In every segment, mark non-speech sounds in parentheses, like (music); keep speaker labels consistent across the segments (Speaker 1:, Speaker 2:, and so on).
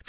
Speaker 1: If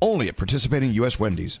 Speaker 1: only at participating U.S. Wendy's.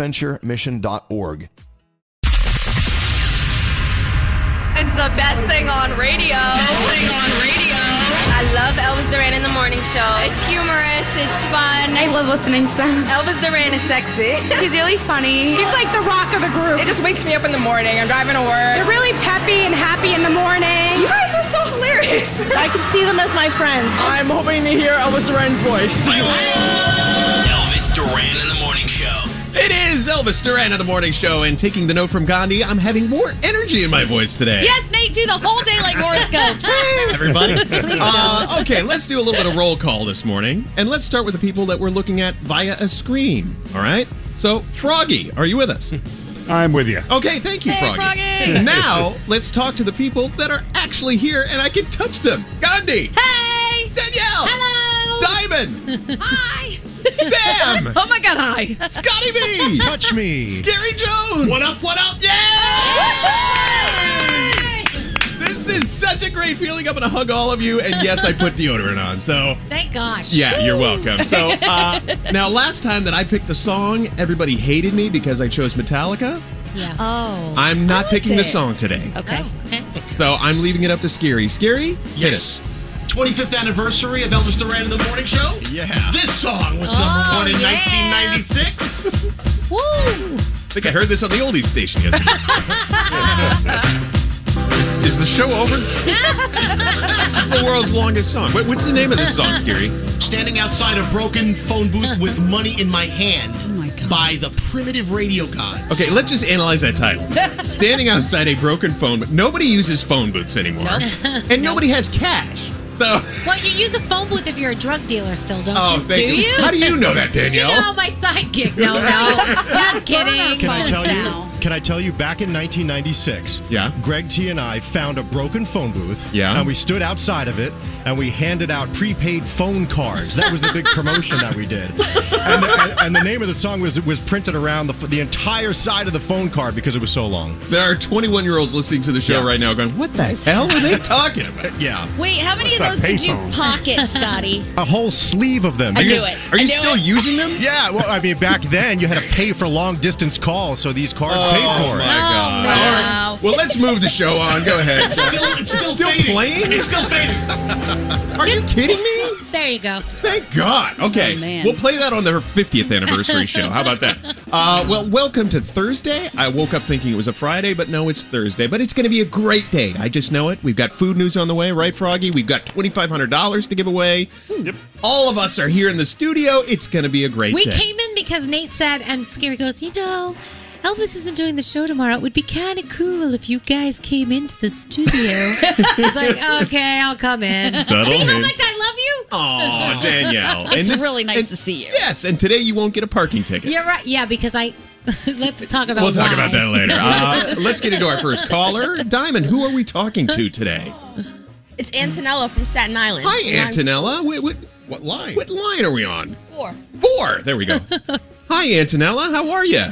Speaker 1: adventuremission.org.
Speaker 2: It's the best thing on radio. Best thing on radio.
Speaker 3: I love Elvis Duran in the morning show.
Speaker 2: It's humorous. It's fun.
Speaker 4: I love listening to them.
Speaker 3: Elvis Duran is sexy.
Speaker 4: He's really funny.
Speaker 5: He's like the rock of the group.
Speaker 6: It just wakes me up in the morning. I'm driving to work.
Speaker 5: They're really peppy and happy in the morning.
Speaker 6: You guys are so hilarious.
Speaker 7: I can see them as my friends.
Speaker 8: I'm hoping to hear Elvis Duran's voice.
Speaker 9: Elvis Duran in the morning show.
Speaker 10: It is Elvis Duran of the Morning Show, and taking the note from Gandhi, I'm having more energy in my voice today.
Speaker 2: Yes, Nate, do the whole day like horoscopes.
Speaker 10: Everybody?
Speaker 2: Please
Speaker 10: Uh,
Speaker 2: don't.
Speaker 10: okay, let's do a little bit of roll call this morning, and let's start with the people that we're looking at via a screen. All right? So, Froggy, are you with us?
Speaker 11: (laughs) I'm with you.
Speaker 10: Okay, thank you,
Speaker 11: Hey,
Speaker 10: Froggy.
Speaker 11: Froggy!
Speaker 10: now, let's talk to the people that are actually here, and I can touch them. Gandhi!
Speaker 2: Hey!
Speaker 10: Danielle!
Speaker 2: Hello!
Speaker 10: Diamond!
Speaker 2: Hi!
Speaker 10: Sam!
Speaker 2: (laughs) Oh my god, hi!
Speaker 10: Scotty B!
Speaker 12: Touch me!
Speaker 10: Gary Jones! What up, what up? Yeah! This is such a great feeling. I'm going to hug all of you, and yes, I put deodorant on, so...
Speaker 13: Thank gosh.
Speaker 10: Yeah,
Speaker 14: (laughs)
Speaker 10: you're welcome. So uh, now, last time that I picked the song, everybody hated me because I chose Metallica.
Speaker 13: Yeah.
Speaker 3: Oh.
Speaker 10: I'm not picking the
Speaker 3: it.
Speaker 10: song today,
Speaker 3: Okay.
Speaker 10: so I'm leaving it up to Scary. Scary, hit
Speaker 15: Yes. 25th anniversary of Elvis Duran in the Morning Show. Yeah. This song was number
Speaker 10: Oh,
Speaker 15: one in
Speaker 10: yeah.
Speaker 15: 1996.
Speaker 10: Woo! I think I heard this on the oldies station yesterday. is, is the show over? this is the world's longest song. Wait, what's the name of this song, Scary?
Speaker 15: Standing outside a broken phone booth with money in my hand
Speaker 16: Oh
Speaker 15: by the primitive radio god.
Speaker 10: Okay, let's just analyze that title. Standing outside a broken phone booth. Nobody uses phone booths anymore. And nobody has cash. So,
Speaker 13: Well, you use a phone booth if you're a drug dealer still, don't
Speaker 10: oh,
Speaker 13: you?
Speaker 10: thank you. How do you know that,
Speaker 13: You
Speaker 12: (laughs)
Speaker 10: Danielle?
Speaker 13: know, my sidekick. No, no. Just kidding.
Speaker 12: Can I tell you? Can I tell you, back in 1996,
Speaker 10: yeah.
Speaker 12: Greg T and I found a broken phone booth.
Speaker 10: Yeah.
Speaker 12: And we stood outside of it and we handed out prepaid phone cards. That was the big promotion that we did. And the, and- and the name of the song was was printed around the, the entire side of the phone card because it was so long.
Speaker 10: There are 21 year olds listening to the show right now going, what the hell are they talking about?
Speaker 12: Yeah.
Speaker 17: Wait, how many of
Speaker 12: What's
Speaker 17: those
Speaker 12: that
Speaker 17: did you
Speaker 12: payphone?
Speaker 17: pocket, Scotty?
Speaker 12: A whole sleeve of them.
Speaker 17: I
Speaker 12: Are you
Speaker 17: knew
Speaker 12: s-
Speaker 17: it. I knew it.
Speaker 10: using them?
Speaker 12: (laughs) Yeah. Well, I mean, back then you had to pay for long distance calls, so these cards
Speaker 10: Oh,
Speaker 12: paid for
Speaker 10: my
Speaker 12: it.
Speaker 10: God. All right. Well, let's move the show on. Go ahead.
Speaker 15: it's still, fading.
Speaker 10: playing?
Speaker 15: It's still fading.
Speaker 10: Are you kidding me?
Speaker 14: There you go.
Speaker 10: Thank God. Okay.
Speaker 14: Oh, man.
Speaker 10: we'll play that on their 50th anniversary show. How about
Speaker 14: (laughs)
Speaker 10: that? Uh, well, welcome to Thursday. I woke up thinking it was a Friday, but no, it's Thursday. But it's going to be a great day. I just know it. We've got food news on the way, right, Froggy? We've got $2,500 to give away. Yep. All of us are here in the studio. It's going to be a great
Speaker 14: Hmm. We
Speaker 10: day.
Speaker 14: came (laughs) in because Nate said, and Scary goes, you know, Elvis isn't doing the show tomorrow. It would be kind of cool if you guys came into the studio.
Speaker 10: (laughs)
Speaker 14: It's like, okay, I'll come in.
Speaker 10: That'll
Speaker 14: see how
Speaker 10: hit.
Speaker 14: much I love you? (laughs)
Speaker 10: Aw,
Speaker 12: (laughs)
Speaker 10: Danielle. And this- and- Yes, and today you won't get a parking ticket.
Speaker 14: You're right. Yeah, because I. (laughs) Let's talk about.
Speaker 10: we'll talk
Speaker 14: why.
Speaker 10: about that (laughs) later. Uh, let's get into our first caller. Diamond, who are we talking to today?
Speaker 18: It's Antonella from Staten Island.
Speaker 10: Hi,
Speaker 18: And I'm
Speaker 10: Antonella. What, what, what line? What line are we on?
Speaker 18: Four.
Speaker 10: Four. There we go. Hi, Antonella. How are you?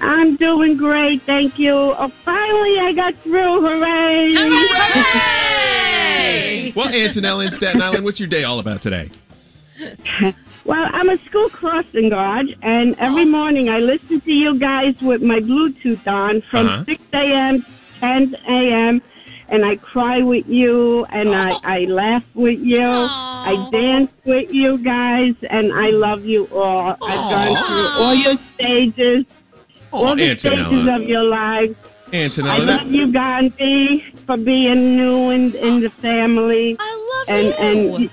Speaker 3: I'm doing great, thank you. Oh, finally, I got through. Hooray!
Speaker 10: Well, Antonella in Staten Island, what's your day all about today?
Speaker 3: Well, I'm a school crossing guard, and every morning I listen to you guys with my Bluetooth on from
Speaker 10: Uh-huh.
Speaker 3: 6 a.m. to 10 a.m. And I cry with you, and I, I laugh with you, I dance with you guys, and I love you all. I've gone through all your stages, all the stages
Speaker 10: Antonella.
Speaker 3: of your lives. I
Speaker 10: Antonella, that,
Speaker 3: love you, Gandhi, for being new in, in the family. I love and, you. And,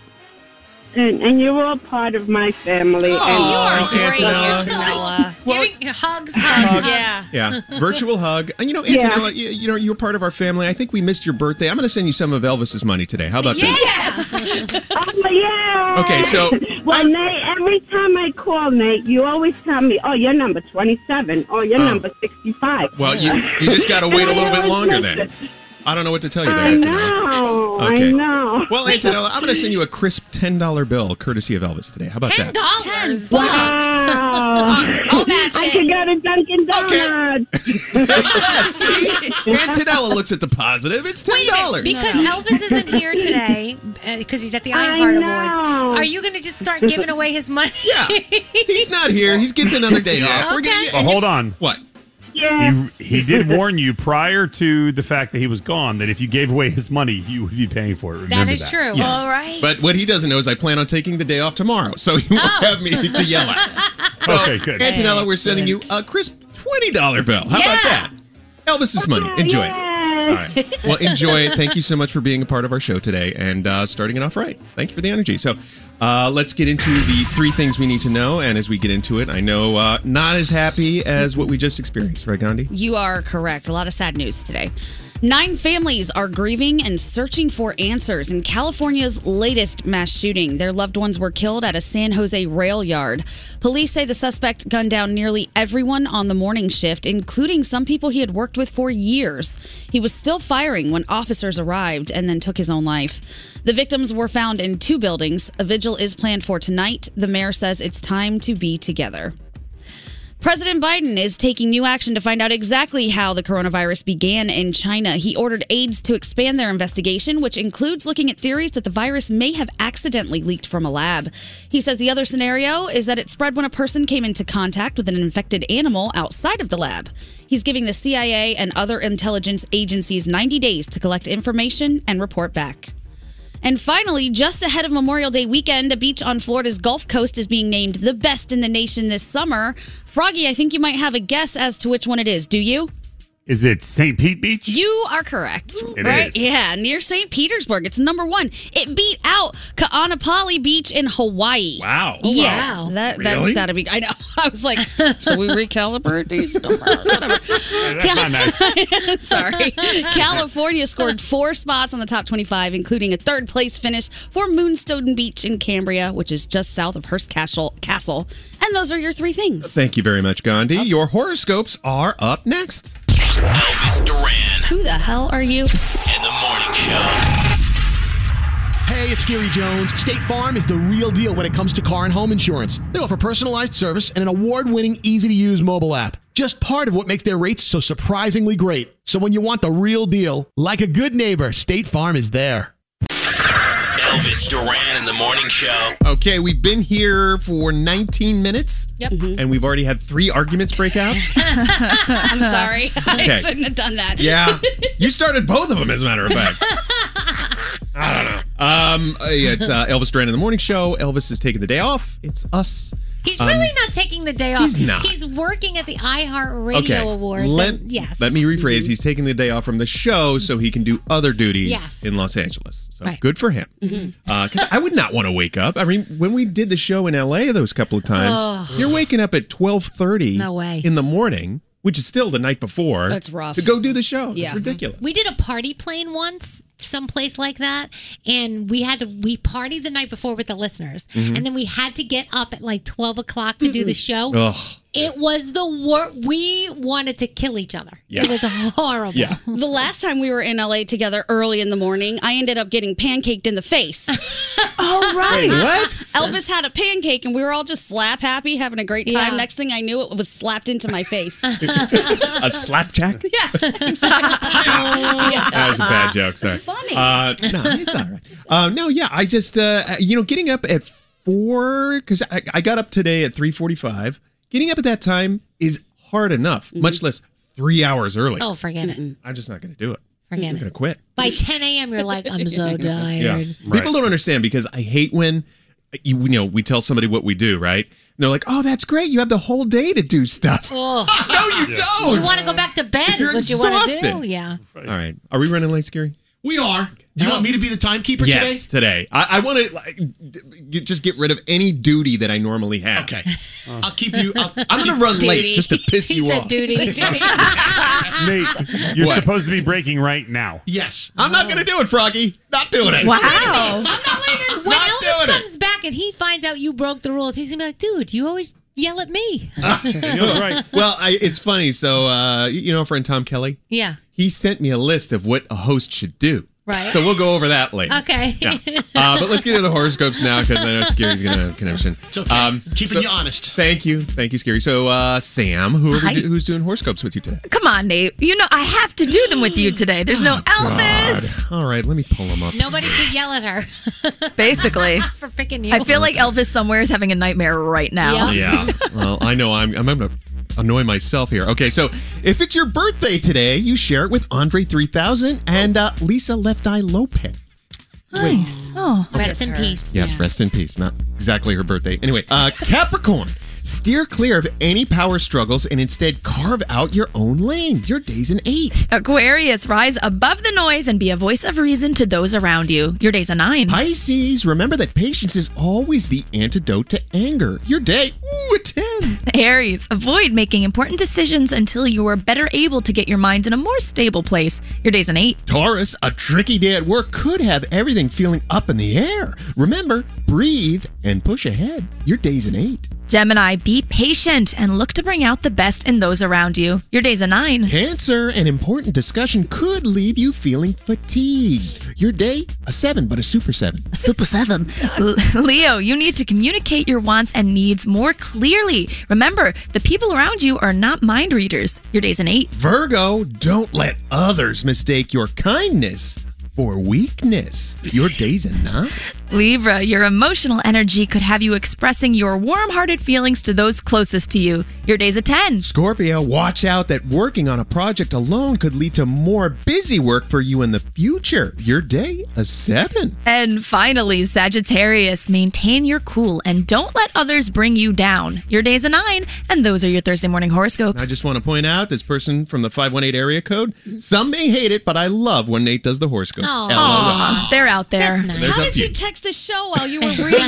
Speaker 3: and, and you're all part of my family.
Speaker 10: Aw,
Speaker 3: and
Speaker 10: you are great, Antonella.
Speaker 14: Giving hugs, hugs, hugs.
Speaker 10: (laughs) yeah,
Speaker 14: (laughs)
Speaker 10: virtual hug. And you know,
Speaker 14: Yeah.
Speaker 10: Antonella, you, you know, you're part of our family. I think we missed your birthday. I'm going to send you some of Elvis's money today. How about that?
Speaker 3: oh, yeah.
Speaker 10: Okay, so-
Speaker 3: (laughs) Well, Nate, every time I call, Nate, you always tell me, oh, you're number 27. Oh, you're
Speaker 10: Oh.
Speaker 3: number 65.
Speaker 10: Well, you
Speaker 3: (laughs)
Speaker 10: you just got to wait a little bit longer then. I don't know what to tell you there, Antonella.
Speaker 3: No, I
Speaker 10: Okay.
Speaker 3: know.
Speaker 10: Well, Antonella, I'm going to send you a crisp ten dollar bill, courtesy of Elvis today. How about that?
Speaker 3: dollars.
Speaker 10: (laughs)
Speaker 3: Wow. (laughs) I could go to Dunkin' Donuts.
Speaker 10: Antonella looks at the positive. It's ten dollars.
Speaker 14: Because Elvis isn't here today because he's at the
Speaker 3: I know.
Speaker 14: iHeart Awards. Are you going to just start giving away his money? Yeah.
Speaker 10: (laughs) He's not here. He gets another day off. We're
Speaker 14: Okay.
Speaker 10: gonna,
Speaker 19: Well, hold on.
Speaker 10: What?
Speaker 19: You, he did warn you prior to the fact that he was gone that if you gave away his money, you would be paying for it. Remember that
Speaker 14: is true.
Speaker 10: Yes.
Speaker 14: All right.
Speaker 10: But what he doesn't know is I plan on taking the day off tomorrow, so he won't
Speaker 14: Oh.
Speaker 10: have me to yell at.
Speaker 19: (laughs) okay, good.
Speaker 10: Antonella, we're sending you a crisp twenty dollar bill. How about that? Elvis's money. Enjoy it. All right. Well, enjoy it. Thank you
Speaker 14: (laughs)
Speaker 10: so much for being a part of our show today and uh, starting it off right. Thank you for the energy. So, uh, let's get into the three things we need to know. And as we get into it, I know uh, not as happy as what we just experienced, right, Gandhi?
Speaker 16: You are correct. A lot of sad news today. Nine families are grieving and searching for answers in California's latest mass shooting. Their loved ones were killed at a San Jose rail yard. Police say the suspect gunned down nearly everyone on the morning shift, including some people he had worked with for years. He was still firing when officers arrived and then took his own life. The victims were found in two buildings. A vigil is planned for tonight. The mayor says it's time to be together. President Biden is taking new action to find out exactly how the coronavirus began in China. He ordered aides to expand their investigation, which includes looking at theories that the virus may have accidentally leaked from a lab. He says the other scenario is that it spread when a person came into contact with an infected animal outside of the lab. He's giving the CIA and other intelligence agencies 90 days to collect information and report back. And finally, just ahead of Memorial Day weekend, a beach on Florida's Gulf Coast is being named the best in the nation this summer. Froggy, I think you might have a guess as to which one it is. Do you?
Speaker 19: Is it St.
Speaker 10: (laughs)
Speaker 19: Pete Beach?
Speaker 16: You are correct.
Speaker 19: It
Speaker 16: right?
Speaker 19: is.
Speaker 16: Yeah, near St. Petersburg. It's number one. It beat out Ka'anapali Beach in Hawaii.
Speaker 19: Wow.
Speaker 16: Yeah.
Speaker 19: Wow.
Speaker 16: That, That's
Speaker 19: Really?
Speaker 16: got to be. I know. (laughs) I was like, should we recalibrate
Speaker 10: (laughs)
Speaker 16: these? Whatever.
Speaker 19: That's not nice.
Speaker 16: (laughs)
Speaker 14: (laughs)
Speaker 16: Sorry. California scored four spots on the top 25, including a third place finish for Moonstone Beach in Cambria, which is just south of Hearst Castle. Castle. And those are your three
Speaker 14: (laughs)
Speaker 16: things.
Speaker 10: Thank you very much, Gandhi. Your horoscopes are up next.
Speaker 9: Elvis Duran
Speaker 16: (laughs) Who the hell are you?
Speaker 9: in the morning show.
Speaker 17: Hey, it's Gary Jones. State Farm is the real deal when it comes to car and home insurance. They offer personalized service and an award winning, easy to use mobile app. Just part of what makes their rates so surprisingly great. So when you want the real deal, like a good neighbor, State Farm is there.
Speaker 9: Elvis Duran in the morning show.
Speaker 10: Okay, we've been here for 19 minutes.
Speaker 20: Yep.
Speaker 10: And we've already had three arguments break out.
Speaker 16: I'm sorry. I
Speaker 10: Okay.
Speaker 16: shouldn't have done that. (laughs)
Speaker 14: (laughs)
Speaker 10: yeah. You started both of them, as a matter of fact. I don't know. Um, uh, yeah, it's uh, Elvis Duran in the morning show. Elvis is taking the day off. It's us.
Speaker 14: (laughs) He's
Speaker 10: Um,
Speaker 14: really not taking the day off.
Speaker 10: he's not.
Speaker 14: He's working at the iHeart Radio Awards.
Speaker 10: Let,
Speaker 14: and- yes. Mm-hmm.
Speaker 10: Let me rephrase. He's taking the day off from the show so he can do other duties
Speaker 14: Yes.
Speaker 10: in Los Angeles. So
Speaker 14: Right.
Speaker 10: good for him. Because I would not want to wake up. I mean, when we did the show in LA those couple of times,
Speaker 14: Ugh.
Speaker 10: you're waking up at 12:30
Speaker 14: No way.
Speaker 10: in the morning, which is still the night before.
Speaker 14: That's rough.
Speaker 10: To go do the show.
Speaker 14: Yeah.
Speaker 10: It's
Speaker 14: (laughs)
Speaker 10: ridiculous.
Speaker 14: We did a party plane once, someplace like that, and we had to we partied the night before with the listeners,
Speaker 10: Mhm.
Speaker 14: and then we had to get up at like twelve o'clock to do the show.
Speaker 10: Ugh.
Speaker 14: It was the worst. We wanted to kill each other.
Speaker 10: Yeah.
Speaker 14: It was horrible.
Speaker 10: Yeah.
Speaker 16: The last time we were in LA together early in the morning, I ended up getting pancaked in the
Speaker 10: (laughs)
Speaker 16: face. All
Speaker 10: Oh,
Speaker 16: (laughs)
Speaker 10: right. Wait, what?
Speaker 16: Elvis had a pancake and we were all just slap happy, having a great time.
Speaker 14: Yeah.
Speaker 16: Next thing I knew, it was slapped into my face.
Speaker 10: A slapjack?
Speaker 16: yes. (laughs) exactly.
Speaker 10: That was a bad joke. Sorry.
Speaker 16: funny.
Speaker 10: Uh, no, it's all right. Uh, no, yeah, I just uh, you know getting up at four because I, I got up today at three forty-five. Getting up at that time is hard enough, much less three hours early.
Speaker 14: Mm-hmm. Oh, forget it.
Speaker 10: I'm just not going to do it.
Speaker 14: Forget
Speaker 10: I'm
Speaker 14: it.
Speaker 10: going to quit.
Speaker 14: By ten a.m., you're like,
Speaker 10: (laughs)
Speaker 14: I'm so tired.
Speaker 10: Yeah. People don't understand because I hate when you, you know we tell somebody what we do, right? And they're like, "Oh, that's great. You have the whole day to do stuff."
Speaker 17: (laughs)
Speaker 14: Oh.
Speaker 10: No, you don't.
Speaker 14: You want to go back to bed?
Speaker 10: You're
Speaker 14: is what you want to do?
Speaker 10: exhausted.
Speaker 14: Yeah.
Speaker 10: All right. Are we running late, Scary?
Speaker 17: We are. Do you want me to be the timekeeper
Speaker 10: yes, today. I, I want to like, d- get, just get rid of any duty that I normally have. (laughs) Okay. Uh-huh.
Speaker 17: today? I'll keep you. I'll,
Speaker 10: I'm gonna run late
Speaker 15: (laughs)
Speaker 10: just
Speaker 14: (laughs)
Speaker 10: to piss you off.
Speaker 17: (laughs)
Speaker 19: Nate, you're
Speaker 10: What?
Speaker 19: supposed to be breaking right now.
Speaker 17: Yes.
Speaker 10: I'm not gonna do it, Froggy. Not doing it.
Speaker 14: I'm not leaving. When
Speaker 10: Not
Speaker 14: Elvis
Speaker 10: doing it.
Speaker 14: comes back and he finds out you broke the rules, he's gonna be like, "Dude, you always yell
Speaker 10: (laughs)
Speaker 14: at me."
Speaker 10: (laughs) Well, I, it's funny. So, uh, you know, our friend Tom Kelly,
Speaker 14: Yeah.
Speaker 10: he sent me a list of what a host should do.
Speaker 14: Right.
Speaker 10: So we'll go over that later.
Speaker 14: Okay.
Speaker 10: Yeah.
Speaker 14: (laughs)
Speaker 10: Uh, but let's get into the horoscopes now because I know Scary's going to have a connection. It's okay. Um,
Speaker 17: Keeping you honest.
Speaker 10: Thank you. Thank you, Scary. So, uh, Sam, who are
Speaker 2: Hi.
Speaker 10: we do, who's doing horoscopes with you today?
Speaker 2: (laughs) Come on, Nate. You know I have to do them with you today. There's no Elvis.
Speaker 10: God. All right, let me pull him up.
Speaker 14: Nobody to yell at her (laughs)
Speaker 2: Basically,
Speaker 14: for picking you.
Speaker 2: I feel like Elvis somewhere is having a nightmare right now.
Speaker 10: Yeah. well, I know I'm I'm gonna annoy myself here. Okay, so if it's your birthday today, you share it with Andre 3000 and uh, Lisa Left Eye Lopez.
Speaker 2: Nice. Oh,
Speaker 14: Rest in peace.
Speaker 10: Yes, rest in peace. Not exactly her birthday. Anyway, uh, Capricorn. Steer clear of any power struggles and instead carve out your own lane. Your day's an eight.
Speaker 2: Aquarius, rise above the noise and be a voice of reason to those around you. Your day's a nine.
Speaker 10: Pisces, remember that patience is always the antidote to anger. Your day, ooh, a 10.
Speaker 2: Aries, avoid making important decisions until you are better able to get your mind in a more stable place. Your day's an eight.
Speaker 10: Taurus, a tricky day at work could have everything feeling up in the air. Remember, breathe and push ahead. Your day's an eight.
Speaker 2: Gemini, be patient and look to bring out the best in those around you. Your day's a nine.
Speaker 10: Cancer, an important discussion could leave you feeling fatigued. Your day, a seven, but a super seven.
Speaker 2: Super seven. (laughs) L- Leo, you need to communicate your wants and needs more clearly. Remember, the people around you are not mind readers. Your day's an eight.
Speaker 10: Virgo, don't let others mistake your kindness for weakness. Your day's a nine.
Speaker 2: Libra, your emotional energy could have you expressing your warm hearted feelings to those closest to you. Your day's a 10.
Speaker 10: Scorpio, watch out that working on a project alone could lead to more busy work for you in the future. Your day, a seven.
Speaker 2: And finally, Sagittarius, maintain your cool and don't let others bring you down. Your day's a 9, and those are your Thursday morning horoscopes.
Speaker 10: I just want to point out this person from the 518 area code. Some may hate it, but I love when Nate does the horoscopes.
Speaker 2: Aw.
Speaker 10: LOL.
Speaker 2: They're out there.
Speaker 10: There's
Speaker 16: How
Speaker 10: a
Speaker 16: did
Speaker 10: few.
Speaker 16: you text the show while you were reading?
Speaker 10: It's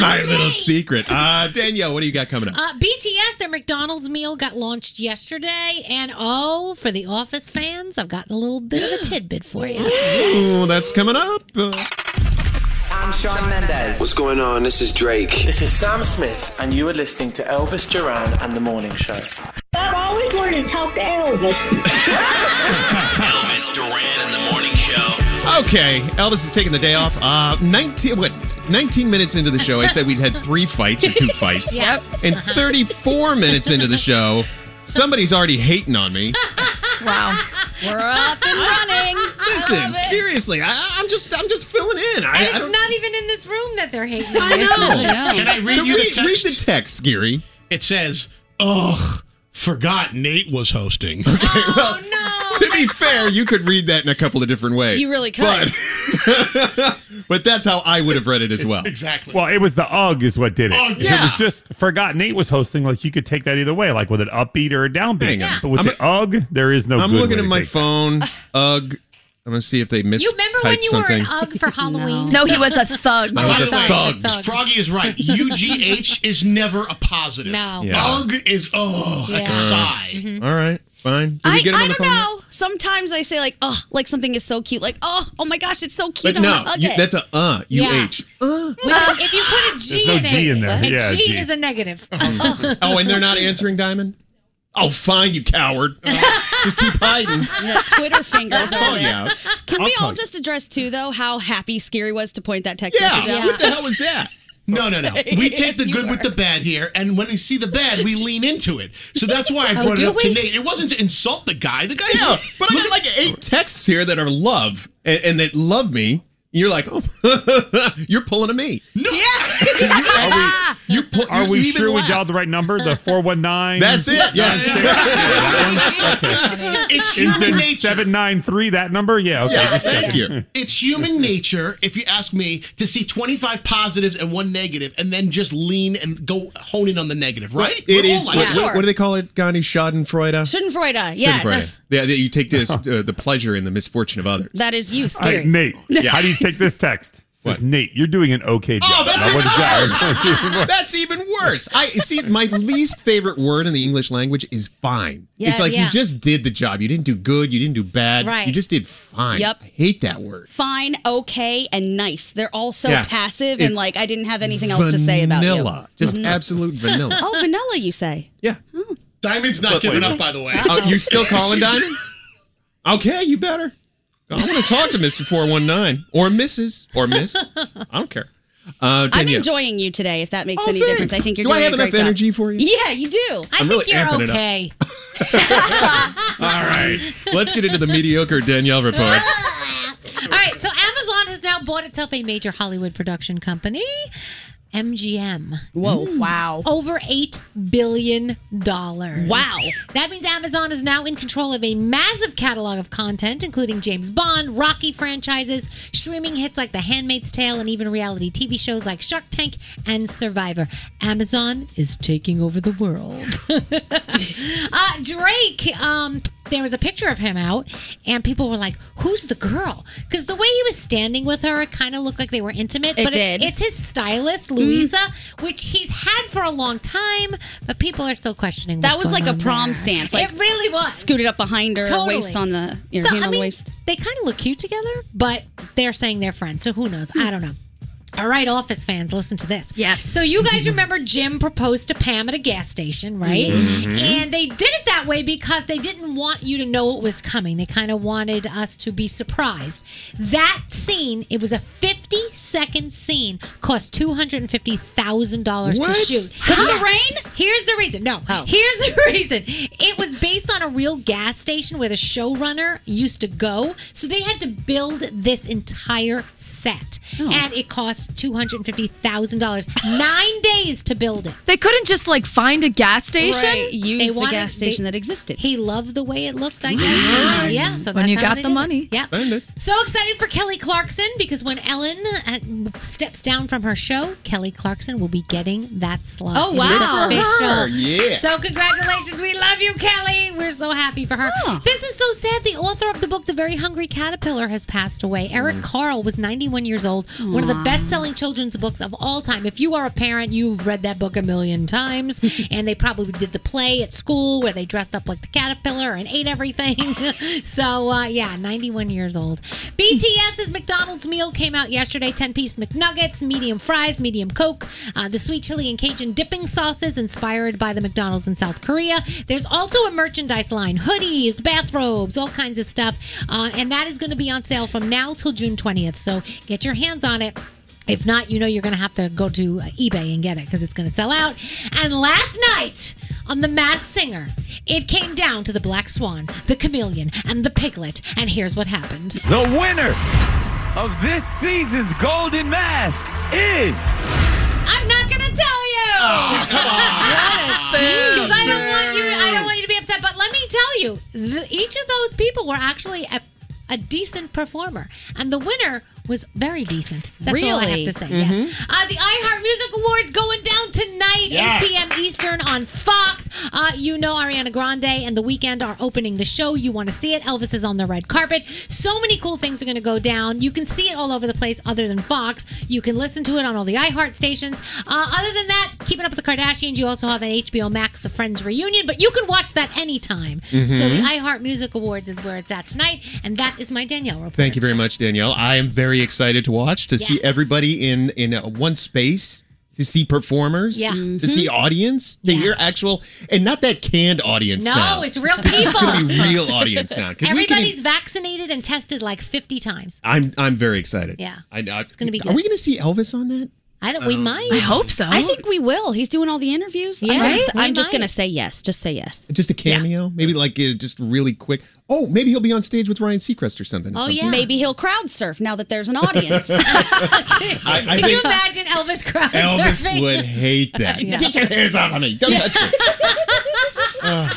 Speaker 10: my little secret. Uh, Danielle, what do you got coming up?
Speaker 14: Uh, BTS, their McDonald's meal got launched yesterday, and oh, for the Office fans, I've got a little bit of a tidbit for you.
Speaker 10: Ooh, that's coming up. Uh,
Speaker 21: I'm Sean Mendez.
Speaker 22: What's going on? This is Drake.
Speaker 23: This is Sam Smith, and you are listening to Elvis Duran and the Morning Show.
Speaker 3: I've always wanted to talk to Elvis.
Speaker 9: Elvis Duran in the morning show.
Speaker 10: Okay, Elvis is taking the day off. Uh, 19 what? 19 minutes into the show, I said we'd had three fights or two fights.
Speaker 9: Yep.
Speaker 10: And 34 minutes into the show, somebody's already hating on me.
Speaker 2: Wow.
Speaker 20: We're up and running.
Speaker 10: Listen, seriously, I, I'm just I'm just filling in. I,
Speaker 14: and
Speaker 10: I
Speaker 14: it's
Speaker 10: don't
Speaker 14: not even in this room that they're hating.
Speaker 10: I know.
Speaker 14: Can
Speaker 15: I read
Speaker 10: So
Speaker 15: you the
Speaker 10: read,
Speaker 15: text?
Speaker 10: read the text, Geary.
Speaker 15: It says, "Ugh, forgot Nate was hosting."
Speaker 10: to be fair, you could read that in a couple of different ways.
Speaker 20: You really could.
Speaker 10: But, (laughs) but that's how I would have read it (laughs) as well. Oh,
Speaker 15: Exactly.
Speaker 19: Well, it was the UG is what did it.
Speaker 15: Ugh,
Speaker 19: If It
Speaker 10: yeah.
Speaker 19: was just forgot Nate was hosting. Like you could take that either way, like with an upbeat or a downbeat.
Speaker 10: Hang on.
Speaker 19: But with
Speaker 10: I'm-
Speaker 19: the UG, there is no.
Speaker 10: I'm
Speaker 19: good
Speaker 10: looking
Speaker 19: way
Speaker 10: at
Speaker 19: to
Speaker 10: my
Speaker 19: take
Speaker 10: phone. Ugh. I'm gonna see if they missed.
Speaker 14: You remember when you
Speaker 10: something.
Speaker 14: were an UGG for Halloween?
Speaker 2: No, he was a thug.
Speaker 10: I was a
Speaker 15: By the way,
Speaker 10: thug.
Speaker 15: Froggy is right. UGH is never a positive.
Speaker 14: No.
Speaker 10: Yeah.
Speaker 15: Ugh is oh, like
Speaker 10: Uh,
Speaker 15: a sigh.
Speaker 10: All right, fine. Did
Speaker 16: I,
Speaker 10: we get him
Speaker 16: I
Speaker 10: on the
Speaker 16: don't
Speaker 10: phone?
Speaker 16: know. Sometimes I say like, oh, like something is so cute. Like, oh, oh my gosh, it's so cute.
Speaker 10: But
Speaker 16: I wanna
Speaker 10: no,
Speaker 16: hug
Speaker 10: you,
Speaker 16: it.
Speaker 10: that's a uh. You
Speaker 16: Yeah.
Speaker 10: h.
Speaker 14: With a- if you put a G
Speaker 10: There's no
Speaker 14: in it,
Speaker 10: G in there.
Speaker 14: a
Speaker 10: Yeah,
Speaker 14: G
Speaker 10: G.
Speaker 14: is a negative.
Speaker 10: (laughs) Oh, and they're not answering Diamond. Oh, fine, you coward. Just keep hiding.
Speaker 16: Yeah, Twitter fingers.
Speaker 10: I'll
Speaker 16: over
Speaker 10: call you
Speaker 16: there.
Speaker 10: out.
Speaker 16: Can
Speaker 10: I'll
Speaker 16: we all
Speaker 10: call you.
Speaker 16: just address too though how happy Scary was to point that text
Speaker 15: Yeah.
Speaker 16: message out?
Speaker 15: What the
Speaker 10: hell was that?
Speaker 15: No, no, no. We take the
Speaker 16: You
Speaker 15: good with
Speaker 16: were.
Speaker 15: the bad here, and when we see the bad, we lean into it. So that's why I
Speaker 14: Oh,
Speaker 15: brought it
Speaker 14: do
Speaker 15: up to
Speaker 14: we?
Speaker 15: Nate. It wasn't to insult the guy. The guy.
Speaker 10: Yeah, but I got like eight texts here that are love and, and that love me. You're like, (laughs) oh, you're pulling a me. No. Yeah. you pull,
Speaker 19: Are
Speaker 10: you
Speaker 19: we
Speaker 10: even
Speaker 19: sure we
Speaker 10: laugh.
Speaker 19: dialed the right number? The four one nine.
Speaker 10: That's it. Yeah.
Speaker 15: It's human
Speaker 19: Instead
Speaker 15: nature.
Speaker 19: seven nine three. That number. Yeah. Okay.
Speaker 15: Yeah,
Speaker 19: just
Speaker 15: thank
Speaker 19: checking. (laughs)
Speaker 15: you. It's human nature, if you ask me, to see 25 positives and one negative and then just lean and go hone in on the negative, right?
Speaker 10: It
Speaker 15: We're
Speaker 10: is.
Speaker 15: all
Speaker 10: What,
Speaker 15: like
Speaker 10: what-
Speaker 15: that.
Speaker 10: what do they call it? Gandhi Schadenfreude.
Speaker 16: Schadenfreude, yes.
Speaker 10: Schadenfreude. Yeah, that you take this uh, the pleasure in the misfortune of others.
Speaker 16: That is you,
Speaker 19: Uh-huh. All right,
Speaker 16: Scary. (laughs)
Speaker 19: Nate. How do you take this text? Says Nate, you're doing an okay job.
Speaker 10: Oh, that's
Speaker 19: Now, what is (laughs) that?
Speaker 10: That's even worse. I see. My least favorite word in the English language is fine.
Speaker 16: Yes.
Speaker 10: it's like
Speaker 16: Yeah.
Speaker 10: you just did the job. You didn't do good. You didn't do bad.
Speaker 16: Right.
Speaker 10: You just did fine.
Speaker 16: Yep.
Speaker 10: I hate that word.
Speaker 16: Fine, okay, and nice. They're all so
Speaker 10: Yeah.
Speaker 16: passive
Speaker 10: It-
Speaker 16: and like I didn't have anything else to say about you.
Speaker 10: Vanilla. Just
Speaker 16: Mhm.
Speaker 10: absolute
Speaker 16: (laughs)
Speaker 10: vanilla.
Speaker 16: Oh, vanilla, you say?
Speaker 10: Yeah.
Speaker 15: Diamond's not
Speaker 10: But
Speaker 15: giving
Speaker 10: wait.
Speaker 15: up, by the way.
Speaker 10: Oh,
Speaker 15: (laughs)
Speaker 10: you still calling
Speaker 15: She-
Speaker 10: Diamond? Okay, you better. I want to talk to Mr. 419 or Mrs. or
Speaker 16: (laughs)
Speaker 10: Miss. I don't care. Uh,
Speaker 16: I'm
Speaker 10: Danielle.
Speaker 16: enjoying you today. If that makes
Speaker 10: Oh,
Speaker 16: any
Speaker 10: thanks.
Speaker 16: difference, I think you're
Speaker 10: Do I
Speaker 16: doing
Speaker 10: have
Speaker 16: a
Speaker 10: enough
Speaker 16: great job.
Speaker 10: energy for you?
Speaker 16: Yeah, you do.
Speaker 14: I
Speaker 10: I'm
Speaker 14: think
Speaker 10: really amping
Speaker 14: you're
Speaker 10: it up.
Speaker 14: okay.
Speaker 10: All right. Let's get into the mediocre Danielle report.
Speaker 14: All right, so Amazon has now bought itself a major Hollywood production company, MGM.
Speaker 16: Whoa.
Speaker 14: Wow. Over $8 billion. Wow. That means Amazon is now in control of a massive catalog of content, including James Bond, Rocky franchises, streaming hits like The Handmaid's Tale, and even reality TV shows like Shark Tank and Survivor. Amazon is taking over the world. (laughs) Uh, Drake, um, there was a picture of him out, and people were like, "Who's the girl?" Because the way he was standing with her, it kind of looked like they were intimate.
Speaker 16: It
Speaker 14: but
Speaker 16: did. Mm-hmm.
Speaker 14: it's his stylist, Louisa, which he's had for a long time, but people are still questioning.
Speaker 16: That
Speaker 14: what's
Speaker 16: was like
Speaker 14: going
Speaker 16: a
Speaker 14: on
Speaker 16: prom
Speaker 14: there.
Speaker 16: stance. Like (laughs)
Speaker 14: it really was.
Speaker 16: Scooted up behind her,
Speaker 14: Totally.
Speaker 16: waist on the you know,
Speaker 14: So,
Speaker 16: hand
Speaker 14: I
Speaker 16: on
Speaker 14: mean,
Speaker 16: the waist.
Speaker 14: They kind of look cute together, but they're saying they're friends. So who knows? I don't know. All right, Office fans, listen to this. Yes. So you guys remember Jim proposed to Pam at a gas station, right?
Speaker 24: Mhm.
Speaker 14: And they did it that way because they didn't want you to know it was coming. They kind of wanted us to be surprised. That scene, it was a 50 second scene, cost $250,000 to
Speaker 16: What?
Speaker 14: shoot.
Speaker 16: 'Cause of the Oh.
Speaker 14: Yeah. rain? Here's the reason. No. Here's the (laughs) reason. It was based on a real gas station where the showrunner used to go. So they had to build this entire set.
Speaker 16: Oh.
Speaker 14: And it cost $250,000. Nine days to build it.
Speaker 2: They couldn't just like find a gas station.
Speaker 16: Right. Use
Speaker 14: They
Speaker 16: the
Speaker 14: wanted-
Speaker 16: gas station that existed. Mm.
Speaker 14: He loved the way it looked, I guess.
Speaker 16: Wow.
Speaker 14: Yeah, so
Speaker 2: When
Speaker 14: that's
Speaker 2: you
Speaker 14: how
Speaker 2: got
Speaker 14: they
Speaker 2: the
Speaker 14: did it.
Speaker 2: money.
Speaker 14: Yeah. So excited for Kelly Clarkson because when Ellen uh, steps down from her show, Kelly Clarkson will be getting that slot.
Speaker 16: Oh,
Speaker 14: It is
Speaker 16: wow. Good for her.
Speaker 14: official.
Speaker 16: Yeah.
Speaker 14: So congratulations. We love you, Kelly. We're so happy for her.
Speaker 16: Oh.
Speaker 14: This is so sad. The
Speaker 16: Mm.
Speaker 14: author of the book, The Very Hungry Caterpillar, has passed away. Eric Carl was 91 years old, one of the best best-selling children's books of all time. If you are a parent, you've read that book a million times, and they probably did the play at school where they dressed up like the caterpillar and ate everything. so uh, yeah, 91 years old. BTS's McDonald's meal came out yesterday: 10-piece McNuggets, medium fries, medium Coke, uh, the sweet chili and Cajun dipping sauces inspired by the McDonald's in South Korea. There's also a merchandise line: hoodies, bathrobes, all kinds of stuff, uh, and that is going to be on sale from now till June 20th. So get your hands on it. If not, you know you're going to have to go to uh, eBay and get it because it's going to sell out. And last night on The Masked Singer, it came down to the black swan, the chameleon, and the piglet. And here's what happened.
Speaker 25: The winner of this season's Golden Mask is.
Speaker 14: I'm not going to tell you.
Speaker 25: Oh, come
Speaker 14: (laughs)
Speaker 25: on.
Speaker 14: Because I don't want you. I don't want you to be upset. But let me tell you, the, each of those people were actually a, a decent performer, and the winner was very decent. That's all I have
Speaker 26: Really?
Speaker 14: to say.
Speaker 26: Mhm.
Speaker 14: Yes. Uh, the iHeart Music Awards going down tonight,
Speaker 26: Yes.
Speaker 14: 8 p.m. Eastern on Fox. Uh, you know Ariana Grande and The Weeknd are opening the show. You want to see it. Elvis is on the red carpet. So many cool things are going to go down. You can see it all over the place other than Fox. You can listen to it on all the iHeart stations. Uh, other than that, keeping up with the Kardashians, you also have an HBO Max The Friends Reunion, but you can watch that anytime. So
Speaker 10: Mhm.
Speaker 14: the iHeart Music Awards is where it's at tonight. And that is my Danielle report.
Speaker 10: Thank you very much, Danielle. I am very excited to watch to see everybody in in uh, one space. To see performers,
Speaker 14: Yeah. Mm-hmm.
Speaker 10: to see audience, to hear actual, and not that canned audience
Speaker 14: No,
Speaker 10: sound.
Speaker 14: it's real
Speaker 10: This is gonna be
Speaker 14: people.
Speaker 10: real audience sound. 'cause we can-
Speaker 14: Everybody's vaccinated and tested like 50 times.
Speaker 10: I'm I'm very excited.
Speaker 14: Yeah.
Speaker 10: I, I, it's
Speaker 14: gonna be
Speaker 10: Are
Speaker 14: good.
Speaker 10: we going to see Elvis on that?
Speaker 14: I don't.
Speaker 10: we Um, might. I hope so.
Speaker 16: I think we will. He's doing all the interviews.
Speaker 14: Yeah,
Speaker 16: I'm, gonna-
Speaker 14: right?
Speaker 16: I'm
Speaker 14: We
Speaker 16: just
Speaker 14: might.
Speaker 16: gonna say yes. Just say yes.
Speaker 10: Just a cameo, maybe like uh, just really quick. Oh, maybe he'll be on stage with Ryan Seacrest or something.
Speaker 16: Oh
Speaker 10: Something.
Speaker 16: yeah. Maybe he'll crowd surf now that there's an audience.
Speaker 10: (laughs) I, I
Speaker 14: Can you
Speaker 10: think
Speaker 14: imagine Elvis crowd
Speaker 10: Elvis
Speaker 14: surfing?
Speaker 10: would hate that.
Speaker 14: Yeah.
Speaker 10: Get your hands off of me! Don't
Speaker 3: (laughs)
Speaker 10: touch
Speaker 14: (laughs)
Speaker 10: me. Ugh.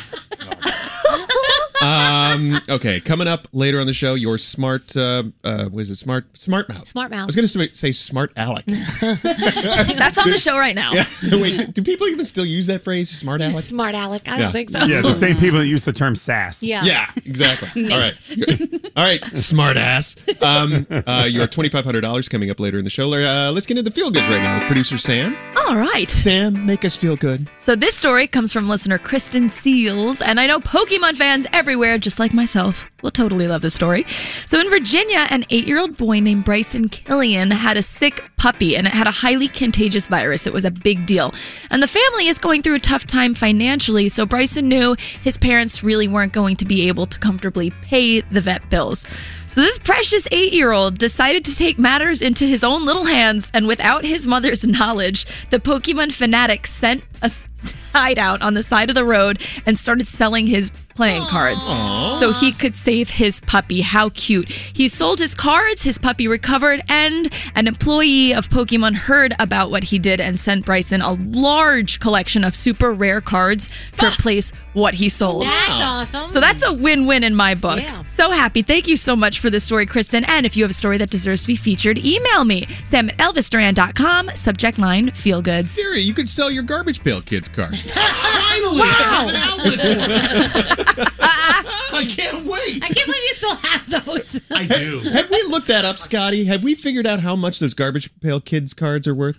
Speaker 10: um, okay, coming up later on the show, your smart, uh, uh, what is it? Smart, smart mouth.
Speaker 14: Smart mouth.
Speaker 10: I was going to say smart Alec.
Speaker 2: (laughs) That's on the show right
Speaker 14: (laughs)
Speaker 2: now.
Speaker 10: (laughs) Yeah. Wait, do, do people even still use that phrase, smart Alec?
Speaker 14: Smart Alec. I
Speaker 10: Yeah.
Speaker 14: don't think so.
Speaker 19: Yeah, the
Speaker 14: (laughs)
Speaker 19: same people that use the term sass.
Speaker 14: Yeah.
Speaker 10: Yeah,
Speaker 14: (laughs)
Speaker 10: exactly. All right. All right, smart ass. Um, uh, your $2,500 coming up later in the show. Uh, let's get into the feel goods right now with producer Sam.
Speaker 2: (laughs) All right.
Speaker 10: Sam, make us feel good.
Speaker 2: So this story comes from listener Kristen Seals, and I know Pokemon fans everywhere, just like myself, will totally love this story. So in Virginia, an eight-year-old boy named Bryson Killian had a sick puppy, and it had a highly contagious virus. It was a big deal, and the family is going through a tough time financially. So Bryson knew his parents really weren't going to be able to comfortably pay the vet bills. So this precious eight-year-old decided to take matters into his own little hands, and without his mother's knowledge, the Pokemon fanatic sent a (laughs) hideout on the side of the road and started selling his playing cards
Speaker 21: Aw.
Speaker 2: so he could save his puppy. How cute. He sold his cards, his puppy recovered, and an employee of Pokemon heard about what he did and sent Bryson a large collection of super rare cards to replace what he sold.
Speaker 14: Ah. That's Wow. awesome.
Speaker 2: So that's a win-win in my book. So happy. Thank you so much for this story, Kristen. And if you have a story that deserves to be featured, email me, sam at elvisduran.com, subject line, feel goods.
Speaker 10: Siri, you could sell your garbage pail kids card.
Speaker 15: Finally, I have an outlet for
Speaker 14: (laughs)
Speaker 15: it. I can't wait.
Speaker 14: I can't believe you still have those.
Speaker 15: I do.
Speaker 10: Have we looked that up, Scotty? Have we figured out how much those garbage pail kids cards are worth?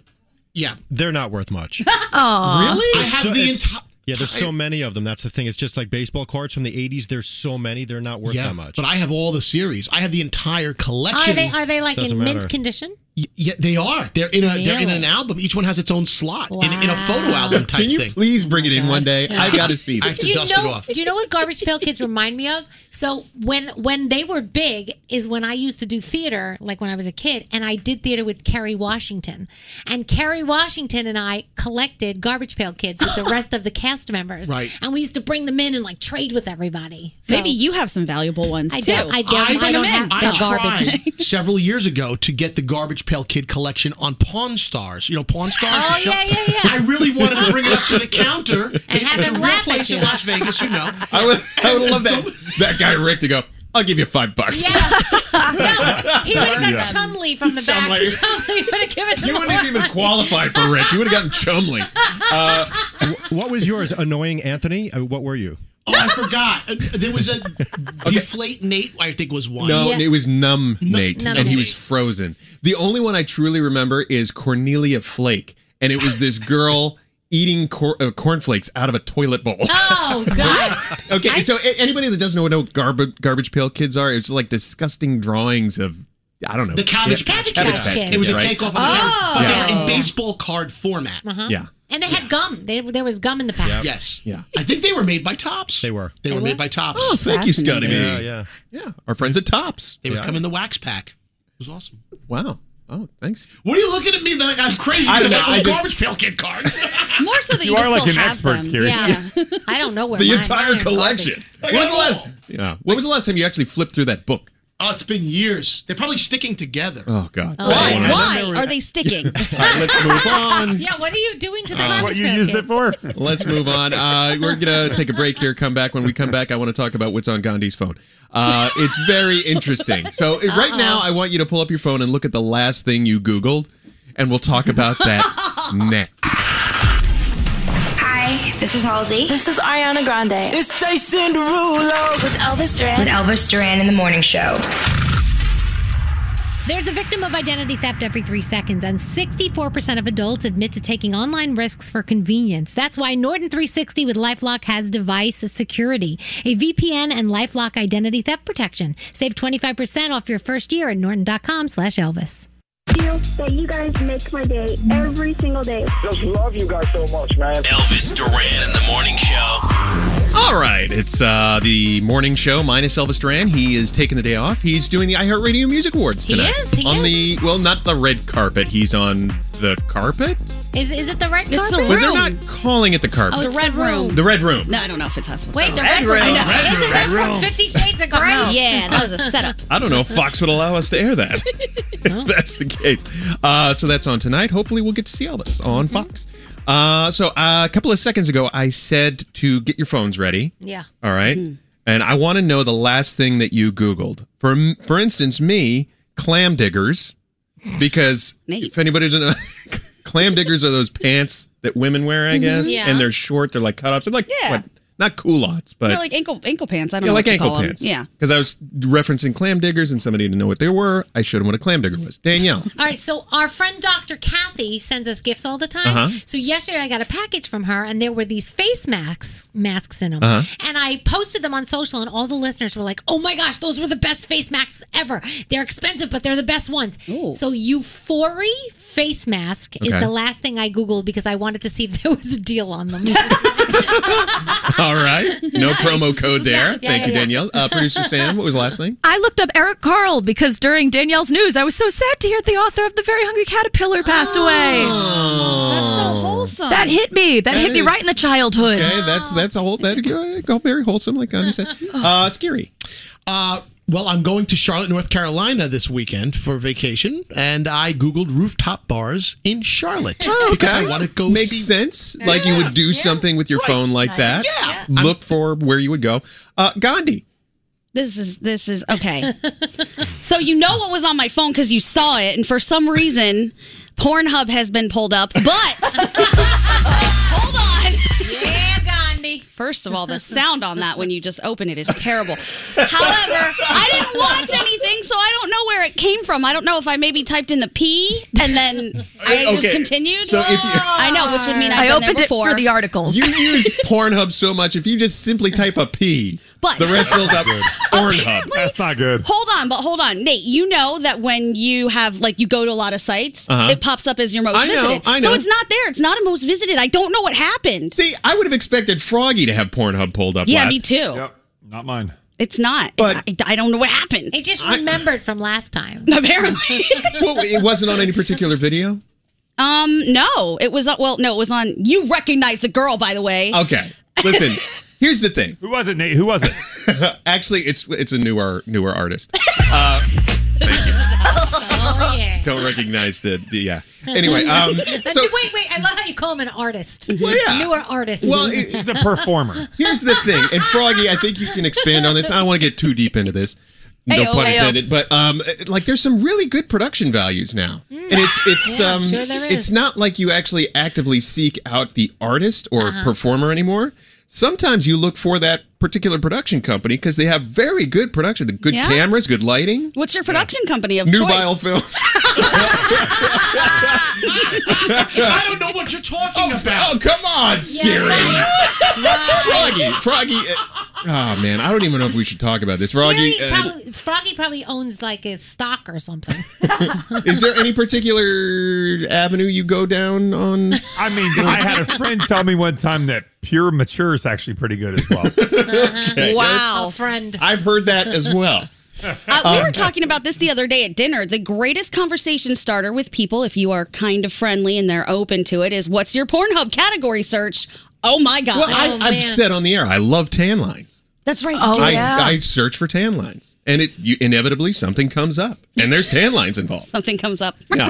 Speaker 15: Yeah.
Speaker 12: They're not worth much.
Speaker 2: Aw.
Speaker 10: Really?
Speaker 12: There's
Speaker 15: I
Speaker 12: so-
Speaker 15: have the
Speaker 12: it's-
Speaker 15: entire.
Speaker 12: (laughs) Yeah, there's so many of them. That's the thing. It's just like baseball cards from the 80s. There's so many. They're not worth
Speaker 15: Yeah,
Speaker 12: that much.
Speaker 15: but I have all the series. I have the entire collection.
Speaker 14: Are they are they like
Speaker 12: Doesn't
Speaker 14: in mint
Speaker 12: matter.
Speaker 14: condition?
Speaker 15: Y- Yeah, they are. They're in a they're in
Speaker 14: Really?
Speaker 15: an album. Each one has its own slot in, in a photo album type
Speaker 10: Can you
Speaker 15: thing.
Speaker 10: please bring it
Speaker 14: Oh
Speaker 10: in one day? I got to see
Speaker 15: I have
Speaker 10: this.
Speaker 15: to
Speaker 14: you
Speaker 15: dust
Speaker 14: know,
Speaker 15: it
Speaker 14: (laughs)
Speaker 15: off.
Speaker 14: Do you know what Garbage Pail Kids remind me of? So when when they were big is when I used to do theater, like when I was a kid, and I did theater with Kerry Washington. And Kerry Washington and I collected Garbage Pail Kids with the rest of the cast members.
Speaker 16: Right.
Speaker 14: And we used to bring them in and like trade with everybody. So-
Speaker 16: Maybe you have some valuable ones
Speaker 14: I
Speaker 16: too.
Speaker 14: do- I do. I don't have
Speaker 15: I
Speaker 14: (laughs)
Speaker 15: tried several years ago to get the Garbage Pail Kid collection on Pawn Stars. You know, Pawn Stars.
Speaker 14: Oh,
Speaker 15: the
Speaker 14: yeah, yeah, yeah.
Speaker 15: I really wanted to bring it up to the counter.
Speaker 14: And have
Speaker 15: it's
Speaker 14: them
Speaker 15: a real
Speaker 14: laugh at
Speaker 15: place in
Speaker 14: you.
Speaker 15: Las Vegas, you know.
Speaker 10: I would, I would love that. That guy Rick to go. I'll give you five bucks.
Speaker 14: He would have got
Speaker 10: Yeah.
Speaker 14: Chumley from the back.
Speaker 10: Chumley.
Speaker 14: Chumley would have given him
Speaker 10: You wouldn't
Speaker 14: more.
Speaker 10: have even (laughs) qualified for
Speaker 12: (laughs)
Speaker 10: Rick. You would have gotten Chumley. Uh,
Speaker 12: Wh- what was yours? Annoying Anthony? I mean, what were you?
Speaker 15: Oh, I forgot. Uh, There was (laughs) a deflate Nate. I think was one.
Speaker 10: No, it was numb Nate,
Speaker 15: Numb
Speaker 10: and he
Speaker 15: Nate.
Speaker 10: was frozen. The only one I truly remember is Cornelia Flake, and it was
Speaker 15: (laughs)
Speaker 10: this girl eating cor- uh, cornflakes out of a toilet bowl.
Speaker 15: Uh,
Speaker 14: Oh God!
Speaker 10: (laughs) okay, so a- anybody that doesn't know what no garbage garbage pail kids are, it's like disgusting drawings of I don't know
Speaker 15: The Cabbage Patch Kids. It was a
Speaker 10: right?
Speaker 15: takeoff of
Speaker 14: Oh.
Speaker 15: the Cabbage- but they were in
Speaker 14: Yeah.
Speaker 15: baseball card format.
Speaker 14: Uh-huh.
Speaker 10: Yeah.
Speaker 14: And they had gum. They, there was gum in the packs.
Speaker 15: Yes.
Speaker 10: Yeah.
Speaker 15: I think they were made by Tops. They
Speaker 12: were.
Speaker 15: They, were, made by Tops.
Speaker 10: Oh, thank you, Scotty. B.
Speaker 12: Yeah, yeah.
Speaker 10: yeah. Our friends at Tops.
Speaker 15: They would
Speaker 10: Yeah.
Speaker 15: come in the wax pack. It was awesome.
Speaker 10: Wow. Oh, thanks.
Speaker 15: What are you looking at me like I'm crazy?
Speaker 10: I
Speaker 15: I
Speaker 10: don't
Speaker 15: do
Speaker 10: know, I just-
Speaker 15: garbage pail kid cards.
Speaker 16: (laughs) More so that
Speaker 10: You
Speaker 16: you,
Speaker 10: are
Speaker 16: just
Speaker 10: like
Speaker 16: still
Speaker 10: an
Speaker 16: have
Speaker 10: expert,
Speaker 16: them.
Speaker 10: Carrie.
Speaker 16: Yeah.
Speaker 10: (laughs)
Speaker 14: I don't know where
Speaker 10: The
Speaker 14: mine-
Speaker 10: entire
Speaker 14: mine are garbage.
Speaker 10: collection. When was the last? Yeah. When was the last time you actually flipped through that book?
Speaker 15: Oh, it's been years. They're probably sticking together.
Speaker 10: Oh God.
Speaker 16: Why? Why are they sticking?
Speaker 10: (laughs) All right, let's
Speaker 14: (laughs)
Speaker 10: move on.
Speaker 14: Yeah, what are you doing to the
Speaker 10: Uh,
Speaker 14: garbage
Speaker 10: what you
Speaker 14: pail
Speaker 10: used
Speaker 14: kid?
Speaker 10: it for? (laughs) Let's move on. Uh, we're gonna take a break here. Come back. When we come back, I want to talk about what's on Gandhi's phone. Uh, it's very interesting. So uh, right now, I want you to pull up your phone and look at the last thing you Googled, and we'll talk about
Speaker 14: (laughs)
Speaker 10: that next.
Speaker 26: Hi, this is Halsey. This is Ariana Grande. It's Jason Derulo with Elvis Duran.
Speaker 15: With
Speaker 26: Elvis Duran in the morning show.
Speaker 14: There's a victim of identity theft every three seconds, and 64% of adults admit to taking online risks for convenience. That's why Norton 360 with Lifelock has device security, a VPN and Lifelock identity theft protection. Save 25% off your first year at norton.com slash Elvis.
Speaker 3: You know that you guys make my day every single day. Just love you guys so much, man.
Speaker 9: Elvis Duran in the morning show.
Speaker 10: All right, it's uh, the morning show minus Elvis Duran. He is taking the day off. He's doing the iHeartRadio Music Awards
Speaker 14: He
Speaker 10: tonight.
Speaker 14: is, he
Speaker 10: on the well, not the red carpet. He's on the carpet.
Speaker 14: Is, is it the red carpet?
Speaker 10: Well, they're not calling it the carpet.
Speaker 14: Oh, it's The red the room. room.
Speaker 10: The red room.
Speaker 16: No, I don't know if it's that's what's
Speaker 14: Wait,
Speaker 16: on
Speaker 14: the
Speaker 16: it.
Speaker 14: red, room. Isn't that
Speaker 10: Red room.
Speaker 14: from Fifty Shades of Grey?
Speaker 16: Right. Yeah, that was (laughs) a setup.
Speaker 10: I don't know if Fox would allow us to air
Speaker 14: (laughs)
Speaker 10: that. (laughs)
Speaker 14: Oh.
Speaker 10: if that's the case. Uh, so that's on tonight. Hopefully, we'll get to see Elvis
Speaker 14: Mm-hmm.
Speaker 10: on Fox. Uh, so uh, a couple of seconds ago, I said to get your phones ready.
Speaker 14: Yeah. Mm-hmm.
Speaker 10: All right. And I want to know the last thing that you Googled. For for instance, me, clam diggers,
Speaker 14: (laughs)
Speaker 10: because if anybody doesn't know, (laughs) clam diggers are those pants that women wear, I
Speaker 14: Mm-hmm.
Speaker 16: Mhm.
Speaker 10: guess.
Speaker 16: Yeah.
Speaker 10: And they're short, they're like cutoffs. They're like,
Speaker 16: Yeah.
Speaker 10: what- not culottes, but.
Speaker 16: They're like ankle ankle pants. I don't
Speaker 10: yeah,
Speaker 16: know
Speaker 10: like
Speaker 16: what to
Speaker 10: ankle
Speaker 16: call 'em.
Speaker 10: pants.
Speaker 16: Yeah.
Speaker 10: Because I was referencing clam diggers and somebody didn't know what they were. I showed them what a clam digger was.
Speaker 16: (laughs)
Speaker 10: Danielle.
Speaker 14: All right, so our friend Dr. Kathy sends us gifts all the time.
Speaker 10: Uh-huh.
Speaker 14: So yesterday I got a package from her, and there were these face masks masks in them,
Speaker 10: Uh-huh.
Speaker 14: and I posted them on social, and all the listeners were like, "Oh my gosh, those were the best face masks ever! They're expensive, but they're the best ones." So Euphoria face mask is
Speaker 10: Okay.
Speaker 14: the last thing I googled because I wanted to see if there was a deal on them.
Speaker 10: All right. No promo code there.
Speaker 14: Yeah, yeah,
Speaker 10: Thank you,
Speaker 14: yeah.
Speaker 10: Danielle. Uh, Producer Sam, what was the last thing?
Speaker 2: I looked up Eric Carl because during Danielle's news, I was so sad to hear the author of The Very Hungry Caterpillar
Speaker 16: Oh.
Speaker 2: passed away.
Speaker 10: That's so
Speaker 16: wholesome.
Speaker 2: That hit me. That,
Speaker 10: Um, That
Speaker 2: hit me
Speaker 10: is-
Speaker 2: right in the childhood.
Speaker 10: Okay, that's that's all that all very wholesome, like I (laughs) said. Uh, scary.
Speaker 15: Uh, well, I'm going to Charlotte, North Carolina this weekend for vacation, and I Googled rooftop bars in Charlotte
Speaker 10: Oh,
Speaker 15: because I
Speaker 10: okay.
Speaker 15: want to go.
Speaker 10: Makes
Speaker 15: see-
Speaker 10: sense. Like you would do something with your phone like that.
Speaker 15: Yeah.
Speaker 10: Look for where you would go. Uh, Gandhi.
Speaker 16: This is this is
Speaker 2: (laughs)
Speaker 16: okay. so you know what was on my phone because you saw it, and for some reason, Pornhub has been pulled up. But
Speaker 10: (laughs)
Speaker 16: hold on.
Speaker 14: Yeah, Gandhi.
Speaker 16: First of all, the sound on that when you just open it is terrible. However, I didn't watch anything, so I don't know where it came from. I don't know if I maybe typed in the P and
Speaker 10: (laughs)
Speaker 16: then I
Speaker 10: Okay,
Speaker 16: just continued.
Speaker 10: so if you-
Speaker 16: I know, which would mean I've
Speaker 2: I
Speaker 16: been there
Speaker 2: opened it
Speaker 16: before.
Speaker 2: for the articles.
Speaker 10: You use Pornhub so much. If you just simply type a P,
Speaker 16: But-
Speaker 10: the rest fills up. Pornhub.
Speaker 19: That's not good.
Speaker 16: Hold on, but hold on, Nate. You know that when you have like you go to a lot of sites,
Speaker 10: Uh-huh.
Speaker 16: it pops up as your most
Speaker 10: I know,
Speaker 16: visited.
Speaker 10: I know.
Speaker 16: So it's not there. It's not a most visited. I don't know what happened.
Speaker 10: See, I would have expected Froggy to have Pornhub pulled up.
Speaker 16: yeah,
Speaker 10: last.
Speaker 16: me too.
Speaker 19: Yep, not mine.
Speaker 16: It's not. I, I don't know what happened.
Speaker 14: It just remembered from last time.
Speaker 16: (laughs) Apparently.
Speaker 10: well, it wasn't on any particular
Speaker 16: (laughs)
Speaker 10: video.
Speaker 16: Um, no, it was well, no, it was on. You recognize the girl, by the way.
Speaker 10: Okay, listen. Here's the thing.
Speaker 19: Who was it, Nate? Who was
Speaker 10: it? (laughs) Actually, it's it's a newer newer artist. Uh,
Speaker 14: (laughs) oh yeah.
Speaker 10: don't recognize the, the yeah. Anyway,
Speaker 14: (laughs)
Speaker 10: um,
Speaker 16: (laughs)
Speaker 10: so
Speaker 14: wait, wait. I love how you call him an artist.
Speaker 10: Well, yeah.
Speaker 14: Newer artist. (laughs)
Speaker 10: Well, it- He's a performer. (laughs) Here's the thing, and Froggy, I think you can expand on this. I don't want to get too deep into this. No
Speaker 14: Ayo,
Speaker 10: pun
Speaker 14: ayo.
Speaker 10: intended, but um, it- like there's some really good production values now, and it's it's
Speaker 14: Mm. Yeah, I'm
Speaker 10: um,
Speaker 14: sure there
Speaker 10: it's
Speaker 14: is.
Speaker 10: not like you actually actively seek out the artist or
Speaker 14: Uh-huh.
Speaker 10: performer anymore. Sometimes you look for that particular production company because they have very good production, the good
Speaker 16: Yeah.
Speaker 10: cameras, good lighting.
Speaker 16: What's your production company of
Speaker 10: Nubile
Speaker 16: choice?
Speaker 10: film.
Speaker 15: I don't know what you're talking about.
Speaker 10: Oh, come on, Scary. Froggy. Froggy. uh, Oh, man. I don't even know if we should talk about this. Froggy,
Speaker 14: Scary
Speaker 10: uh,
Speaker 14: probably, Froggy probably owns like a stock or something. (laughs)
Speaker 10: is there any particular avenue you go down on?
Speaker 19: I mean, I had a friend tell me one time that pure mature is actually pretty good as well.
Speaker 16: Wow.
Speaker 14: friend.
Speaker 10: I've heard that as well.
Speaker 16: Uh, we
Speaker 10: Um,
Speaker 16: were talking about this the other day at dinner. The greatest conversation starter with people, if you are kind of friendly and they're open to it, is what's your Pornhub category search? Oh Oh, my God.
Speaker 10: Well, I, I've said on the air, I love tan lines.
Speaker 16: That's right.
Speaker 14: Oh,
Speaker 10: I, I search for tan lines, and it you, inevitably something comes up, and there's tan lines involved.
Speaker 16: (laughs) Something comes up.
Speaker 10: Yeah,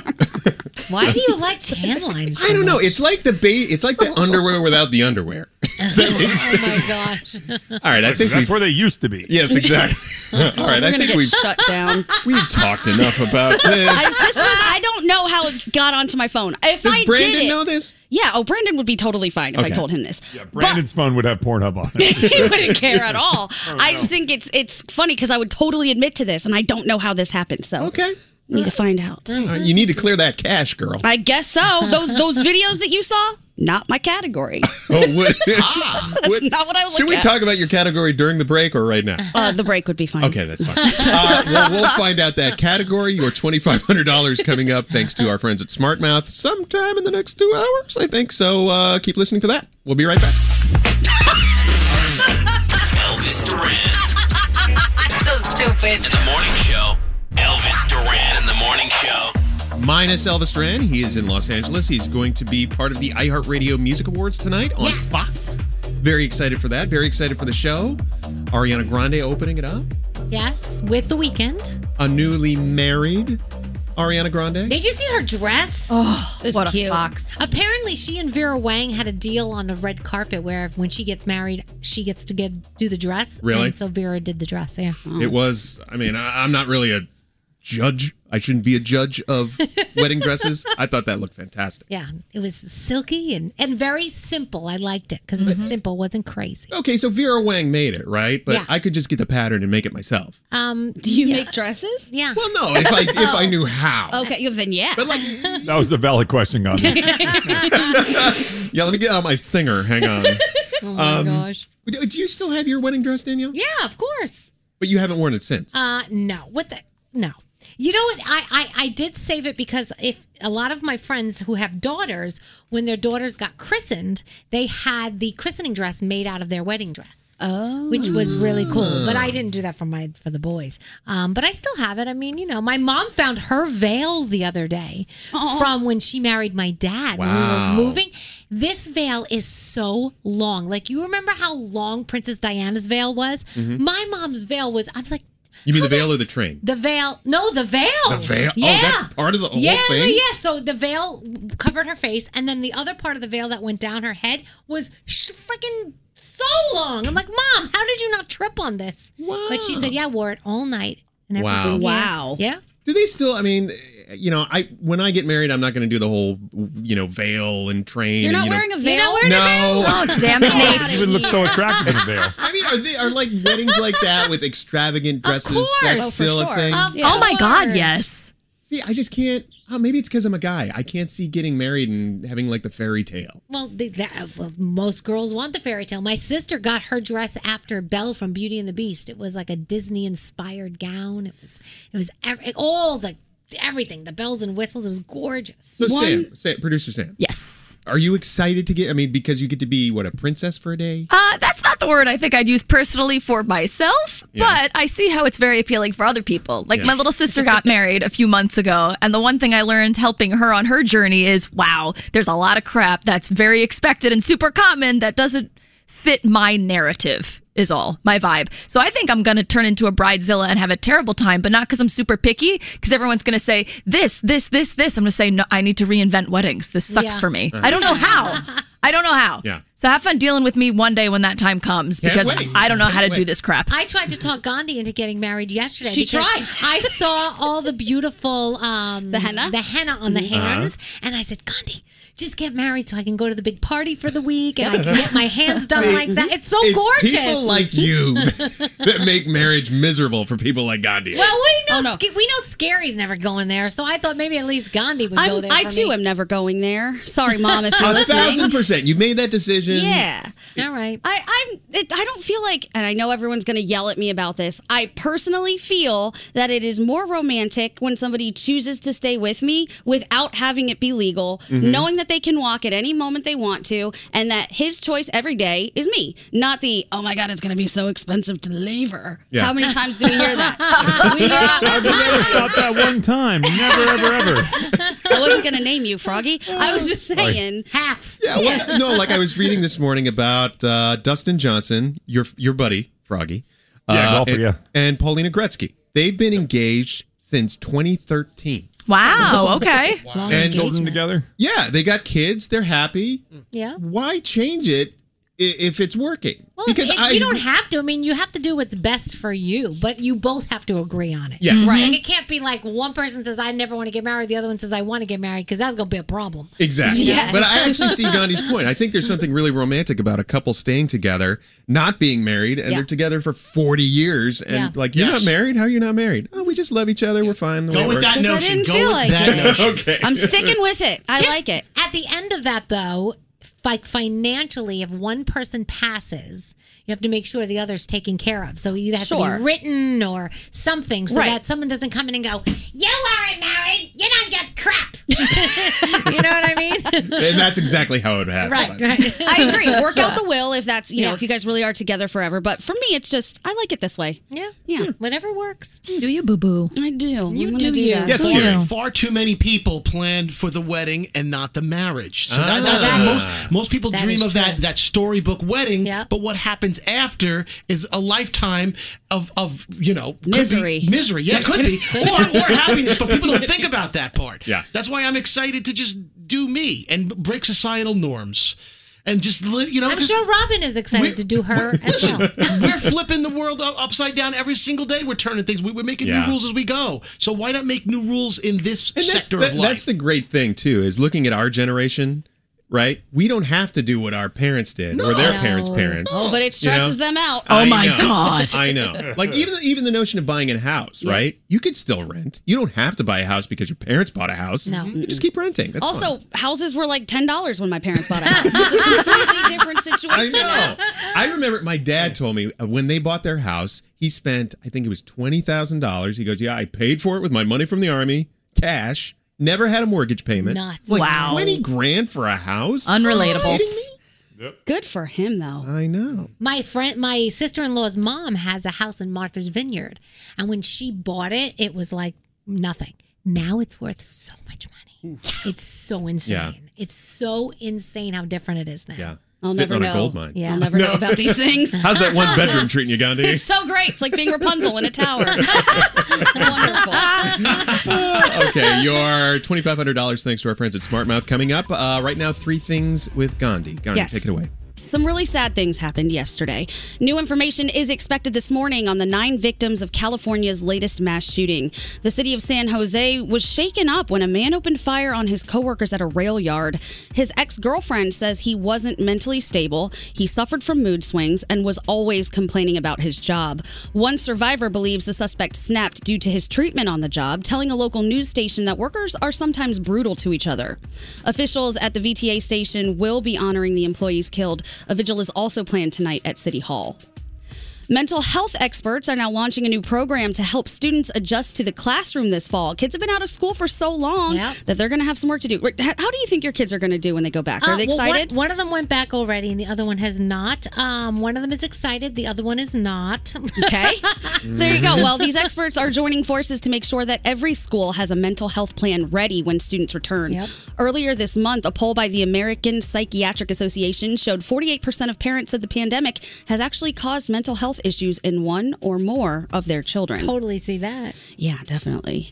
Speaker 14: Why do you like tan lines?
Speaker 10: (laughs) I don't know. It's like the ba- It's like the
Speaker 16: Oh.
Speaker 10: underwear without the underwear.
Speaker 14: oh my gosh.
Speaker 10: All right, I think
Speaker 19: That's
Speaker 10: we've-
Speaker 19: where they used to be.
Speaker 10: Yes, exactly. All right,
Speaker 16: We're
Speaker 10: I
Speaker 16: gonna
Speaker 10: think
Speaker 16: get
Speaker 10: we've
Speaker 16: shut down.
Speaker 10: we've talked enough about
Speaker 16: (laughs) I,
Speaker 10: this.
Speaker 16: this was, I don't know how it got onto my phone. If
Speaker 10: Does
Speaker 16: I
Speaker 10: Brandon
Speaker 16: did it,
Speaker 10: know this?
Speaker 16: Yeah. Oh, Brandon would be totally fine if I
Speaker 19: Okay.
Speaker 16: told him this.
Speaker 19: Brandon's phone would have Pornhub on it.
Speaker 16: (laughs)
Speaker 19: (laughs)
Speaker 16: he wouldn't care at all.
Speaker 19: Oh,
Speaker 16: I
Speaker 19: no.
Speaker 16: just think it's it's funny because I would totally admit to this, and I don't know how this happened. So
Speaker 10: okay,
Speaker 16: (laughs) need to find out.
Speaker 10: All right, you need to clear that cash,
Speaker 16: (laughs)
Speaker 10: girl.
Speaker 16: I guess so.
Speaker 10: (laughs)
Speaker 16: Those those videos that you saw, not my category.
Speaker 10: Oh, would,
Speaker 16: (laughs) That's not what I look
Speaker 10: should we
Speaker 16: at.
Speaker 10: talk about your category during the break or right now?
Speaker 16: (laughs) Uh, the break would be fine.
Speaker 10: Okay, that's fine. Uh, well, we'll find out that category. Your twenty five hundred dollars coming up, thanks to our friends at SmartMouth. Sometime in the next two hours, I think. So uh, keep listening for that. We'll be right back.
Speaker 9: Elvis Duran. so stupid. In the morning show. Elvis Duran in the morning show.
Speaker 10: Minus Elvis Duran, he is in Los Angeles. He's going to be part of the iHeartRadio Music Awards tonight on Fox. Very excited for that. Very excited for the show. Ariana Grande opening it up.
Speaker 14: Yes, with the weekend.
Speaker 10: A newly married Ariana Grande.
Speaker 14: Did you see her dress?
Speaker 2: Oh, It's what a cute. fox.
Speaker 14: Apparently, she and Vera Wang had a deal on the red carpet where when she gets married, she gets to get do the dress.
Speaker 10: Really?
Speaker 14: And so Vera did the dress. Yeah.
Speaker 10: It was. I mean, I, I'm not really a judge. I shouldn't be a judge
Speaker 14: (laughs)
Speaker 10: of wedding dresses. I thought that looked fantastic.
Speaker 14: Yeah, it was silky and, and very simple. I liked it because it
Speaker 2: Mm-hmm.
Speaker 14: was simple,
Speaker 10: (laughs)
Speaker 14: wasn't crazy.
Speaker 10: Okay, so Vera Wang made it, right? But
Speaker 14: Yeah.
Speaker 10: I could just get the pattern and make it myself.
Speaker 14: Um,
Speaker 16: Do you make dresses? Oh.
Speaker 14: Yeah.
Speaker 10: Well, no, if I if
Speaker 14: Oh.
Speaker 10: I knew how.
Speaker 16: Okay, then yeah. (laughs)
Speaker 10: But like, (laughs)
Speaker 19: That was a valid question, God.
Speaker 10: Yeah, let me get out my singer. Hang on.
Speaker 14: (laughs)
Speaker 10: Um,
Speaker 14: Oh my gosh.
Speaker 10: Do do you still have your wedding dress, Danielle?
Speaker 14: Yeah, of course.
Speaker 10: But you haven't worn it since.
Speaker 14: Uh, no. What the? No. You know what? I, I, I did save it because if a lot of my friends who have daughters, when their daughters got christened, they had the christening dress made out of their wedding dress.
Speaker 16: Oh.
Speaker 14: Which was really cool, but I didn't do that for my for the boys. Um, but I still have it. I mean, you know, my mom found her veil the other day from when she married my dad.
Speaker 27: Wow.
Speaker 14: When we were moving, this veil is so long. Like you remember how long Princess Diana's veil was?
Speaker 10: Mhm.
Speaker 14: My mom's veil was. I was like,
Speaker 10: You mean the veil or the train?
Speaker 14: the veil. No, the veil.
Speaker 10: The veil.
Speaker 14: Yeah.
Speaker 10: Oh, that's part of the whole
Speaker 14: yeah,
Speaker 10: thing.
Speaker 14: yeah. So the veil covered her face, and then the other part of the veil that went down her head was sh- freaking so long. I'm like, Mom, how did you not trip on this? But she said, Yeah, I wore it all night. And
Speaker 10: Wow.
Speaker 14: everything. Yeah. Yeah.
Speaker 10: Do they still? I mean, you know, I when I get married, I'm not going to do the whole, you know, veil and train. and,
Speaker 16: You're not
Speaker 10: you know-
Speaker 16: wearing a veil. You're not wearing
Speaker 10: no. (laughs)
Speaker 19: You would look so attractive in a veil.
Speaker 10: I mean, are they are like weddings like that with extravagant dresses? That's
Speaker 14: course.
Speaker 10: still
Speaker 14: Oh, for
Speaker 10: a thing.
Speaker 14: sure. Of Yeah.
Speaker 2: Oh my God,
Speaker 14: course.
Speaker 2: yes.
Speaker 10: See, I just can't. Oh, maybe it's because I'm a guy. I can't see getting married and having like the fairy tale.
Speaker 14: Well, the, that, well, most girls want the fairy tale. My sister got her dress after Belle from Beauty and the Beast. It was like a Disney inspired gown. It was, it was ev- all the everything, the bells and whistles. It was gorgeous.
Speaker 10: So Sam, Sam, producer Sam.
Speaker 2: Yes.
Speaker 10: Are you excited to get? I mean, because you get to be what a princess for a day. (laughs)
Speaker 2: Uh, that's not the word I think I'd use personally for myself,
Speaker 10: Yeah.
Speaker 2: but I see how it's very appealing for other people. Like
Speaker 10: Yeah.
Speaker 2: my little
Speaker 10: (laughs)
Speaker 2: sister got married a few months ago, and the one thing I learned helping her on her journey is wow, there's a lot of crap that's very expected and super common that doesn't fit my narrative. Is all my vibe. So I think I'm going to turn into a bridezilla and have a terrible time, but not because I'm super picky, because everyone's going to say this, this, this, this. I'm going to say, no, I need to reinvent weddings. This sucks
Speaker 10: Yeah.
Speaker 2: for me.
Speaker 10: Uh-huh.
Speaker 2: I don't know
Speaker 14: (laughs)
Speaker 2: how. I don't know how.
Speaker 10: Yeah.
Speaker 2: So have fun dealing with me one day when that time comes
Speaker 10: Can't
Speaker 2: because
Speaker 10: wait.
Speaker 2: I don't know how to
Speaker 10: Can't
Speaker 2: do
Speaker 10: wait.
Speaker 2: this crap.
Speaker 14: I tried to talk Gandhi into getting married yesterday.
Speaker 2: She
Speaker 14: because
Speaker 2: tried.
Speaker 14: I saw all the beautiful um, the henna, the henna on the
Speaker 10: Mm-hmm.
Speaker 2: Mhm.
Speaker 14: hands, and I said, Gandhi, just get married so I can go to the big party for the week and I can get my hands done like that. It's so
Speaker 10: It's
Speaker 14: gorgeous.
Speaker 10: People like
Speaker 14: (laughs)
Speaker 10: you that make marriage miserable for people like Gandhi.
Speaker 14: Well, we
Speaker 2: Oh,
Speaker 14: know Sca- we know Scary's never going there, so I thought maybe at least Gandhi would go
Speaker 16: I'm,
Speaker 14: there.
Speaker 16: I
Speaker 14: for
Speaker 16: too
Speaker 14: me.
Speaker 16: am never going there. Sorry,
Speaker 10: (laughs)
Speaker 16: mom, if you're
Speaker 10: a
Speaker 16: listening.
Speaker 10: thousand percent. You made that decision.
Speaker 16: Yeah.
Speaker 14: All right.
Speaker 16: I I'm it, I don't feel like and I know everyone's going to yell at me about this. I personally feel that it is more romantic when somebody chooses to stay with me without having it be legal,
Speaker 10: Mm-hmm.
Speaker 27: Mhm.
Speaker 16: knowing that they can walk at any moment they want to and that his choice every day is me, not the oh my god it's going to be so expensive to leave her.
Speaker 19: Yeah.
Speaker 16: How many times do we
Speaker 10: (laughs)
Speaker 16: hear that? we hear that all
Speaker 19: I've
Speaker 16: the
Speaker 19: never
Speaker 16: time.
Speaker 19: thought that one time. Never, ever, ever.
Speaker 16: I wasn't going to name you, Froggy. I was just saying
Speaker 14: half.
Speaker 10: Yeah, well, no, like I was reading this morning about uh, Dustin Johnson, your your buddy Froggy, Uh,
Speaker 19: Yeah, golfer,
Speaker 10: and,
Speaker 19: yeah.
Speaker 10: and Paulina Gretzky. They've been engaged since 2013.
Speaker 3: (laughs)
Speaker 2: Wow. Okay.
Speaker 10: And
Speaker 19: Children together.
Speaker 10: Yeah, they got kids. They're happy.
Speaker 14: Yeah.
Speaker 10: Why change it i- if it's working?
Speaker 14: Well, it- you don't have to. I mean, you have to do what's best for you, but you both have to agree on it.
Speaker 10: Yeah.
Speaker 16: Mm-hmm.
Speaker 10: Mhm.
Speaker 14: Like it can't be like one person says I never want to get married, the other one says I want to get married because that's gonna be a problem.
Speaker 10: Exactly.
Speaker 14: Yes.
Speaker 10: But I actually see Gandhi's point. I think there's something really romantic about a couple staying together, not being married, and
Speaker 14: Yeah.
Speaker 10: they're together for 40 years. And
Speaker 14: Yeah.
Speaker 10: like, you're
Speaker 15: Yes.
Speaker 10: not married? How are you not married? Oh, we just love each other. We're fine.
Speaker 15: Go with that Because I notion. didn't Go feel with like that it. notion.
Speaker 10: (laughs) okay.
Speaker 16: I'm sticking with it. I
Speaker 14: Just
Speaker 16: like it.
Speaker 14: At the end of that, though, f- like financially, if one person passes, you have to make sure the other's taken care of. So it either has
Speaker 16: Sure.
Speaker 14: to be written or something, so
Speaker 16: Right.
Speaker 14: that someone doesn't come in and go, "You aren't married. You don't get crap." (laughs) you know what I mean?
Speaker 10: (laughs) And that's exactly how it would happen.
Speaker 16: I
Speaker 14: (laughs)
Speaker 16: agree. Work out the will if that's you know
Speaker 14: Yeah.
Speaker 16: if you guys really are together forever. But for me, it's just I like it this way.
Speaker 14: Yeah, Hmm.
Speaker 16: yeah.
Speaker 14: Whatever works.
Speaker 2: Do you boo boo?
Speaker 16: I do.
Speaker 14: You
Speaker 16: I'm gonna
Speaker 14: do you.
Speaker 16: that.
Speaker 14: Yes,
Speaker 15: far,
Speaker 14: you.
Speaker 15: far too many people planned for the wedding and not the marriage. So
Speaker 10: Ah.
Speaker 15: that, that's
Speaker 10: That
Speaker 15: what
Speaker 10: is-
Speaker 15: most, most people
Speaker 10: that
Speaker 15: dream
Speaker 10: is
Speaker 15: of that that storybook wedding. But what happens after is a lifetime of of you know could be
Speaker 16: Misery.
Speaker 15: misery. Yeah,
Speaker 16: Yes.
Speaker 15: could be or, or happiness. But people don't think about that part.
Speaker 10: Yeah.
Speaker 15: that's why I'm excited to just do me and break societal norms. And just live, you know.
Speaker 14: I'm
Speaker 15: just-
Speaker 14: sure Robin is excited to do her (laughs) as well.
Speaker 15: (laughs) we're flipping the world u- upside down every single day. We're turning things. we- We're making
Speaker 10: Yeah.
Speaker 15: new rules as we go. So why not make new rules in this
Speaker 10: And that's,
Speaker 15: sector
Speaker 10: that-
Speaker 15: of life?
Speaker 10: that's the great thing too is looking at our generation right we don't have to do what our parents did or their
Speaker 16: No.
Speaker 10: parents parents
Speaker 16: Oh, but it
Speaker 10: you know?
Speaker 16: stresses them out.
Speaker 15: Oh
Speaker 10: I know. (laughs) i know
Speaker 15: (laughs)
Speaker 10: like even even the notion of buying a house
Speaker 16: Yeah.
Speaker 10: right you could still rent you don't have to buy a house because your parents bought a house
Speaker 16: No.
Speaker 10: you just keep renting that's
Speaker 16: also,
Speaker 10: fine.
Speaker 16: houses were like ten dollars when my parents
Speaker 14: (laughs)
Speaker 16: bought a house. It's a completely different
Speaker 10: I
Speaker 16: situation.
Speaker 10: know. I remember my dad told me uh, when they bought their house, he spent, I think it was $20,000. He goes, Yeah, I paid for it with my money from the army, cash, never had a mortgage payment.
Speaker 14: Nuts.
Speaker 10: Like
Speaker 16: Wow.
Speaker 10: 20 grand for a house? Are you
Speaker 16: Unrelatable.
Speaker 10: kidding me?
Speaker 16: Good for him though.
Speaker 10: I know.
Speaker 14: My friend, my sister in law's mom has a house in Martha's Vineyard, and when she bought it, it was like nothing. Now it's worth so much money. It's so insane.
Speaker 10: Yeah.
Speaker 14: It's so insane how different it is now.
Speaker 10: Yeah.
Speaker 16: I'll
Speaker 10: Sitting
Speaker 16: never
Speaker 10: on
Speaker 16: know.
Speaker 10: a gold mine.
Speaker 14: Yeah.
Speaker 16: I'll
Speaker 10: (laughs)
Speaker 16: never know about these things.
Speaker 10: How's that
Speaker 16: (laughs)
Speaker 10: one bedroom treating you, Gandhi?
Speaker 16: It's so great. It's like being Rapunzel in a tower.
Speaker 10: (laughs)
Speaker 16: (laughs)
Speaker 10: okay, your $2,500 thanks to our friends at Smart Mouth coming up. Uh, right now, three things with Gandhi. Gandhi,
Speaker 16: Yes.
Speaker 10: take it away.
Speaker 16: Some really sad things happened yesterday. New information is expected this morning on the nine victims of California's latest mass shooting. The city of San Jose was shaken up when a man opened fire on his coworkers at a rail yard. His ex girlfriend says he wasn't mentally stable, he suffered from mood swings, and was always complaining about his job. One survivor believes the suspect snapped due to his treatment on the job, telling a local news station that workers are sometimes brutal to each other. Officials at the VTA station will be honoring the employees killed. A vigil is also planned tonight at City Hall. Mental health experts are now launching a new program to help students adjust to the classroom this fall. Kids have been out of school for so long that they're going to have some work to do. Rick, h- How do you think your kids are going to do when they go back? Are
Speaker 14: Uh,
Speaker 16: they
Speaker 14: well, one-
Speaker 16: excited?
Speaker 14: one, of them went back already, and the other one has not. Um, one of them is excited, the other one is not. (laughs)
Speaker 16: Okay. There you
Speaker 14: Mm-hmm.
Speaker 16: go. Well, these experts are joining forces to make sure that every school has a mental health plan ready when students return. Earlier this month, a poll by the American Psychiatric Association showed 48% of parents said the pandemic has actually caused mental health issues in one or more of their children.
Speaker 14: totally see that.
Speaker 16: Yeah, definitely.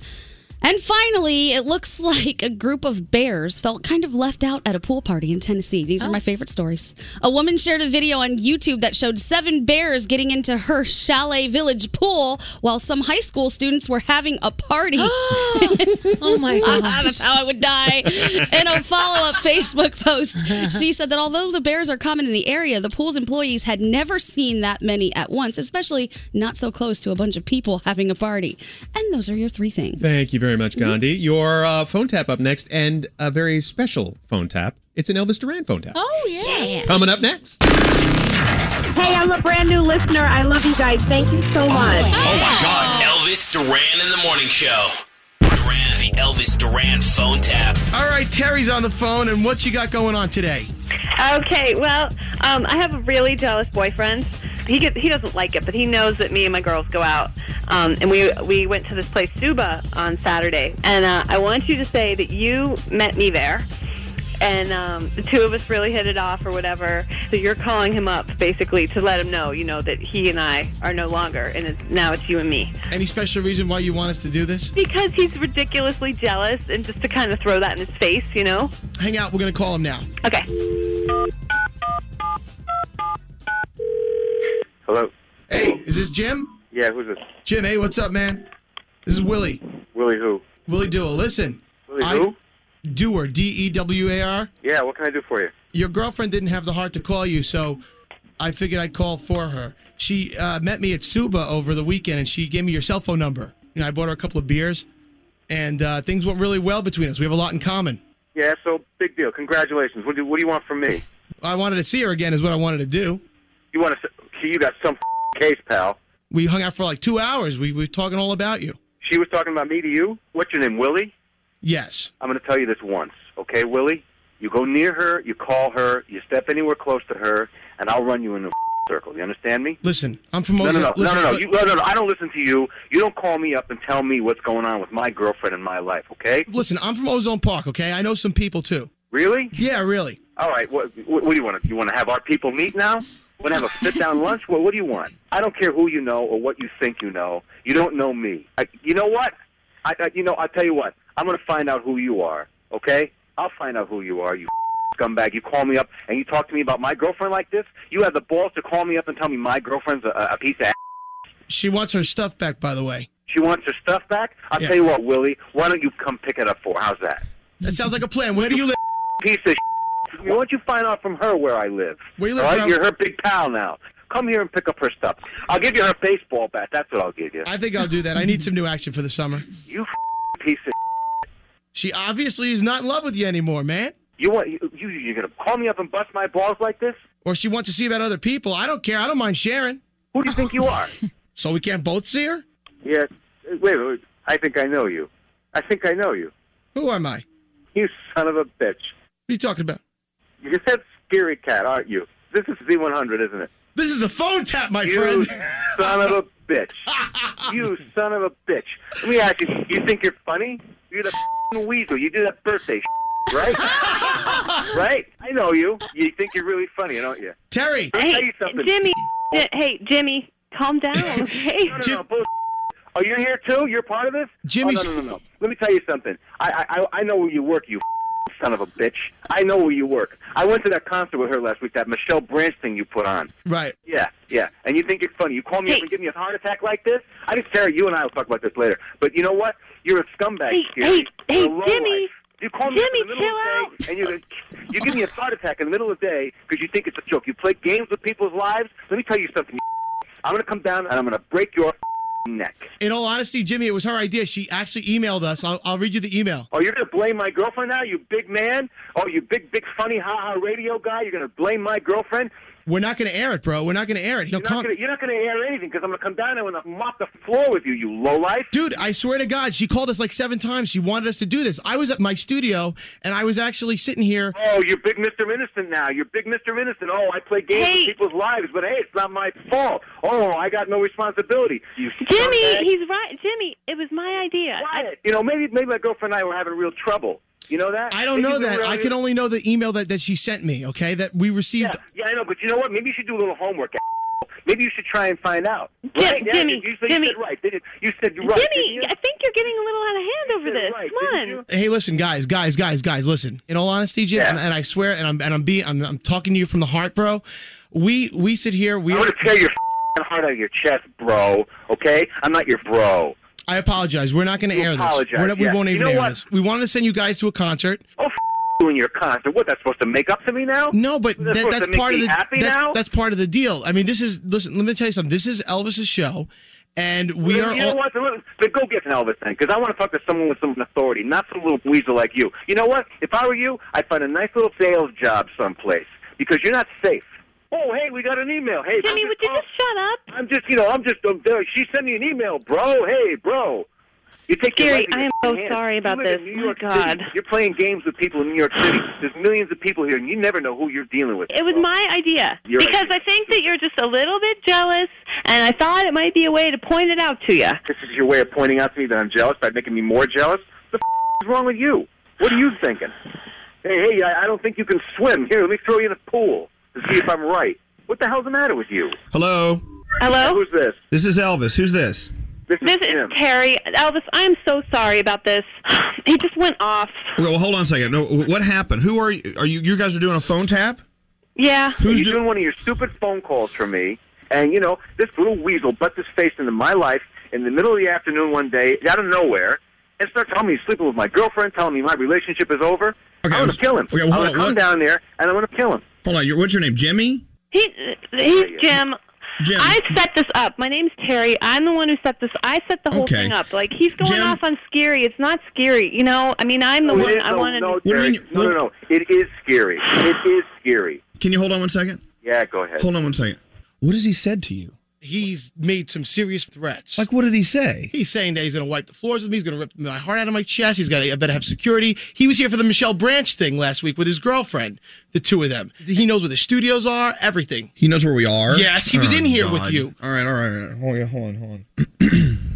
Speaker 16: And finally, it looks (laughs) like a group of bears felt kind of left out at a pool party in Tennessee. These are
Speaker 28: Oh.
Speaker 16: my favorite stories. A woman shared a video on YouTube that showed seven bears getting into her chalet village pool while some high school students were having a
Speaker 28: (gasps)
Speaker 16: party. (laughs) oh (laughs)
Speaker 28: my gosh.
Speaker 16: That's how I would
Speaker 28: (laughs)
Speaker 16: die. In a follow up Facebook post, she said that although the bears are common in the area, the pool's employees had never seen that many at once, especially not so close to a bunch of people having a party. And those are your three things.
Speaker 10: Thank you very much, Gandhi. Your uh, phone tap up next, and a very special phone tap. It's an Elvis Duran phone tap.
Speaker 14: Oh, yeah.
Speaker 10: Coming up next.
Speaker 14: Hey, I'm a brand new listener. I love you guys. Thank you so much.
Speaker 9: Oh my God. Elvis Duran in the morning show. Duran, the Elvis Duran phone tap.
Speaker 15: All right, Terry's on the phone, and what you got going on today?
Speaker 27: Okay, well, um, I have a really jealous boyfriend. He gets, he doesn't like it, but he knows that me and my girls go out, um, and we we went to this place Suba on Saturday. And uh, I want you to say that you met me there, and um, the two of us really hit it off or whatever. So you're calling him up basically to let him know, you know, that he and I are no longer, and it's, now it's you and me.
Speaker 15: Any special reason why you want us to do this?
Speaker 27: Because he's ridiculously jealous, and just to kind of throw that in his face, you know.
Speaker 15: Hang out. We're gonna call him now.
Speaker 27: Okay.
Speaker 29: Hello.
Speaker 15: Hey, is this Jim?
Speaker 29: Yeah, who's this?
Speaker 15: Jim, hey, what's up, man? This is Willie.
Speaker 29: Willie who?
Speaker 15: Willie Dewar. Listen,
Speaker 29: Willie
Speaker 15: I-
Speaker 29: who?
Speaker 15: Dewar, D E W A R.
Speaker 29: Yeah, what can I do for you?
Speaker 15: Your girlfriend didn't have the heart to call you, so I figured I'd call for her. She uh, met me at Suba over the weekend, and she gave me your cell phone number. You know, I bought her a couple of beers, and uh, things went really well between us. We have a lot in common.
Speaker 29: Yeah, so big deal. Congratulations. What do, what do you want from me?
Speaker 15: I wanted to see her again, is what I wanted to do.
Speaker 29: You want to? See, you got some f- case, pal.
Speaker 15: We hung out for like two hours. We, we were talking all about you.
Speaker 29: She was talking about me to you. What's your name, Willie?
Speaker 15: Yes.
Speaker 29: I'm going to tell you this once, okay, Willie? You go near her, you call her, you step anywhere close to her, and I'll run you in a f- circle. You understand me?
Speaker 15: Listen, I'm from
Speaker 29: No, no,
Speaker 15: Ozark-
Speaker 29: no, no,
Speaker 15: listen,
Speaker 29: no, no.
Speaker 15: but-
Speaker 29: You, no, no, no. I don't listen to you. You don't call me up and tell me what's going on with my girlfriend and my life, okay?
Speaker 15: Listen, I'm from Ozone Park, okay? I know some people too.
Speaker 29: Really?
Speaker 15: Yeah, really.
Speaker 29: All right. What, what, what do you want? to? You want to have our people meet now? Want to have a
Speaker 15: (laughs)
Speaker 29: sit down lunch? What, what do you want? I don't care who you know or what you think you know. You don't know me. I, you know what? I, I, you know, I'll tell you what. I'm going to find out who you are. Okay? I'll find out who you are. You (laughs) scumbag. You call me up and you talk to me about my girlfriend like this. You have the balls to call me up and tell me my girlfriend's a, a piece of. Ass.
Speaker 15: She wants her stuff back, by the way.
Speaker 29: She wants her stuff back. I'll tell you what, Willie. Why don't you come pick it up for? her? How's that?
Speaker 15: That sounds like a plan. Where do you live?
Speaker 29: Piece of. Shit. Why don't you find out from her where I live?
Speaker 15: Where you live,
Speaker 29: All right,
Speaker 15: bro?
Speaker 29: you're her big pal now. Come here and pick up her stuff. I'll give you her baseball bat. That's what I'll give you.
Speaker 15: I think I'll do that. I need some new action for the summer.
Speaker 29: You piece of.
Speaker 15: She obviously is not in love with you anymore, man.
Speaker 29: You want you, you you're gonna call me up and bust my balls like this?
Speaker 15: Or she wants to see about other people. I don't care. I don't mind sharing.
Speaker 29: Who do you think you are?
Speaker 15: (laughs) so we can't both see her?
Speaker 29: Yes. Wait, wait. I think I know you. I think I know you.
Speaker 15: Who am I? What
Speaker 29: You son of a bitch.
Speaker 15: are you talking about?
Speaker 29: You're that scary cat, aren't you? This is Z100, isn't it?
Speaker 15: This is a phone tap, my
Speaker 29: you
Speaker 15: friend.
Speaker 29: son of a bitch.
Speaker 15: (laughs)
Speaker 29: You son of a bitch. Let me ask you. You think you're funny? You're the f***ing weasel. You do that birthday, shit, right? right? I know you. You think you're really funny, don't you?
Speaker 15: Terry.
Speaker 29: I'll tell you something.
Speaker 14: Jimmy. J- hey, Jimmy, calm down,
Speaker 29: (laughs)
Speaker 14: okay?
Speaker 29: No, no, no, bull- Oh, you're here too? You're part of this? Jimmy. no, no, no, no. Let me tell you something. I, I, I- I know where you work, you son of a bitch. I know where you work. I went to that concert with her last week, that Michelle Branch thing you put on.
Speaker 15: Right.
Speaker 29: Yeah, yeah. And you think you're funny. You call me up and give me a heart attack like this? I just Terry, you and I will talk about this later. But you know what? You're a scumbag.
Speaker 14: Hey,
Speaker 29: Gary.
Speaker 14: hey,
Speaker 29: You're a
Speaker 14: hey,
Speaker 29: lowlife.
Speaker 14: Jimmy.
Speaker 29: You call me up in the
Speaker 14: Jimmy,
Speaker 29: middle of the day, and you you give me a heart attack in the middle of the day because you think it's a joke. You play games with people's lives. Let me tell you (laughs) something. you I'm gonna come down and I'm gonna break your (laughs) neck.
Speaker 15: In all honesty, Jimmy, it was her idea. She actually emailed us. I'll, I'll read you the email.
Speaker 29: Oh, you're gonna blame my girlfriend now, you big man? Oh, you big, big, funny, ha ha radio guy? You're gonna blame my girlfriend?
Speaker 15: We're not going to air it, bro. We're not going to air it. No,
Speaker 29: You're not,
Speaker 15: con-
Speaker 29: gonna, you're not gonna air anything because I'm gonna come down there and I'm gonna mop the floor with you, you lowlife.
Speaker 15: Dude, I swear to God, she called us like seven times. She wanted us to do this. I was at my studio and I was actually sitting here.
Speaker 29: Oh, you're big Mr. Innocent now. You're big Mr. Innocent. Oh, I play games with people's lives, but hey, it's not my fault. Oh, I got no responsibility. You
Speaker 14: Jimmy,
Speaker 29: scumbag.
Speaker 14: he's right. Jimmy, it was my idea.
Speaker 29: Quiet. You know, maybe maybe my girlfriend and I were having real trouble. You know that?
Speaker 15: I don't
Speaker 29: Maybe
Speaker 15: know
Speaker 29: we
Speaker 15: that.
Speaker 29: were
Speaker 15: I
Speaker 29: having-
Speaker 15: can only know the email that, that she sent me, okay? That we received.
Speaker 29: Yeah, I know, but you know what? Maybe you should do a little homework. a**hole. Maybe you should try and find out.
Speaker 14: Jim-
Speaker 29: right? Yeah,
Speaker 14: Jimmy,
Speaker 29: you, said- you
Speaker 14: Jimmy.
Speaker 29: said right. didn't You You said right.
Speaker 14: Jimmy,
Speaker 29: didn't you?
Speaker 14: I think you're getting a little out of hand over
Speaker 8: hey, listen, guys, guys, guys, guys, listen. In all honesty, Jim, and, and I swear, and I'm and I'm being, I'm, I'm talking to you from the heart, bro. We we sit here. We
Speaker 29: I'm gonna tear your f***ing heart out of your chest, bro. Okay, I'm not your bro.
Speaker 8: I apologize. We're not going to
Speaker 29: You
Speaker 8: air this.
Speaker 29: apologize,
Speaker 8: We're not,
Speaker 29: yes.
Speaker 8: We won't
Speaker 29: You
Speaker 8: even
Speaker 29: know
Speaker 8: air
Speaker 29: what?
Speaker 8: this. We wanted to send you guys to a concert.
Speaker 29: Oh, f- doing your concert. What? That's supposed to make up to me now?
Speaker 8: No, but that,
Speaker 29: They're supposed
Speaker 8: that's
Speaker 29: to make
Speaker 8: part of
Speaker 29: me
Speaker 8: the
Speaker 29: happy
Speaker 8: that's,
Speaker 29: now?
Speaker 8: that's part of the deal. I mean, this is listen. Let me tell you something. This is Elvis's show, and we
Speaker 29: you
Speaker 8: are
Speaker 29: know
Speaker 8: all,
Speaker 29: what? Then- Then go get an Elvis thing, because I want to talk to someone with some authority, not some little weasel like you. You know what? If I were you, I'd find a nice little sales job someplace, because you're not safe. Oh, hey, we got an email. Hey, Jimmy, would you just shut up? I'm just, you know, I'm just. Um, there- she sent me an email, bro. Hey, bro. You take your
Speaker 27: Gary,
Speaker 29: life in
Speaker 27: I
Speaker 29: your
Speaker 27: am
Speaker 29: own
Speaker 27: so
Speaker 29: hands.
Speaker 27: sorry
Speaker 29: You
Speaker 27: about
Speaker 29: live in
Speaker 27: this.
Speaker 29: New
Speaker 27: My
Speaker 29: York City.
Speaker 27: God.
Speaker 29: You're playing games with people in New York City. There's millions of people here, and you never know who you're dealing with.
Speaker 27: It was my idea
Speaker 29: Your
Speaker 27: because I think that you're just a little bit jealous, and I thought it might be a way to point it out to you.
Speaker 29: This is your way of pointing out to me that I'm jealous by making me more jealous? The f- is wrong with you? What are you thinking? Hey, hey, I, I don't think you can swim. Here, let me throw you in a pool to see if I'm right. What the hell's the matter with you?
Speaker 30: Hello.
Speaker 27: Hello?
Speaker 29: Who's this?
Speaker 30: This is Elvis. Who's this?
Speaker 29: This
Speaker 27: is, Terry. Elvis, I am so sorry about this. (sighs) He just went off.
Speaker 30: Well, hold on a second. No, what happened? Who are you? Are you? You guys are doing a phone tap?
Speaker 27: Yeah.
Speaker 29: Who's You're doing one of your stupid phone calls for me, and you know this little weasel butt this face into my life in the middle of the afternoon one day, out of nowhere, and starts telling me he's sleeping with my girlfriend, telling me my relationship is over.
Speaker 30: Okay,
Speaker 29: I'm
Speaker 30: I
Speaker 29: gonna
Speaker 30: was-
Speaker 29: kill him.
Speaker 30: okay,
Speaker 29: I'm gonna
Speaker 30: hold on,
Speaker 29: come
Speaker 30: what-
Speaker 29: down there and I'm gonna kill him.
Speaker 30: Hold on. Your, what's your name? Jimmy.
Speaker 27: He, he's Jim. I set this up. My name's Terry. I'm the one who set this. I set the whole
Speaker 30: Okay.
Speaker 27: thing up. Like he's going
Speaker 30: Jim-
Speaker 27: off on scary. It's not scary, you know. I mean, I'm the
Speaker 29: No, it
Speaker 27: one.
Speaker 29: is-
Speaker 27: I
Speaker 29: no,
Speaker 27: wanted.
Speaker 29: no,
Speaker 27: to...
Speaker 29: Jerry, no, no, no. It is scary. It is scary.
Speaker 30: Can you hold on one second?
Speaker 29: Yeah, go ahead.
Speaker 30: Hold on one second. What has he said to you?
Speaker 8: he's made some serious threats.
Speaker 30: Like, what did he say?
Speaker 8: He's saying that he's going to wipe the floors with me. He's going to rip my heart out of my chest. He's got. to I better have security. He was here for the Michelle Branch thing last week with his girlfriend. The two of them. He knows where the studios are. Everything.
Speaker 30: He knows where we are. Oh,
Speaker 8: Yes, he was in here with you.
Speaker 30: All right, all right, all right. Hold on, hold on, hold on. (clears throat)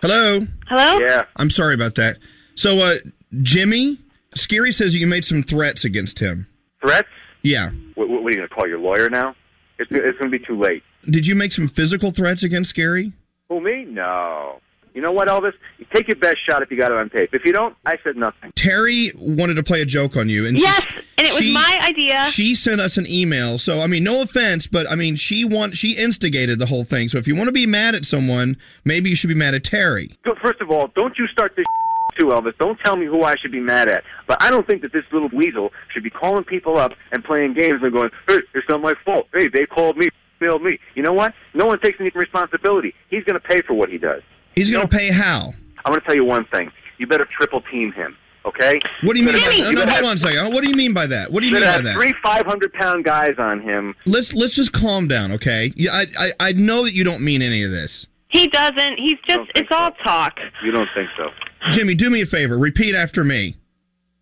Speaker 30: Hello.
Speaker 27: Hello.
Speaker 29: Yeah.
Speaker 30: I'm sorry about that. So, uh, Jimmy, Scary says you made some threats against him.
Speaker 29: Threats?
Speaker 30: Yeah.
Speaker 29: What, what, what are you going to call your lawyer now? It's, it's going to be too late.
Speaker 30: Did you make some physical threats against Scary?
Speaker 29: Who, me? No. You know what, Elvis? You take your best shot if you got it on tape. If you don't, I said nothing.
Speaker 30: Terry wanted to play a joke on you, and she-
Speaker 27: Yes, and it was
Speaker 30: she-
Speaker 27: my idea.
Speaker 30: She sent us an email, so I mean, no offense, but I mean, she want she instigated the whole thing. So if you want to be mad at someone, maybe you should be mad at Terry.
Speaker 29: Go- First of all, don't you start this (laughs) too, Elvis. Don't tell me who I should be mad at. But I don't think that this little weasel should be calling people up and playing games and going, hey, it's not my fault. Hey, they called me, (laughs) failed me. You know what? No one takes any responsibility. He's going to pay for what he does.
Speaker 30: He's going to pay how?
Speaker 29: I'm going to tell you one thing. You better triple team him, okay?
Speaker 30: What do you mean?
Speaker 29: better
Speaker 30: By,
Speaker 29: have-
Speaker 30: no, no,
Speaker 29: better
Speaker 30: hold
Speaker 29: have-
Speaker 30: on a second. What do you mean by that? What do you mean
Speaker 29: better
Speaker 30: by
Speaker 29: have
Speaker 30: that?
Speaker 29: Three 500 pound guys on him.
Speaker 30: Let's let's just calm down, okay? Yeah, I, I I know that you don't mean any of this.
Speaker 27: He doesn't. He's just. It's all talk.
Speaker 29: You don't think so?
Speaker 30: Jimmy, do me a favor. Repeat after me.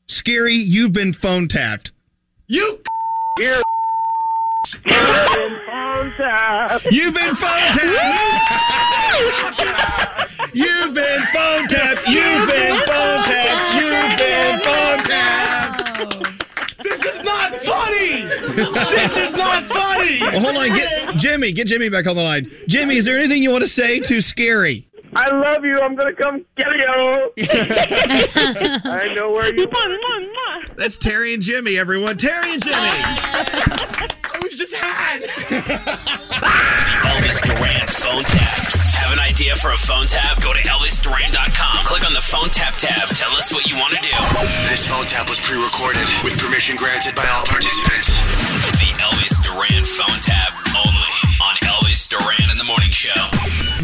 Speaker 30: Scary, you've been phone tapped.
Speaker 8: You.
Speaker 29: You're
Speaker 30: You've been phone
Speaker 9: tapped.
Speaker 30: You've been phone tapped. You've been phone tapped. You've been phone tapped.
Speaker 9: This is not funny. This is not funny.
Speaker 30: Well, hold on, get Jimmy, get Jimmy back on the line. Jimmy, is there anything you want to say to Scary?
Speaker 29: I love you. I'm going to come get you.
Speaker 14: (laughs)
Speaker 29: I know where you
Speaker 27: are.
Speaker 30: That's Terry and Jimmy, everyone. Terry and Jimmy. (laughs)
Speaker 9: I was just had. Elvis Duran phone tap. Have an idea for a phone tap? Go to ElvisDuran.com. Click on the phone tap tab. Tell us what you want to do.
Speaker 31: This phone tap was pre-recorded with permission granted by all participants.
Speaker 9: The Elvis Duran phone tap only on Elvis Duran in the Morning Show.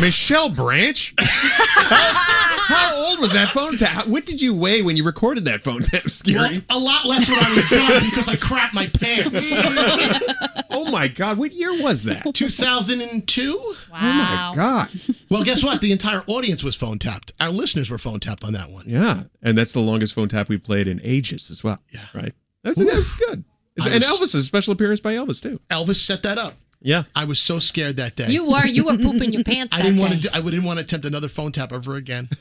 Speaker 10: Michelle Branch? (laughs) how, how old was that phone tap? What did you weigh when you recorded that phone tap, Scary?
Speaker 15: A lot less when I was done Uh, because I crapped my pants.
Speaker 10: (laughs)
Speaker 8: (laughs)
Speaker 10: oh my God, what year was that?
Speaker 15: 2002? Wow. Oh
Speaker 10: my God.
Speaker 15: Well, guess what? The entire audience was phone tapped. Our listeners were phone tapped on that one.
Speaker 10: Yeah, and that's the longest phone tap we played in ages as well. Yeah, right. That's,
Speaker 15: Oof.
Speaker 10: that's good. It's-
Speaker 15: I
Speaker 10: and
Speaker 15: was-
Speaker 10: Elvis is a special appearance by Elvis too.
Speaker 15: Elvis set that up.
Speaker 10: Yeah,
Speaker 15: I was so scared that day.
Speaker 14: You were you were
Speaker 15: (laughs)
Speaker 14: pooping your pants.
Speaker 15: I
Speaker 14: that
Speaker 15: didn't
Speaker 14: day.
Speaker 15: want to. Do, I didn't want to attempt another phone tap ever again.
Speaker 10: (laughs)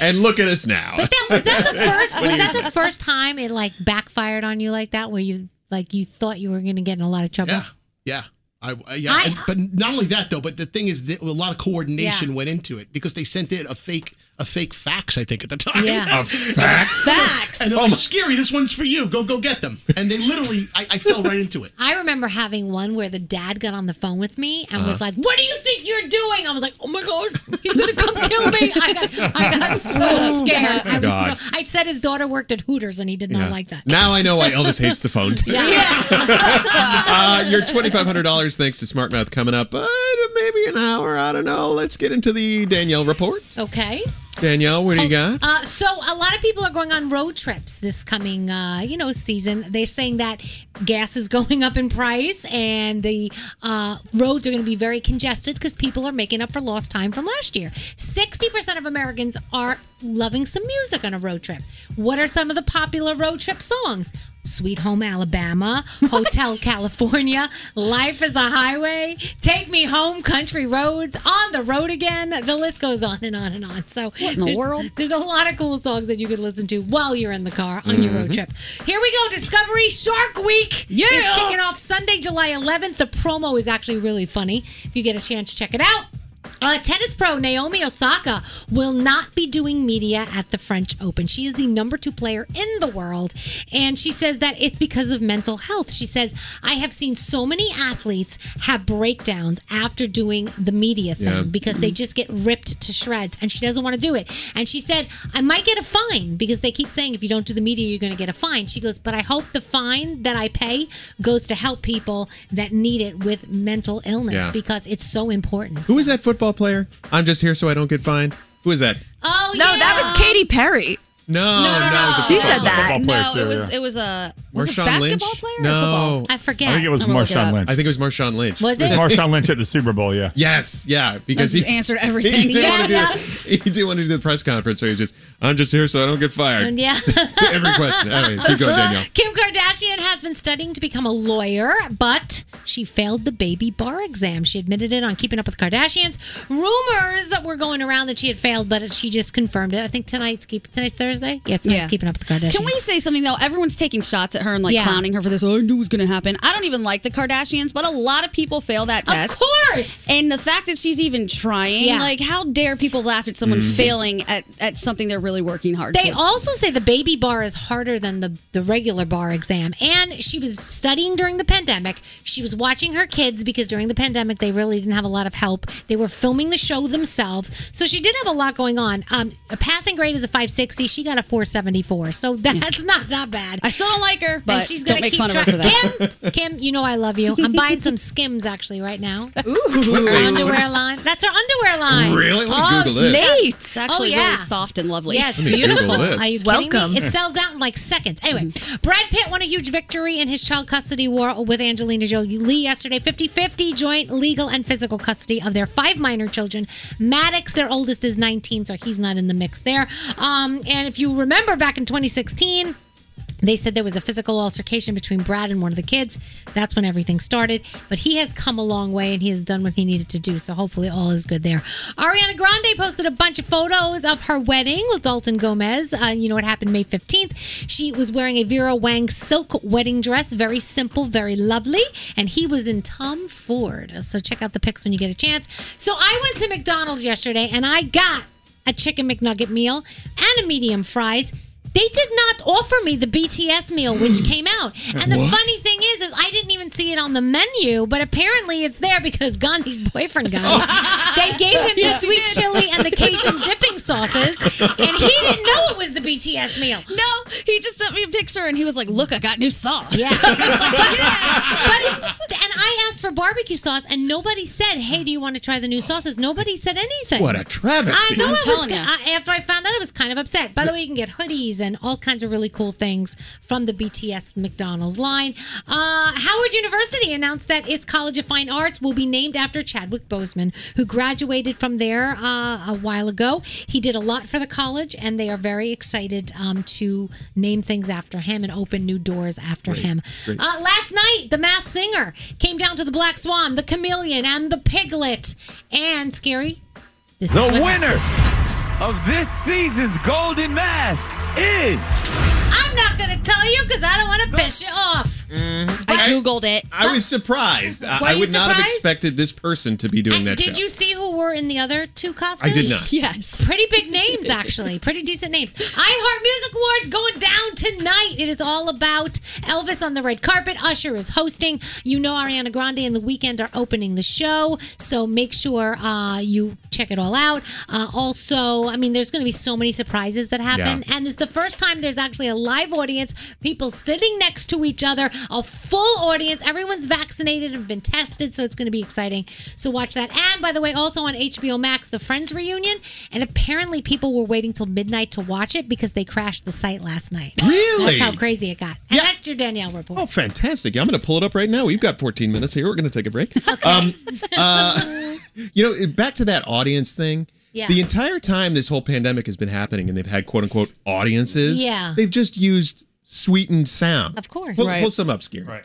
Speaker 10: And look at us now.
Speaker 15: But
Speaker 14: that was that the first
Speaker 15: (laughs)
Speaker 14: was that the first time it like backfired on you like that where you like you thought you were going to get in a lot of trouble
Speaker 15: Yeah, yeah. I, I- yeah, and- but not only that though. But the thing is, that a lot of coordination went into it because they sent in a fake, a a fake fax, I think, at the time.
Speaker 14: Yeah. A fax? (laughs) Fax.
Speaker 15: And they're
Speaker 14: Oh
Speaker 15: like,
Speaker 14: my-
Speaker 15: Scary, this one's for you. Go, go get them. And they literally, I, I fell right into it.
Speaker 14: I remember having one where the dad got on the phone with me and was
Speaker 15: Uh-huh.
Speaker 14: like, "What do you think you're doing?" I was like, "Oh my god, he's gonna come kill me!" I got,
Speaker 15: (laughs)
Speaker 14: I
Speaker 10: (laughs)
Speaker 14: got so
Speaker 10: Oh,
Speaker 14: scared. I was
Speaker 10: God.
Speaker 14: so. I said his daughter worked at Hooters, and he did not
Speaker 10: Yeah.
Speaker 14: like that.
Speaker 10: Now I know why Elvis hates the
Speaker 14: (laughs)
Speaker 10: phone. Too.
Speaker 14: Yeah.
Speaker 10: (laughs) uh, your twenty five hundred dollars thanks to SmartMouth coming up, but maybe an hour. I don't know. Let's get into the Danielle report.
Speaker 14: Okay.
Speaker 10: Danielle, what do you got?
Speaker 14: Uh, so a lot of people are going on road trips this coming, uh, you know, season. They're saying that gas is (laughs) going up in price and the uh, roads are going to be very congested because people are making up for lost time from last year. Sixty percent of Americans are loving some music on a road trip. What are some of the popular road trip songs? Sweet
Speaker 10: (laughs)
Speaker 14: Home Alabama, Hotel California, Life is a Highway, Take Me Home, Country Roads, On the Road Again. The list goes on and on and on. So
Speaker 16: What in the
Speaker 14: there's-
Speaker 16: world?
Speaker 14: There's a lot of cool songs that you could listen to while you're in the car on your
Speaker 12: Mm-hmm.
Speaker 10: Mm-hmm.
Speaker 14: road
Speaker 16: Mhm.
Speaker 14: trip. Here we go. Discovery Shark Week
Speaker 16: Yeah.
Speaker 14: is kicking off Sunday, July 11th. The promo is actually really funny. If you get a chance, check it out. Uh, tennis pro Naomi Osaka will not be doing media at the French Open. She is the number two player in the world, and she says that it's because of mental health. She says, I have seen so many athletes have breakdowns after doing the media thing
Speaker 1: Yeah.
Speaker 14: because they just get ripped to shreds, and she doesn't want to do it. And she said, I might get a fine because they keep saying if you don't do the media, you're going to get a fine. She goes, But I hope the fine that I pay goes to help people that need it with mental illness
Speaker 10: Yeah.
Speaker 14: because it's so important.
Speaker 10: Who is that football player? I'm just here so I don't get fined. Who is that?
Speaker 14: Oh
Speaker 2: no, that was Katy Perry.
Speaker 10: Oh, No,
Speaker 2: No, no,
Speaker 10: it was a
Speaker 2: no. She
Speaker 10: football
Speaker 2: said
Speaker 10: player. Football
Speaker 2: that.
Speaker 10: player
Speaker 2: No,
Speaker 10: too,
Speaker 2: it was-
Speaker 10: yeah.
Speaker 16: It was a was it
Speaker 10: Marshawn
Speaker 16: basketball
Speaker 10: Lynch?
Speaker 16: player or
Speaker 10: No.
Speaker 16: football?
Speaker 14: I forget.
Speaker 19: I think it was
Speaker 16: I'm gonna look it
Speaker 19: Marshawn
Speaker 16: up.
Speaker 19: Lynch.
Speaker 10: I think it was Marshawn Lynch.
Speaker 14: Was
Speaker 19: It
Speaker 14: it?
Speaker 19: was Marshawn Lynch at the Super Bowl, yeah.
Speaker 10: Yes, yeah, because
Speaker 14: That's
Speaker 10: he
Speaker 14: answered
Speaker 10: He
Speaker 14: everything.
Speaker 10: did,
Speaker 14: Yeah,
Speaker 10: want to
Speaker 14: yeah.
Speaker 10: do, (laughs) he did want to do the press conference, so he's just, I'm just here so I don't get fired.
Speaker 14: And yeah.
Speaker 10: (laughs) To every question. All right, keep going, Danielle.
Speaker 14: Kim Kardashian has been studying to become a lawyer, but she failed the baby bar exam. She admitted it on Keeping Up with the Kardashians. Rumors were going around that she had failed, but she just confirmed it. I think tonight's keep tonight's Thursday. Yeah, tonight's
Speaker 16: Yeah.
Speaker 14: Keeping Up with the Kardashians.
Speaker 16: Can we say something though? Everyone's taking shots at her and like
Speaker 14: Yeah.
Speaker 16: clowning her for this. Oh, I knew it was going to happen. I don't even like the Kardashians, but a lot of people fail that test. Of
Speaker 14: course.
Speaker 16: And the fact that she's even trying,
Speaker 14: Yeah.
Speaker 16: like, how dare people laugh at someone
Speaker 19: Mm-hmm.
Speaker 14: Mhm.
Speaker 16: failing at, at something they're really working hard
Speaker 14: They
Speaker 16: for?
Speaker 14: also say the baby bar is harder than the, the regular bar exam. And she was studying during the pandemic. She was watching her kids because during the pandemic, they really didn't have a lot of help. They were filming the show themselves. So she did have a lot going on. Um, a passing grade is a 560. She got a 474. So that's not that bad.
Speaker 16: I still don't like her,
Speaker 14: and
Speaker 16: but
Speaker 14: she's
Speaker 16: don't
Speaker 14: gonna
Speaker 16: make
Speaker 14: keep
Speaker 16: fun of her
Speaker 14: try-
Speaker 16: for that.
Speaker 14: Kim, Kim, you know I love you. I'm buying some Skims actually right now. Ooh,
Speaker 16: Wait,
Speaker 14: her
Speaker 16: what
Speaker 14: underwear
Speaker 16: is-
Speaker 14: line. That's her underwear line.
Speaker 16: Really? Let me
Speaker 14: Oh,
Speaker 16: Google
Speaker 14: she's
Speaker 16: this.
Speaker 14: got-
Speaker 16: Nate. It's actually
Speaker 14: oh, yeah.
Speaker 16: really soft and lovely.
Speaker 14: Yes,
Speaker 16: Let me Google
Speaker 14: beautiful.
Speaker 16: this.
Speaker 14: Are you kidding
Speaker 16: Welcome. Mm-hmm.
Speaker 14: Me? It sells out in like seconds. Anyway, Brad Pitt won a huge victory in his child custody war with Angelina Jolie yesterday. 50-50 joint legal and physical custody of their five minor children. Maddox, their oldest, is 19, so he's not in the mix there. Um, and if you remember back in 2016 they said there was a physical altercation between Brad and one of the kids. That's when everything started. But he has come a long way and he has done what he needed to do. So hopefully all is good there. Ariana Grande posted a bunch of photos of her wedding with Dalton Gomez. Uh, you know what happened May 15th? She was wearing a Vera Wang silk wedding dress. Very simple, very lovely. And he was in Tom Ford. So check out the pics when you get a chance. So I went to McDonald's yesterday and I got a chicken McNugget meal and a medium fries. They did not offer me the BTS meal,
Speaker 10: Hmm.
Speaker 14: which came out. And the
Speaker 32: What?
Speaker 14: funny thing is, is I didn't even see it on the menu, but apparently it's there because Gandhi's boyfriend got
Speaker 10: (laughs)
Speaker 14: it. They gave him the
Speaker 32: Yeah.
Speaker 14: sweet chili and the Cajun dipping sauces, and he didn't know it was the BTS meal.
Speaker 16: No, he just sent me a picture and he was like, "Look, I got new sauce." (laughs)
Speaker 14: Yeah. And I asked for barbecue sauce, and nobody said, "Hey, do you want to try the new sauces?" Nobody said anything.
Speaker 10: What a travesty.
Speaker 14: I know.
Speaker 10: I'm
Speaker 14: I was
Speaker 10: telling you.
Speaker 14: I- after I found out, I was kind of upset. By the way, you can get hoodies and all kinds of really cool things from the BTS McDonald's line. Uh, Howard University announced that its College of Fine Arts will be named after Chadwick Boseman, who graduated from there uh, a while ago. He did a lot for the college, and they are very excited um, to name things after him and open new doors after
Speaker 32: Great.
Speaker 14: him.
Speaker 32: Great.
Speaker 14: Uh, last night, the mass singer came down to the Black Swan, the Chameleon, and the Piglet. And scary. This
Speaker 25: the
Speaker 14: is what-
Speaker 25: winner of this season's Golden Mask is
Speaker 14: I'm not going to tell you because I don't want to piss you off. Mm-hmm. I googled it.
Speaker 10: I was surprised. I,
Speaker 14: Were
Speaker 10: I
Speaker 14: you
Speaker 10: would not have
Speaker 14: surprised?
Speaker 10: expected this person to be doing that.
Speaker 14: Did
Speaker 10: job.
Speaker 14: you see who were in the other two costumes?
Speaker 10: I did not.
Speaker 14: Yes. Pretty big names, actually. Pretty decent names. iHeart Music Awards going down tonight. It is all about Elvis on the red carpet. Usher is hosting. You know Ariana Grande and The Weeknd are opening the show, so make sure uh, you check it all out. Uh, also, I mean, there's going to be so many surprises that happen,
Speaker 1: Yeah.
Speaker 14: and it's the first time there's actually a live audience, people sitting next to each other, a full audience. Everyone's vaccinated and been tested, so it's going to be exciting. So watch that. And by the way, also on HBO Max, the Friends reunion, and apparently people were waiting till midnight to watch it because they crashed the site last night.
Speaker 10: Really?
Speaker 14: That's how crazy it got. And that's your Danielle report.
Speaker 10: Oh, fantastic. I'm going to pull it up right now. We've got 14 minutes here. We're going to take a
Speaker 14: (laughs)
Speaker 10: break. Um, uh, (laughs) you know, back to that audience thing.
Speaker 14: Yeah.
Speaker 10: The entire time this whole pandemic has been happening and they've had quote unquote audiences,
Speaker 14: Yeah.
Speaker 10: they've just used sweetened sound.
Speaker 14: Of course.
Speaker 10: Pull,
Speaker 14: Right.
Speaker 10: pull some up, Scary. Right.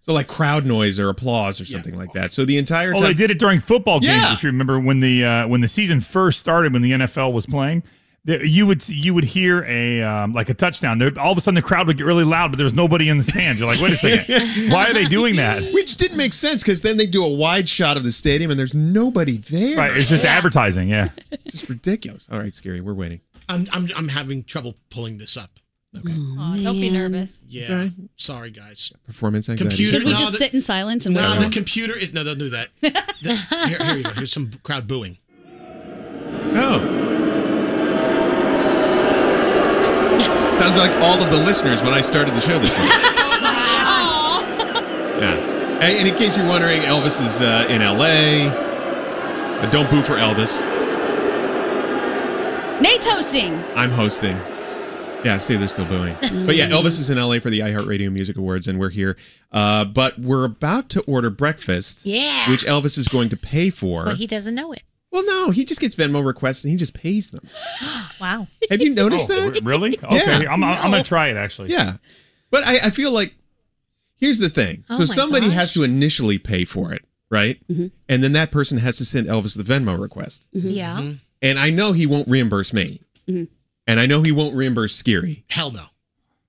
Speaker 10: So, like crowd noise or applause or something like that. So, the entire
Speaker 19: Oh,
Speaker 10: time.
Speaker 19: they did it during football games.
Speaker 10: Yeah.
Speaker 19: If you remember when the uh, when the season first started, when the NFL was playing, that you would you would hear a um, like a touchdown. There, all of a sudden, the crowd would get really loud, but there was nobody in the stands. You're
Speaker 10: (laughs)
Speaker 19: like, wait a second, why are they doing that?
Speaker 10: Which didn't make sense because then they do a wide shot of the stadium and there's nobody there.
Speaker 19: Right, it's just advertising. Yeah.
Speaker 10: It's just ridiculous. All right, Scary, we're waiting.
Speaker 15: I'm, I'm, I'm having trouble pulling this up.
Speaker 14: Oh,
Speaker 15: Okay.
Speaker 2: don't be nervous.
Speaker 15: Yeah.
Speaker 2: Sorry.
Speaker 15: Sorry. guys.
Speaker 10: Performance anxiety.
Speaker 15: Computer.
Speaker 16: Should we
Speaker 15: No,
Speaker 16: just
Speaker 15: the-
Speaker 16: sit in silence and
Speaker 15: No, the
Speaker 16: wait?
Speaker 15: computer is. No, don't do
Speaker 16: (laughs)
Speaker 15: that. This- here, here you go. Here's some crowd booing.
Speaker 10: Oh. Sounds like all of the listeners when I started the show this
Speaker 14: (laughs)
Speaker 10: week.
Speaker 14: Oh,
Speaker 3: (laughs)
Speaker 10: yeah. And and in case you're wondering, Elvis is uh, in LA. But don't boo for Elvis.
Speaker 16: Nate's hosting.
Speaker 10: I'm hosting. Yeah, see, they're still
Speaker 14: (laughs)
Speaker 10: booing. But yeah, Elvis is in LA for the iHeartRadio Music Awards, and we're here. Uh, but we're about to order breakfast,
Speaker 14: Yeah.
Speaker 10: which Elvis is going to pay for.
Speaker 14: But he doesn't know it. (gasps)
Speaker 10: well, no, he just gets Venmo requests and he just pays them.
Speaker 14: Wow.
Speaker 10: Have you noticed
Speaker 19: Oh,
Speaker 10: that?
Speaker 19: r- Really? Okay.
Speaker 10: Yeah.
Speaker 19: I'm, I'm gonna try it actually.
Speaker 10: Yeah. But I, I feel like here's the thing. so
Speaker 19: Oh my Mm-hmm.
Speaker 10: somebody has to initially pay for it, right? And then that person has to send Elvis the Venmo request.
Speaker 14: Yeah.
Speaker 15: Mm-hmm.
Speaker 10: And I know he won't reimburse me.
Speaker 16: Mm-hmm.
Speaker 14: Mhm.
Speaker 10: And I know he won't reimburse Scary.
Speaker 15: Hell no.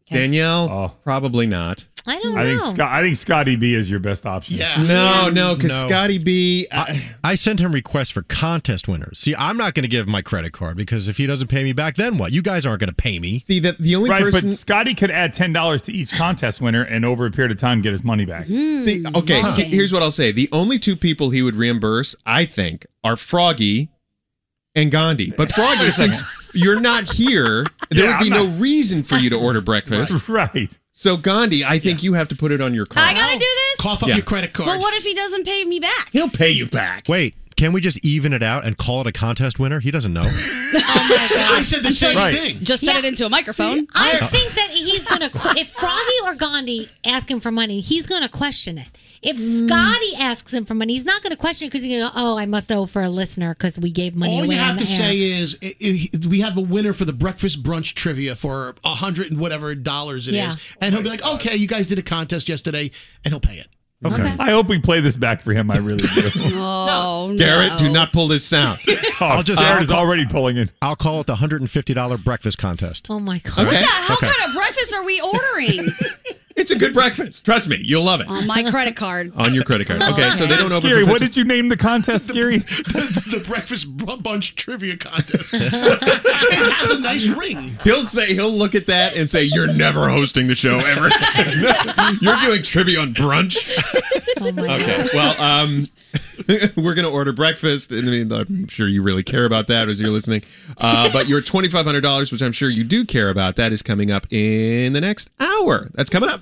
Speaker 10: Danielle,
Speaker 19: Oh.
Speaker 10: probably not.
Speaker 14: I don't
Speaker 19: I think
Speaker 14: know.
Speaker 19: Scott, I think Scotty B is your best option.
Speaker 10: Yeah. No, no, because
Speaker 12: No.
Speaker 10: Scotty B. uh, I,
Speaker 12: I sent him requests for contest winners. See, I'm not going to give my credit card because if he doesn't pay me back, then what? You guys aren't going to pay me.
Speaker 10: See, that the only
Speaker 19: right,
Speaker 10: person.
Speaker 19: but Scotty could add ten dollars to each contest winner, and over a period of time, get his money back.
Speaker 10: See, okay, he- here's what I'll say. The only two people he would reimburse, I think, are Froggy and Gandhi.
Speaker 19: (laughs)
Speaker 10: But Froggy, since you're not here, there
Speaker 19: Yeah,
Speaker 10: would be
Speaker 19: I'm
Speaker 10: no reason for you to
Speaker 19: (laughs)
Speaker 10: order breakfast.
Speaker 19: Right.
Speaker 10: So, Gandhi, I think you have to put it on your card.
Speaker 16: I gotta do this.
Speaker 10: Cough up Yeah. your credit card.
Speaker 16: But what if he doesn't pay me back?
Speaker 10: He'll pay you back.
Speaker 12: Wait, can we just even it out and call it a contest winner? He
Speaker 10: (laughs)
Speaker 12: doesn't know.
Speaker 16: Oh
Speaker 15: I said the
Speaker 16: Until
Speaker 15: same
Speaker 16: you
Speaker 15: thing.
Speaker 16: Just said it into a microphone.
Speaker 14: I think that he's going to, if Froggy or Gandhi ask him for money, he's going to question it. If
Speaker 16: Mm.
Speaker 14: Scotty asks him for money, he's not going to question it because he's going to go, oh, I must owe for a listener because we gave money
Speaker 15: All
Speaker 14: away.
Speaker 15: you
Speaker 14: on
Speaker 15: have to
Speaker 14: the air."
Speaker 15: say is i i we have a winner for the breakfast brunch trivia for a hundred and whatever dollars it is,
Speaker 14: Yeah.
Speaker 15: and he'll be like, "Okay, you guys did a contest yesterday," and he'll pay it.
Speaker 19: Okay. I hope we play this back for him. I really do.
Speaker 15: (laughs)
Speaker 16: Oh, no.
Speaker 10: Garrett, do not pull
Speaker 12: (laughs)
Speaker 10: this sound.
Speaker 19: I'll
Speaker 12: just-
Speaker 19: Garrett
Speaker 12: Oh, I'll
Speaker 19: is
Speaker 12: call-
Speaker 19: already pulling it.
Speaker 12: I'll call it the $150 breakfast contest.
Speaker 14: Oh my god.
Speaker 10: Okay.
Speaker 16: What
Speaker 12: Okay.
Speaker 16: kind of breakfast are we ordering?
Speaker 10: It's a good breakfast. (laughs) Trust me, you'll love it.
Speaker 16: (laughs) On my credit card.
Speaker 10: On your credit card. Okay, so they don't open
Speaker 19: Scary,
Speaker 10: for
Speaker 19: what did you name the contest,
Speaker 10: (laughs)
Speaker 19: Scary?
Speaker 15: the breakfast br- bunch trivia
Speaker 16: (laughs)
Speaker 15: contest. (laughs) it has a nice ring.
Speaker 10: He'll say he'll look at that and say, "You're never hosting the show ever. (laughs) You're doing trivia on brunch." okay. Well, um, (laughs) we're gonna order breakfast, and I mean, I'm sure you really care about that as you're listening. Uh, but your twenty five hundred dollars, which I'm sure you do care about, that is coming up in the next hour. That's coming up.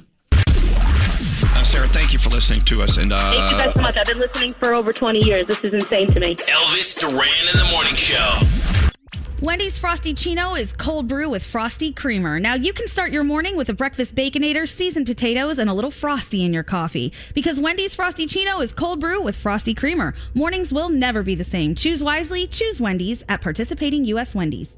Speaker 32: Uh, Sarah, thank you for listening to us. And uh,
Speaker 3: Thank you guys so much. I've been listening for over 20 years. This is insane to me.
Speaker 9: Elvis Duran in the morning show.
Speaker 16: Wendy's Frosty Chino is cold brew with frosty creamer. Now you can start your morning with a breakfast baconator, seasoned potatoes, and a little frosty in your coffee. Because Wendy's Frosty Chino is cold brew with frosty creamer. Mornings will never be the same. Choose wisely, choose Wendy's at participating U.S. Wendy's.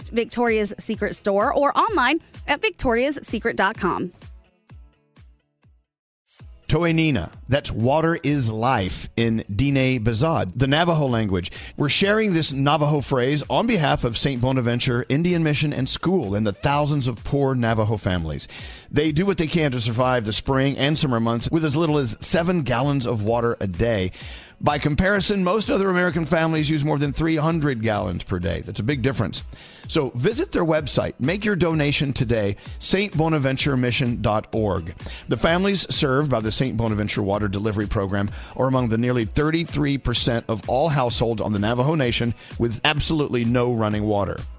Speaker 16: Victoria's Secret store or online at victoriassecret.com.
Speaker 1: Toenina. That's water is life in Dine Bazad, the Navajo language. We're sharing this Navajo phrase on behalf of St. Bonaventure Indian Mission and School and the thousands of poor Navajo families. They do what they can to survive the spring and summer months with as little as seven gallons of water a day. By comparison, most other American families use more than 300 gallons per day. That's a big difference. So visit their website, make your donation today, stbonaventuremission.org. The families served by the St. Bonaventure Water Delivery Program are among the nearly 33% of all households on the Navajo Nation with absolutely no running water.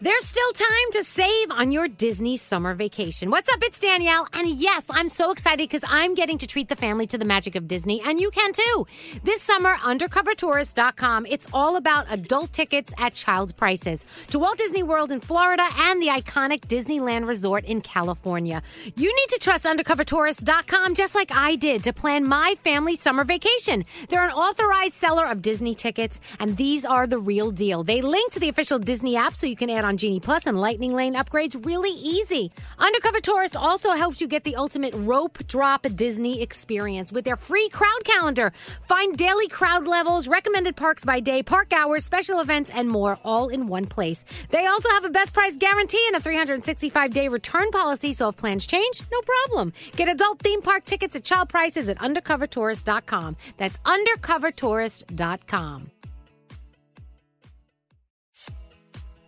Speaker 14: There's still time to save on your Disney summer vacation. What's up? It's Danielle. And yes, I'm so excited because I'm getting to treat the family to the magic of Disney, and you can too. This summer, undercovertourist.com, it's all about adult tickets at child prices to Walt Disney World in Florida and the iconic Disneyland Resort in California. You need to trust undercovertourist.com just like I did to plan my family summer vacation. They're an authorized seller of Disney tickets, and these are the real deal. They link to the official Disney app so you can add on Genie Plus and Lightning Lane upgrades really easy. Undercover Tourist also helps you get the ultimate rope drop Disney experience with their free crowd calendar. Find daily crowd levels, recommended parks by day, park hours, special events, and more all in one place. They also have a best price guarantee and a 365 day return policy, so if plans change, no problem. Get adult theme park tickets at child prices at undercovertourist.com. That's undercovertourist.com.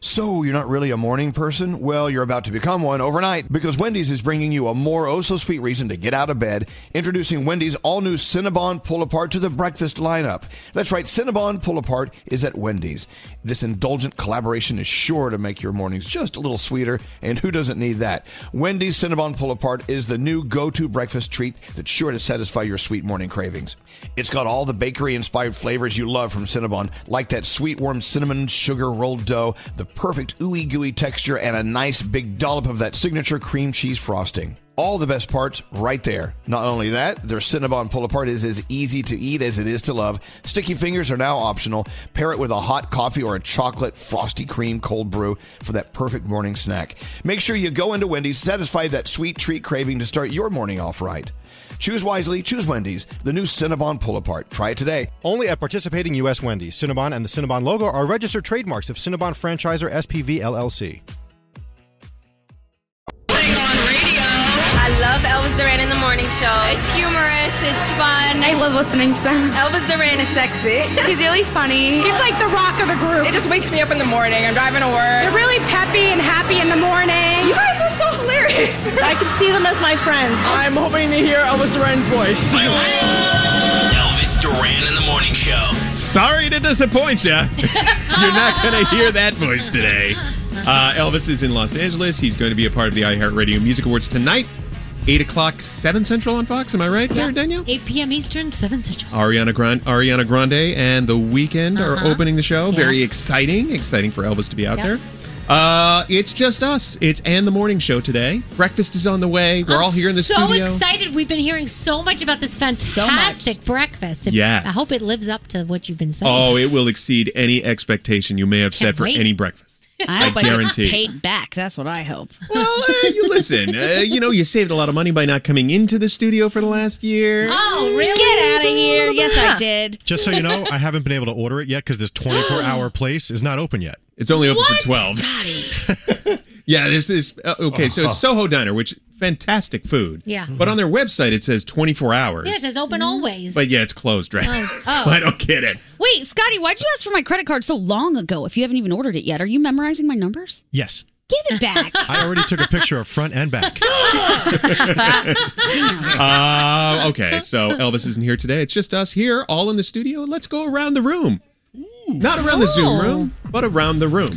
Speaker 1: So, you're not really a morning person? Well, you're about to become one overnight because Wendy's is bringing you a more oh so sweet reason to get out of bed, introducing Wendy's all new Cinnabon Pull Apart to the breakfast lineup. That's right, Cinnabon Pull Apart is at Wendy's. This indulgent collaboration is sure to make your mornings just a little sweeter, and who doesn't need that? Wendy's Cinnabon Pull Apart is the new go to breakfast treat that's sure to satisfy your sweet morning cravings. It's got all the bakery inspired flavors you love from Cinnabon, like that sweet warm cinnamon sugar rolled dough, the perfect ooey gooey texture and a nice big dollop of that signature cream cheese frosting. All the best parts right there. Not only that, their Cinnabon pull apart is as easy to eat as it is to love. Sticky fingers are now optional. Pair it with a hot coffee or a chocolate frosty cream cold brew for that perfect morning snack. Make sure you go into Wendy's, satisfy that sweet treat craving to start your morning off right. Choose wisely, choose Wendy's, the new Cinnabon pull apart. Try it today.
Speaker 12: (laughs) Only at participating U.S. Wendy's. Cinnabon and the Cinnabon logo are registered trademarks of Cinnabon Franchisor SPV LLC.
Speaker 3: I love Elvis Duran in the morning show. It's humorous. It's fun. I love listening to them. Elvis Duran is sexy. He's really funny. He's like the rock of the group. It just wakes me up in the morning. I'm driving to work. They're really peppy and happy in the morning. You guys are so hilarious. (laughs) I can see them as my friends.
Speaker 10: (laughs)
Speaker 3: I'm hoping to hear Elvis Duran's voice.
Speaker 9: Elvis Duran in the morning show.
Speaker 10: Sorry to disappoint you. (laughs) You're not going to hear that voice today. Uh, Elvis is in Los Angeles. He's going to be a part of the iHeartRadio Music Awards tonight, 8 o'clock, 7 Central on Fox. Am I right there, Daniel?
Speaker 14: 8 p.m. Eastern, 7 Central.
Speaker 10: Ariana Grande, Ariana Grande and The Weeknd
Speaker 14: Uh-huh.
Speaker 10: are opening the show. Very
Speaker 14: Yes.
Speaker 10: exciting. Exciting for Elvis to be out
Speaker 14: Yep.
Speaker 10: there. Uh, it's just us. It's and the morning show today. Breakfast is on the way. We're
Speaker 14: I'm
Speaker 10: all here in the
Speaker 14: so
Speaker 10: studio.
Speaker 14: excited. We've been hearing so much about this fantastic breakfast. If-
Speaker 10: Yes.
Speaker 14: I hope it lives up to what you've been saying.
Speaker 10: Oh,
Speaker 14: (laughs)
Speaker 10: it will exceed any expectation you may have set
Speaker 14: Can't
Speaker 10: for
Speaker 14: wait.
Speaker 10: any breakfast. I
Speaker 26: hope I get
Speaker 10: guarantee.
Speaker 26: paid back. That's what I hope.
Speaker 10: Hey, you listen, uh, you know, you saved a lot of money by not coming into the studio for the last year.
Speaker 26: Oh, really? Get out of here. Yes, I did.
Speaker 12: Just so you know, I haven't been able to order it yet because this 24
Speaker 10: (gasps)
Speaker 12: hour place is not open yet.
Speaker 10: It's only open for 12. yeah, this is uh, okay. So it's
Speaker 12: Uh-huh.
Speaker 10: Soho Diner, which fantastic food.
Speaker 14: Yeah.
Speaker 10: But on their website, it says 24 hours.
Speaker 14: Yeah, it says open always.
Speaker 10: But yeah, it's closed, right?
Speaker 16: Oh.
Speaker 10: (laughs) So I don't get it.
Speaker 16: Wait, Scotty, why'd you ask for my credit card so long ago if you haven't even ordered it yet? Are you memorizing my numbers?
Speaker 12: Yes.
Speaker 16: Give it back.
Speaker 12: I already took a picture of front and
Speaker 10: (laughs)
Speaker 12: back.
Speaker 10: Uh, okay, so Elvis isn't here today. It's just us here, all in the studio. Let's go around the room. Not around the Zoom
Speaker 26: Oh.
Speaker 10: room, but around the room.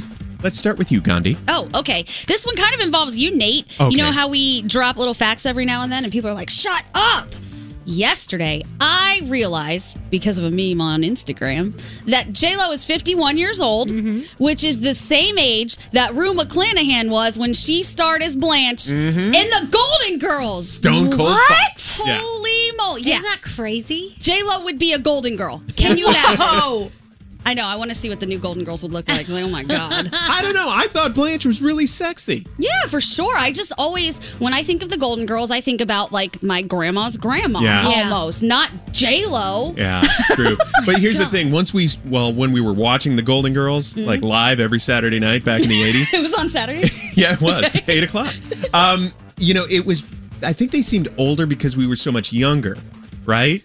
Speaker 10: Let's start with you, Gandhi.
Speaker 16: Oh, okay. This one kind of involves you, Nate.
Speaker 10: Okay.
Speaker 16: You know how we drop little facts every now and then and people are like, shut up. Yesterday, I realized because of a meme on Instagram that JLo is 51 years old,
Speaker 10: Mm-hmm.
Speaker 16: which is the same age that Rue McClanahan was when she starred as Blanche in The Golden Girls.
Speaker 10: Mm-hmm. Stone Cold
Speaker 16: What?
Speaker 10: Fox. Yeah.
Speaker 16: Holy moly. Yeah.
Speaker 14: Isn't that crazy?
Speaker 16: JLo would be a Golden Girl.
Speaker 10: (laughs)
Speaker 16: Can you imagine? I know. I want to see what the new Golden Girls would look like. Like, oh my God.
Speaker 10: (laughs) I don't know. I thought Blanche was really sexy.
Speaker 16: Yeah, for sure. I just always, when I think of the Golden Girls, I think about like my grandma's grandma
Speaker 10: Yeah. Yeah.
Speaker 16: almost, not J Lo.
Speaker 10: Yeah, (laughs) true. but here's the thing: once we, well, when we were watching the Golden Girls
Speaker 16: Mhm.
Speaker 10: like live every Saturday night back in (laughs) the '80s,
Speaker 16: It was
Speaker 10: (laughs)
Speaker 16: on Saturday.
Speaker 10: yeah, it was eight o'clock. Um, you know, it was. I think they seemed older because we were so much younger, (laughs) right?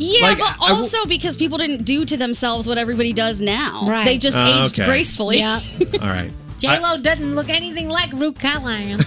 Speaker 16: yeah,
Speaker 10: Like,
Speaker 16: but
Speaker 10: I- I-
Speaker 16: also because people didn't do to themselves what everybody does now.
Speaker 14: Right.
Speaker 16: They just
Speaker 10: Oh,
Speaker 16: aged
Speaker 10: okay.
Speaker 16: gracefully.
Speaker 14: Yeah.
Speaker 10: All right,
Speaker 14: J Lo doesn't look anything like Rue
Speaker 10: (laughs)
Speaker 14: Callahan.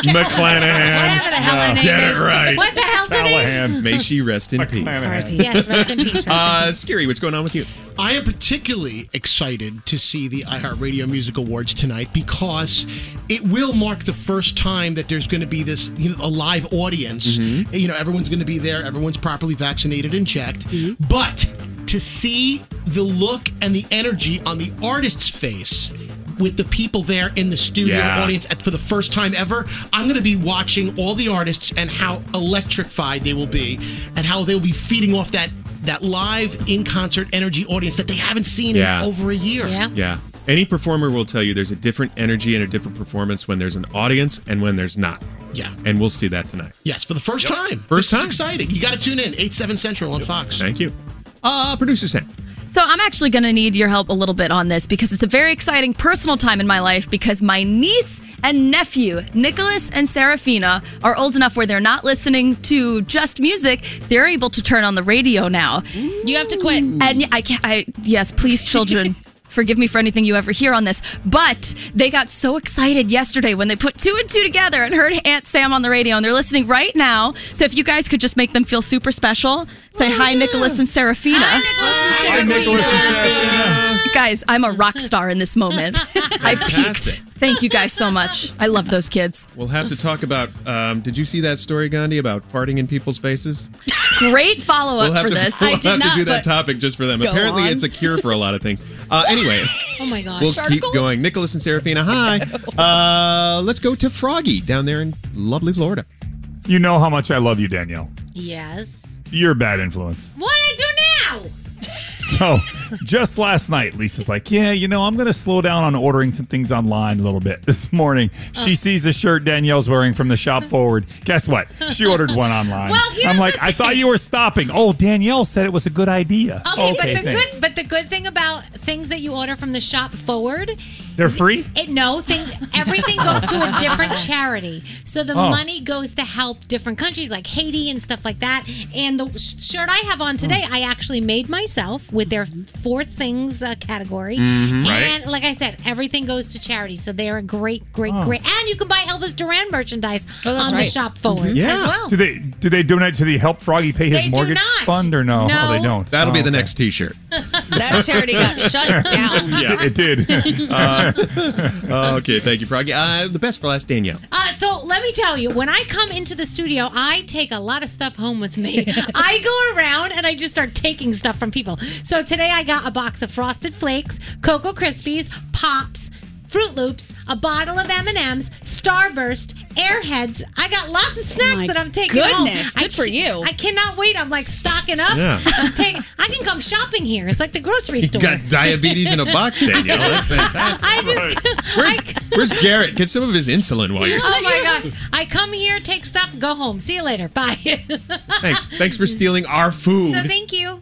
Speaker 10: McClanahan.
Speaker 14: Whatever the hell her name
Speaker 10: Get
Speaker 14: is.
Speaker 10: it right.
Speaker 14: What the hell's her name?
Speaker 10: Callahan. May she rest in peace.
Speaker 14: Yes, rest in peace.
Speaker 10: Uh, Scary, what's going on with you?
Speaker 15: I am particularly excited to see the iHeartRadio Music Awards tonight because it will mark the first time that there's going to be this, you know, a live audience.
Speaker 10: Mm-hmm.
Speaker 15: You know, everyone's going to be there, everyone's properly vaccinated and checked.
Speaker 10: Mm-hmm.
Speaker 15: But to see the look and the energy on the artist's face with the people there in the studio
Speaker 10: Yeah.
Speaker 15: audience at, for the first time ever, I'm going to be watching all the artists and how electrified they will be and how they will be feeding off that that live in concert energy audience that they haven't seen
Speaker 10: Yeah.
Speaker 15: in over a year.
Speaker 10: Yeah. Any performer will tell you there's a different energy and a different performance when there's an audience and when there's not.
Speaker 15: Yeah.
Speaker 10: And we'll see that tonight.
Speaker 15: Yes, for the first time.
Speaker 10: First
Speaker 15: this
Speaker 10: time.
Speaker 15: Is exciting. You got to tune in 8 7 Central on Fox.
Speaker 10: Thank you. Uh, producer Sam.
Speaker 2: So I'm actually going to need your help a little bit on this because it's a very exciting personal time in my life because my niece and nephew, Nicholas and Serafina, are old enough where they're not listening to just music. They're able to turn on the radio now.
Speaker 16: You have to quit.
Speaker 2: And I can't, I, yes, please, children. Forgive me for anything you ever hear on this, but they got so excited yesterday when they put two and two together and heard Aunt Sam on the radio, and they're listening right now. So if you guys could just make them feel super special, say
Speaker 1: Oh,
Speaker 2: hi, Nicholas and Serafina. Guys, I'm a rock star in
Speaker 10: (laughs)
Speaker 2: this moment. I've
Speaker 10: Fantastic.
Speaker 2: peaked. Thank you guys so much. I love those kids.
Speaker 10: We'll have to talk about. Um, did you see that story, Gandhi, about farting in people's faces?
Speaker 2: Great follow up
Speaker 10: we'll have
Speaker 2: for
Speaker 10: to, (laughs)
Speaker 2: this.
Speaker 10: we'll have to do that topic just for them.
Speaker 2: Go
Speaker 10: Apparently,
Speaker 2: on.
Speaker 10: it's a cure for a lot of things.
Speaker 2: (laughs)
Speaker 10: Uh, anyway,
Speaker 14: Oh my gosh.
Speaker 10: we'll keep going. Nicholas and Serafina,
Speaker 2: (laughs)
Speaker 10: hi. Uh, let's go to Froggy down there in lovely Florida.
Speaker 19: You know how much I love you, Danielle.
Speaker 14: (laughs) Yes.
Speaker 19: You're a bad influence.
Speaker 14: What I do now?
Speaker 19: So (laughs) just last night, Lisa's like, Yeah, you know, I'm going to slow down on ordering some things online a little bit. (laughs) This morning,
Speaker 14: Oh.
Speaker 19: she sees a shirt Danielle's wearing from the shop forward. Guess what? She ordered one online.
Speaker 14: Well, here's
Speaker 19: I'm like,
Speaker 14: the
Speaker 19: I thought you were stopping. Oh, Danielle said it was a good idea.
Speaker 14: Okay, but the
Speaker 19: thanks.
Speaker 14: good but the good thing about things that you order from the shop forward
Speaker 19: They're free?
Speaker 14: It no thing. Everything goes to a different charity, so the
Speaker 19: Oh.
Speaker 14: money goes to help different countries like Haiti and stuff like that. And the sh- shirt I have on today, I actually made myself with their four things uh, category.
Speaker 8: Mhm. Right.
Speaker 14: And like I said, everything goes to charity, so they are a great, great, great. And you can buy Elvis Duran merchandise on the
Speaker 19: right.
Speaker 14: shop forward
Speaker 10: Mm-hmm.
Speaker 19: Mm-hmm.
Speaker 14: as well.
Speaker 19: Do they do they donate to the Help Froggy Pay His
Speaker 14: They do
Speaker 19: Mortgage
Speaker 14: not.
Speaker 19: Fund or no?
Speaker 14: No.
Speaker 19: Oh, they don't.
Speaker 10: That'll be the
Speaker 19: next
Speaker 10: T-shirt.
Speaker 19: (laughs) That
Speaker 10: charity
Speaker 14: (laughs)
Speaker 10: got shut
Speaker 19: down.
Speaker 10: (laughs) Yeah.
Speaker 19: it did.
Speaker 10: Uh, (laughs) okay, thank you, Froggy. Uh, the best for last, Danielle.
Speaker 14: Uh, so let me tell you, when I come into the studio, I take a lot of stuff home with
Speaker 26: (laughs)
Speaker 14: me. I go around and I just start taking stuff from people. So today I got a box of Frosted Flakes, Cocoa Krispies, Pops, Fruit Loops, a bottle of M and M's, Starburst, Airheads. I got lots of snacks
Speaker 26: My
Speaker 14: that I'm taking
Speaker 26: goodness,
Speaker 14: home.
Speaker 26: good for
Speaker 14: I,
Speaker 26: you.
Speaker 14: I cannot wait. I'm like stocking up.
Speaker 10: Yeah.
Speaker 14: (laughs) I'm taking. I can come shopping here. It's like the grocery
Speaker 10: You
Speaker 14: store.
Speaker 10: got diabetes in a
Speaker 14: (laughs)
Speaker 10: box, Danielle. That's fantastic.
Speaker 14: I just.
Speaker 10: Where's, where's Garrett? Get some of his insulin while you're.
Speaker 14: Oh my gosh. I come here, take stuff, go home. See you later. Bye. (laughs)
Speaker 10: Thanks. Thanks for stealing our food.
Speaker 14: So thank you.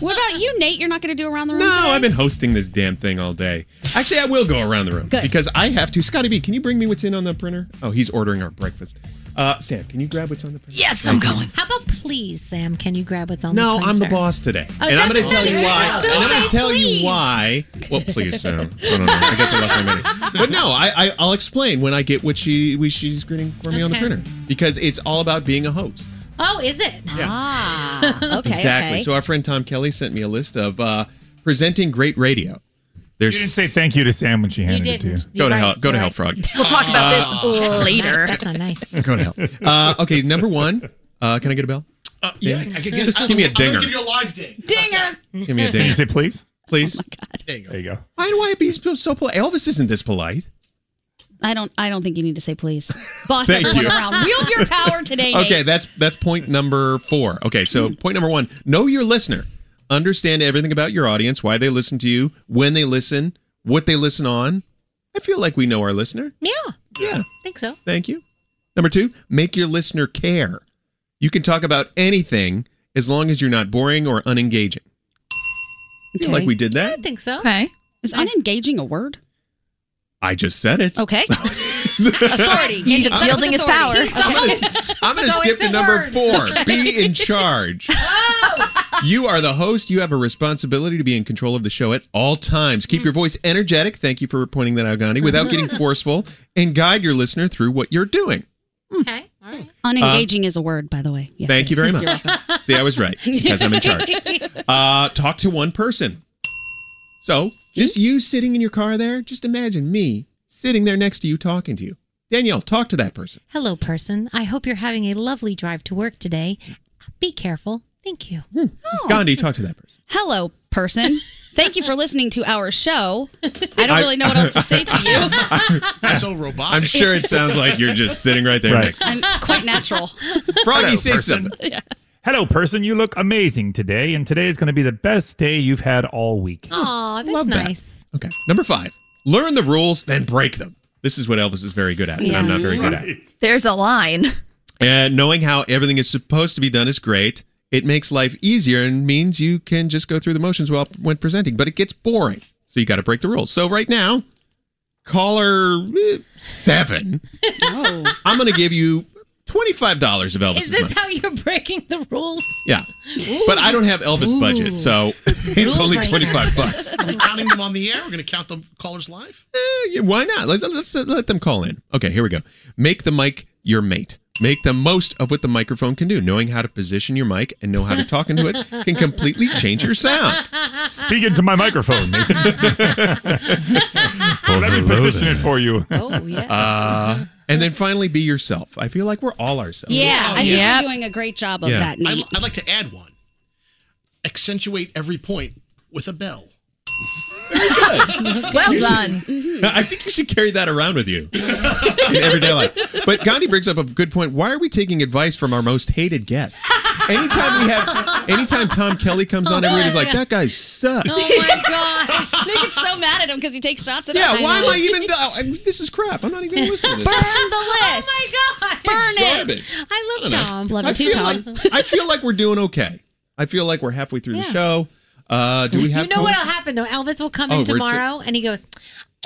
Speaker 16: What about you, Nate? You're not going to do around the room.
Speaker 10: No,
Speaker 16: today?
Speaker 10: I've been hosting this damn thing all day. Actually, I will go around the room
Speaker 16: Good.
Speaker 10: because I have to. Scotty B, can you bring me what's in on the printer? Oh, he's ordering our breakfast. Uh, Sam, can you grab what's on the printer?
Speaker 14: Yes,
Speaker 10: I'm going.
Speaker 14: How about please, Sam? Can you grab what's on the
Speaker 10: No, I'm the
Speaker 14: printer?
Speaker 10: boss today,
Speaker 14: Oh,
Speaker 10: and I'm
Speaker 14: doesn't
Speaker 10: going to tell
Speaker 14: matter.
Speaker 10: you
Speaker 14: You
Speaker 10: why.
Speaker 14: should still
Speaker 10: And I'm going
Speaker 14: say
Speaker 10: to tell
Speaker 14: please.
Speaker 10: you why. Well, please, Sam. I don't know. I guess I lost my minute. But no, I, I, I'll explain when I get what she, what she's grinning for me on the
Speaker 14: Okay.
Speaker 10: printer because it's all about being a host.
Speaker 14: Oh, is it? Ah. Okay.
Speaker 10: exactly.
Speaker 14: okay.
Speaker 10: So our friend Tom Kelly sent me a list of uh, presenting great radio. There's
Speaker 19: You didn't say thank you to Sam when she handed it to you.
Speaker 10: didn't. Go You're to right. hell- go to You're hell, right.
Speaker 14: (laughs)
Speaker 10: Frog.
Speaker 2: We'll talk about this
Speaker 14: That's not
Speaker 2: later.
Speaker 14: nice. Ah. That's not nice.
Speaker 10: Go to hell. Uh, okay, number one. Uh, can I get a bell? Uh,
Speaker 15: Yeah, I could get,
Speaker 10: Just
Speaker 15: I-
Speaker 10: give me a
Speaker 15: I'm gonna
Speaker 10: dinger.
Speaker 15: Give you a live ding. (laughs)
Speaker 14: Dinger.
Speaker 10: Give me a dinger.
Speaker 19: Can you say
Speaker 10: please? Please.
Speaker 15: There you go.
Speaker 19: There you go.
Speaker 10: Why do I be so, so polite? Elvis isn't this polite.
Speaker 16: I don't. I don't think you need to say please. Boss
Speaker 10: Thank
Speaker 16: everyone
Speaker 10: you.
Speaker 16: around. Wield your power today.
Speaker 10: (laughs)
Speaker 16: Nate.
Speaker 10: Okay, that's that's point number four. Okay, so point number one: know your listener, understand everything about your audience, why they listen to you, when they listen, what they listen on. I feel like we know our listener.
Speaker 14: Yeah.
Speaker 10: Yeah.
Speaker 14: think so.
Speaker 10: Thank you. Number two: make your listener care. You can talk about anything as long as you're not boring or unengaging. I feel like we did that.
Speaker 14: I think so.
Speaker 2: Okay.
Speaker 16: Is unengaging a word?
Speaker 10: I just said it.
Speaker 16: Okay.
Speaker 10: (laughs) Authority.
Speaker 2: He's yielding his power.
Speaker 10: I'm gonna, (laughs) I'm gonna
Speaker 2: So
Speaker 10: skip
Speaker 14: (laughs)
Speaker 2: it's a
Speaker 10: to number
Speaker 2: word.
Speaker 16: (laughs)
Speaker 10: four. Be in charge.
Speaker 17: Oh!
Speaker 10: you are the host. You have a responsibility to be in control of the show at all times. Keep your voice energetic. Thank you for pointing that out, Gandhi. Without
Speaker 16: (laughs)
Speaker 10: getting forceful, and guide your listener through what you're doing.
Speaker 14: Okay.
Speaker 16: Unengaging is a word, by the way.
Speaker 10: Hmm.
Speaker 16: Yes,
Speaker 10: Thank you very much.
Speaker 16: You're welcome.
Speaker 10: (laughs) See, I was right because I'm in
Speaker 16: (laughs)
Speaker 10: charge. Uh, talk to one person. So, just
Speaker 16: Hmm?
Speaker 10: you sitting in your car there. Just imagine me sitting there next to you, talking to you. Danielle, talk to that person.
Speaker 14: Hello, person. I hope you're having a lovely drive to work today. Be careful. Thank you.
Speaker 16: Oh.
Speaker 10: Gandhi, talk to that person.
Speaker 16: Hello, person. Thank you for listening to our show. I don't really know what else to say to you.
Speaker 10: (laughs)
Speaker 16: (laughs)
Speaker 15: so robotic.
Speaker 10: I'm sure it sounds like you're just sitting right there
Speaker 19: Right.
Speaker 10: next.
Speaker 15: (laughs)
Speaker 16: I'm quite natural.
Speaker 10: Froggy, say something.
Speaker 19: Hello, person. You look amazing today, and today is going to be the best day you've had all week.
Speaker 14: (laughs) Aw, that's
Speaker 10: Love that.
Speaker 14: nice.
Speaker 10: Okay. Number five, learn the rules, then break them. This is what Elvis is very good at, and I'm
Speaker 2: Yeah.
Speaker 10: not very good at.
Speaker 2: There's a line.
Speaker 10: And knowing how everything is supposed to be done is great. It makes life easier and means you can just go through the motions while when presenting, but it gets boring. So you got to break the rules. So right now, caller eh, seven, I'm going to give you $25 of Elvis.
Speaker 14: Is this how you're breaking the rules?
Speaker 10: Yeah. But I don't have Elvis budget, so (laughs) it's
Speaker 15: Rule
Speaker 10: only
Speaker 15: breaker.
Speaker 10: 25 bucks.
Speaker 15: Are we counting them on the air? We're going to count them callers live?
Speaker 10: Eh, yeah, why not? Let's, let's uh, let them call in. Okay, here we go. Make the mic your mate. Make the most of what the microphone can do. Knowing how to position your mic and know how to talk into it can completely change your sound.
Speaker 19: Speak into
Speaker 10: (laughs)
Speaker 19: my microphone. Nathan. Let me position it for you.
Speaker 14: Oh, yes.
Speaker 10: Uh, and then finally, be yourself. I feel like we're all ourselves.
Speaker 16: Yeah, I think
Speaker 10: Yeah.
Speaker 16: you're doing a great
Speaker 14: (laughs)
Speaker 16: job of
Speaker 10: Yeah.
Speaker 16: that,
Speaker 15: I'd,
Speaker 16: Nate.
Speaker 15: I'd like to add one. Accentuate every point with a bell.
Speaker 2: Well done.
Speaker 10: (laughs) I think you should carry that around with you in everyday life. But Gandhi brings up a good point. Why are we taking advice from our most hated guests? Anytime we have, anytime Tom Kelly comes on, everybody's like, "That guy
Speaker 14: Oh
Speaker 10: sucks."
Speaker 16: my gosh! (laughs) They get so mad at him because he takes shots at
Speaker 10: Yeah,
Speaker 16: him.
Speaker 10: why am I even? oh, I- This is crap. I'm not
Speaker 14: (laughs)
Speaker 10: even gonna listen to
Speaker 16: Burn
Speaker 10: this.
Speaker 16: the
Speaker 10: (laughs)
Speaker 16: list.
Speaker 14: Oh my God.
Speaker 16: Burn it.
Speaker 10: Garbage. I
Speaker 14: I
Speaker 10: uh,
Speaker 14: love
Speaker 10: don't know.
Speaker 14: Tom.
Speaker 10: I feel Like, I feel like we're doing okay. I feel like we're halfway through the
Speaker 14: Yeah.
Speaker 10: show. Uh, do we have?
Speaker 14: you know what'll
Speaker 10: co-
Speaker 14: happen though? Elvis will come
Speaker 10: Oh,
Speaker 14: in
Speaker 10: we're just-
Speaker 14: tomorrow and he goes,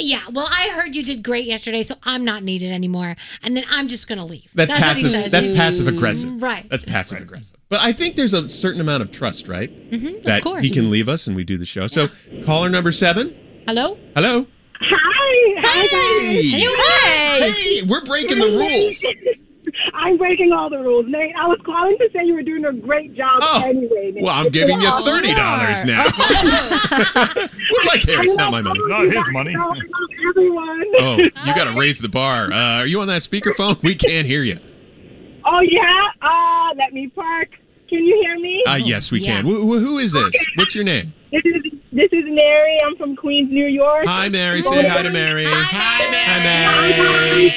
Speaker 14: "Yeah, well, I heard you did great yesterday, so I'm not needed anymore." And then I'm just gonna leave.
Speaker 10: That's,
Speaker 14: what he
Speaker 10: passive.
Speaker 14: says. Mm,
Speaker 10: That's passive aggressive.
Speaker 14: Right.
Speaker 10: That's passive aggressive. But I think there's a certain amount of trust, right?
Speaker 14: Mhm, of
Speaker 10: that
Speaker 14: course.
Speaker 10: he can leave us and we do the show. So caller number seven.
Speaker 14: Hello.
Speaker 10: Hello.
Speaker 3: Hi.
Speaker 10: Hey.
Speaker 3: Hi, guys.
Speaker 10: Hey, we're breaking the rules.
Speaker 3: (laughs) I'm breaking all the rules, Nate. I was calling to say you were doing a great job anyway. Nate.
Speaker 10: Oh, Well, I'm giving you
Speaker 3: Yeah.
Speaker 10: thirty dollars
Speaker 3: (laughs)
Speaker 10: now. (laughs) We're like here. It's not my money.
Speaker 3: Not his money. Everyone.
Speaker 10: Oh, (laughs)
Speaker 3: (laughs)
Speaker 10: you got to raise the bar. Uh, are you on that speakerphone? We can't hear you.
Speaker 3: Oh yeah. Uh, let me park. Can you hear me?
Speaker 10: Uh, yes, we can. Wh- wh- who is this? What's your name?
Speaker 3: This is this is Mary. I'm from Queens, New York.
Speaker 10: Hi, Mary. Say hi to Mary. Hi, Mary.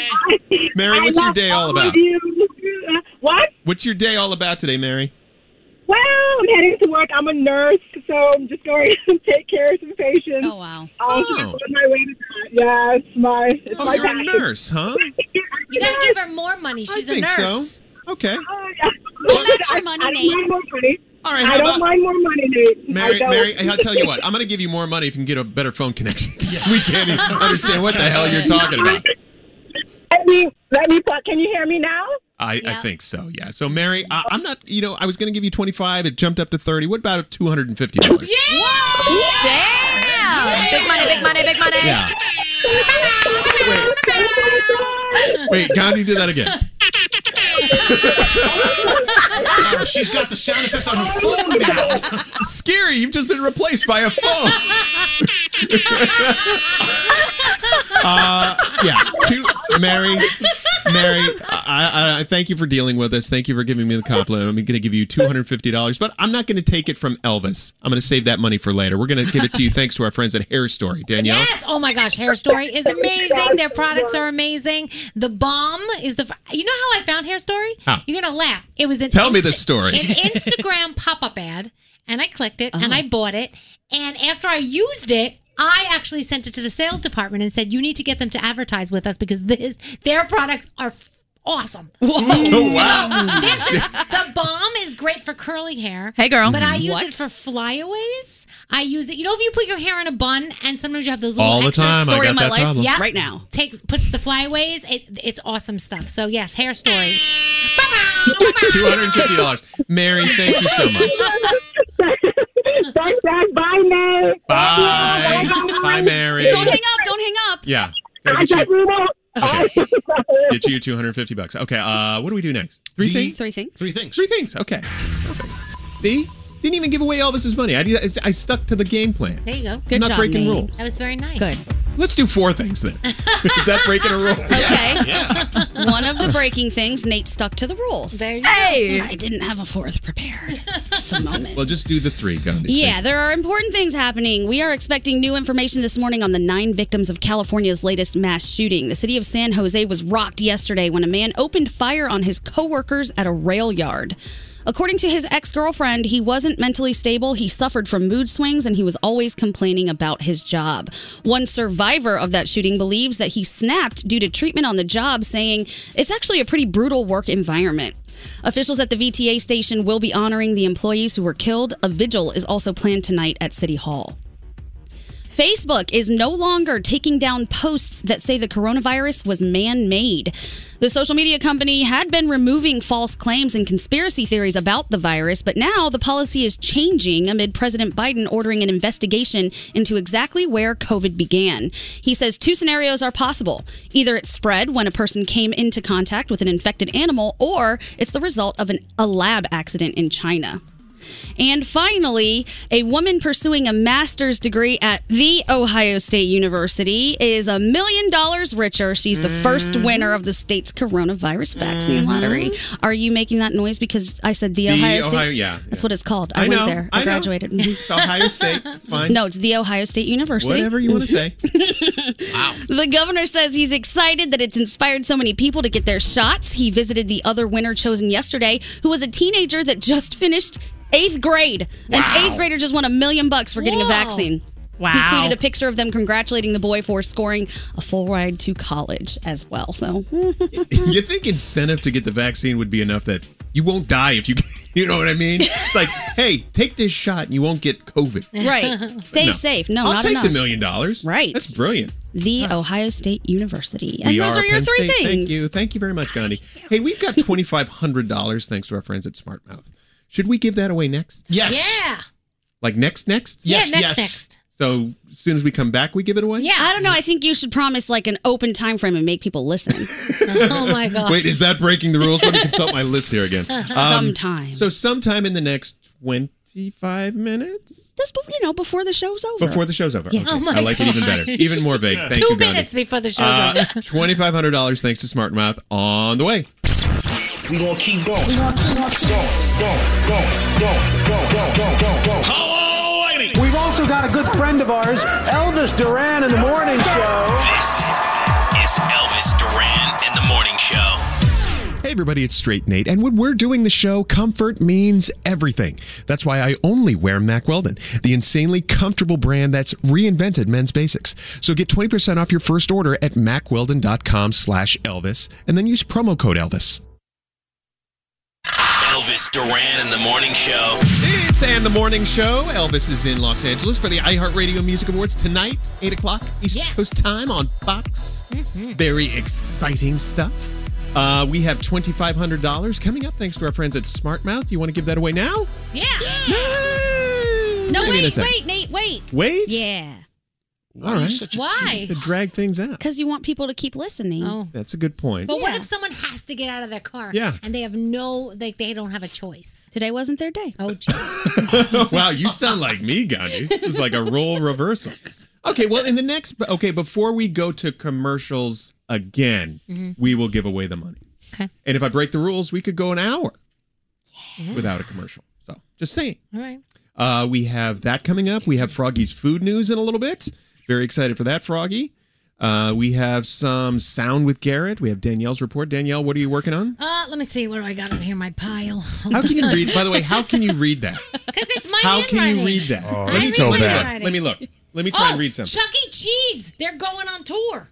Speaker 10: Mary, what's your day all about?
Speaker 3: (laughs) Uh, What?
Speaker 10: What's your day all about today, Mary?
Speaker 3: Well, I'm heading to work. I'm a nurse, so I'm just going (laughs) to take care of some patients. Oh wow. Um, so I'm
Speaker 10: Oh.
Speaker 3: on my way to that. Yeah, it's my it's
Speaker 10: Oh,
Speaker 3: my
Speaker 10: you're a
Speaker 3: passion.
Speaker 10: nurse,
Speaker 3: (laughs)
Speaker 10: huh?
Speaker 14: You gotta give her more money. She's
Speaker 10: think
Speaker 14: a
Speaker 10: so.
Speaker 14: nurse.
Speaker 10: Okay.
Speaker 3: Well,
Speaker 14: that's
Speaker 3: I-
Speaker 14: your money,
Speaker 3: I don't
Speaker 14: Nate.
Speaker 3: mind more money.
Speaker 10: All right,
Speaker 3: I
Speaker 10: how
Speaker 3: don't
Speaker 10: about-
Speaker 3: mind more money, Nate. I
Speaker 10: Mary,
Speaker 3: don't.
Speaker 10: Mary, I'll tell
Speaker 3: (laughs)
Speaker 10: you what. I'm going to give you more money if you can get a better phone (laughs) connection. we can't even understand what the hell you're talking about.
Speaker 3: Let me let me talk. Can you hear me now?
Speaker 10: I, I think so. Yeah. So Mary, I, I'm not. You know, I was going to give you 25. It jumped up to 30. What about 250 dollars?
Speaker 2: Damn! Big money, big money, big money.
Speaker 10: Yeah.
Speaker 3: Oh
Speaker 10: Wait, Gandhi did that again.
Speaker 15: Wow, she's got the sound effect on her phone now.
Speaker 10: Scary, you've just been replaced by a phone. uh, yeah, two, Mary, Mary, I, I, I thank you for dealing with us. Thank you for giving me the compliment. I'm going to give you $250, but I'm not going to take it from Elvis. I'm going to save that money for later. We're going to give it to you thanks to our friends at Hair Story. Danielle?
Speaker 14: Yes. Oh my gosh, Hair Story
Speaker 2: (laughs)
Speaker 14: is amazing. Their products are amazing. The bomb is the. You know how I found Hair Story?
Speaker 10: How?
Speaker 14: You're gonna laugh. It was an.
Speaker 10: Tell me
Speaker 14: Insta-
Speaker 10: this story. (laughs)
Speaker 14: An Instagram pop-up ad, and I clicked it,
Speaker 2: Uh-huh.
Speaker 14: and I bought it, and after I used it. I actually sent it to the sales department and said, "You need to get them to advertise with us because this their products are f- awesome."
Speaker 10: Oh,
Speaker 2: Whoa.
Speaker 14: So,
Speaker 2: Wow.
Speaker 14: this is- the bomb is great for curly hair.
Speaker 2: Hey, girl.
Speaker 14: But I use
Speaker 2: What?
Speaker 14: it for flyaways. I use it. You know, if you put your hair in a bun and sometimes you have those little
Speaker 10: All the
Speaker 14: extra
Speaker 10: time, I
Speaker 14: story
Speaker 10: got
Speaker 14: of my
Speaker 10: that
Speaker 14: life.
Speaker 10: problem.
Speaker 14: Yeah,
Speaker 10: Right
Speaker 14: now. Takes puts the flyaways. It, it's awesome stuff. So yes, hair story.
Speaker 10: $250. Mary, thank you so much.
Speaker 3: Thanks, guys. Bye, Nate.
Speaker 10: Bye. Bye, Mary.
Speaker 16: Don't hang up. Don't hang up.
Speaker 10: Yeah. Gotta
Speaker 3: I
Speaker 10: get
Speaker 3: got
Speaker 10: you,
Speaker 3: you now.
Speaker 10: get you 250 bucks. Okay, uh, what do we do next? Three things?
Speaker 16: Three things.
Speaker 15: Three things.
Speaker 10: Three things. Okay. See? Didn't even give away Elvis's money. I, did- I stuck to the game plan.
Speaker 14: There you go.
Speaker 10: Good Not job, breaking Nate. rules.
Speaker 14: That was very nice. (laughs)
Speaker 10: Let's do four things then. Is that breaking a rule?
Speaker 16: Okay. One of the breaking things, Nate stuck to the rules. There you
Speaker 2: Hey.
Speaker 16: I didn't have a fourth prepared. The moment.
Speaker 10: Well, just do the three, Gandhi.
Speaker 16: Yeah, there are important things happening. We are expecting new information this morning on the nine victims of California's latest mass shooting. The city of San Jose was rocked yesterday when a man opened fire on his coworkers at a rail yard. According to his ex girlfriend, he wasn't mentally stable, he suffered from mood swings, and he was always complaining about his job. One survivor of that shooting believes that he snapped due to treatment on the job, saying, It's actually a pretty brutal work environment. Officials at the VTA station will be honoring the employees who were killed. A vigil is also planned tonight at City Hall. Facebook is no longer taking down posts that say the coronavirus was man made. The social media company had been removing false claims and conspiracy theories about the virus, but now the policy is changing amid President Biden ordering an investigation into exactly where COVID began. He says two scenarios are possible either it spread when a person came into contact with an infected animal, or it's the result of an, a lab accident in China. And finally, a woman pursuing a master's degree at the Ohio State University is a million dollars richer. She's the first
Speaker 10: Mm-hmm.
Speaker 16: winner of the state's coronavirus vaccine lottery. Are you making that noise because I said the,
Speaker 10: The
Speaker 16: Ohio State?
Speaker 10: Ohio- yeah,
Speaker 16: That's
Speaker 10: yeah.
Speaker 16: what it's called. I,
Speaker 10: I
Speaker 16: went
Speaker 10: know,
Speaker 16: there. I,
Speaker 10: I know.
Speaker 16: graduated. Mhm.
Speaker 10: (laughs) Ohio State. It's fine.
Speaker 16: No, it's the Ohio State University.
Speaker 10: Whatever you want to
Speaker 16: (laughs)
Speaker 10: say.
Speaker 16: The governor says he's excited that it's inspired so many people to get their shots. He visited the other winner chosen yesterday, who was a teenager that just finished eighth grade. An
Speaker 2: Wow.
Speaker 16: eighth grader just won a million bucks for getting a
Speaker 2: Whoa.
Speaker 16: vaccine.
Speaker 2: Wow.
Speaker 16: He tweeted a picture of them congratulating the boy for scoring a full ride to college as well. So,
Speaker 10: (laughs) you think incentive to get the vaccine would be enough that You won't die if you. (laughs) You know what I mean? It's like, hey, take this shot and you won't get COVID.
Speaker 16: (laughs) Right. Stay
Speaker 10: No.
Speaker 16: safe. No,
Speaker 10: I'll
Speaker 16: not
Speaker 10: take
Speaker 16: enough.
Speaker 10: the million dollars. Right. That's brilliant.
Speaker 16: The Ohio State University. And
Speaker 10: We
Speaker 16: those are, your
Speaker 10: Penn
Speaker 16: three
Speaker 10: State.
Speaker 16: things.
Speaker 10: Thank you. Thank you very much, Gandhi. Hey, we've
Speaker 16: (laughs)
Speaker 10: got twenty five hundred dollars thanks to our friends at SmartMouth. Should we give that away next?
Speaker 15: Yes.
Speaker 14: Yeah.
Speaker 10: Like next, next?
Speaker 16: Yeah, Yes, next, yes. next.
Speaker 10: So as soon as we come back, we give it away.
Speaker 16: Yeah, I don't know. I think you should promise like an open time frame and make people listen. (laughs) oh my gosh.
Speaker 10: Wait, is that breaking the rules? Let me consult my list here
Speaker 16: (laughs)
Speaker 10: again. Um,
Speaker 16: Sometime.
Speaker 10: So sometime in the next twenty-five minutes
Speaker 16: This, bef- you know, before the show's over.
Speaker 10: before the show's over.
Speaker 16: Yeah.
Speaker 10: Okay.
Speaker 16: Oh my
Speaker 10: I like it even better.
Speaker 16: gosh.
Speaker 10: Even more vague. Thank
Speaker 14: Two
Speaker 10: you, Uh, Gandhi.
Speaker 14: minutes before the show's
Speaker 16: (laughs)
Speaker 10: (laughs)
Speaker 14: over.
Speaker 10: Twenty-five hundred dollars thanks to SmartMouth on the way.
Speaker 9: We gonna keep going. We gonna keep going. Going, going, going, going, going, going, going, going. Hello, lady.
Speaker 8: We've also got a good friend of ours, Elvis Duran, in the morning show.
Speaker 9: This is Elvis Duran in the morning show.
Speaker 21: Hey everybody, it's Straight Nate, and when we're doing the show, comfort means everything. That's why I only wear Mack Weldon, the insanely comfortable brand that's reinvented men's basics. So get 20% off your first order at macweldon.com slash Elvis, and then use promo code Elvis.
Speaker 9: Elvis Duran in the morning show.
Speaker 10: It's and the morning show. Elvis is in Los Angeles for the iHeartRadio Music Awards tonight, eight o'clock East Coast time on Fox.
Speaker 16: Mm-hmm.
Speaker 10: Very exciting stuff. Uh, we have twenty five hundred dollars coming up thanks to our friends at SmartMouth. You want to give that away now?
Speaker 16: Yeah.
Speaker 10: No,
Speaker 16: No,
Speaker 10: Maybe in a
Speaker 16: wait,
Speaker 10: second.
Speaker 16: wait, Nate, wait.
Speaker 10: Wait?
Speaker 16: Yeah.
Speaker 10: All right.
Speaker 14: Why?
Speaker 10: To drag things out.
Speaker 16: Because you want people to keep listening.
Speaker 14: Oh.
Speaker 10: That's a good point. (laughs)
Speaker 14: But what if someone has to get out of their car?
Speaker 10: Yeah.
Speaker 14: And they have no, like, they don't have a choice.
Speaker 16: Today wasn't their day.
Speaker 14: Oh,
Speaker 16: (laughs)
Speaker 10: wow, you sound like me, Gandhi. This is like a role reversal. Okay, well, in the next, okay, before we go to commercials again,
Speaker 16: Mm-hmm.
Speaker 9: Mhm.
Speaker 10: we will give away the money.
Speaker 14: Okay.
Speaker 10: And if I break the rules, we could go an hour without a commercial. So just saying.
Speaker 16: (laughs)
Speaker 14: All right.
Speaker 10: Uh, we have that coming up. We have Froggy's food news in a little bit. Very excited for that, Froggy. Uh, we have some sound with Garrett. We have Danielle's report. Danielle, what are you working on?
Speaker 14: Uh, let me see. What do I got on here? My pile.
Speaker 10: How can you read? By
Speaker 14: (laughs)
Speaker 10: the way, how can you read that?
Speaker 14: Because it's (laughs) my
Speaker 10: How can you
Speaker 14: handwriting.
Speaker 10: read that?
Speaker 19: Oh,
Speaker 14: I
Speaker 10: let me
Speaker 14: read
Speaker 10: try-
Speaker 14: my
Speaker 10: let me look.
Speaker 14: handwriting.
Speaker 10: Let me look. Let me try
Speaker 14: Oh,
Speaker 10: and read something.
Speaker 14: Chuck E. Cheese. They're going on tour.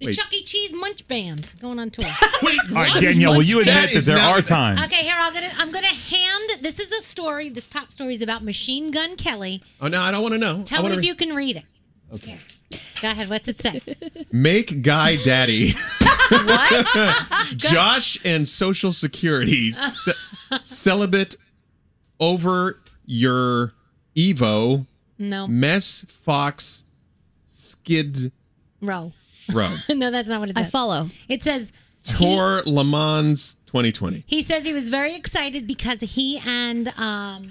Speaker 14: The
Speaker 10: Wait.
Speaker 14: Chuck E. Cheese Munch Band
Speaker 10: (laughs)
Speaker 14: going on tour.
Speaker 19: All right, Danielle, will you admit that, there are times?
Speaker 14: Okay, here I'm gonna I'm gonna hand. This is a story. This top story is about Machine Gun Kelly.
Speaker 10: Oh no, I don't want to know. I
Speaker 14: Tell me
Speaker 10: wanna
Speaker 14: if
Speaker 10: re-
Speaker 14: you can read it.
Speaker 10: Okay.
Speaker 14: Go ahead. What's it say?
Speaker 10: Make guy (laughs) daddy. (laughs)
Speaker 14: What?
Speaker 10: Josh and Social
Speaker 14: (laughs)
Speaker 10: Security ce- celibate over your Evo
Speaker 14: No.
Speaker 10: mess fox skid
Speaker 14: Row. (laughs)
Speaker 10: row
Speaker 14: no, that's not what it
Speaker 16: I
Speaker 14: says.
Speaker 16: follow.
Speaker 14: It says
Speaker 10: Tour Le Mans 2020.
Speaker 14: he says he was very excited because he and um.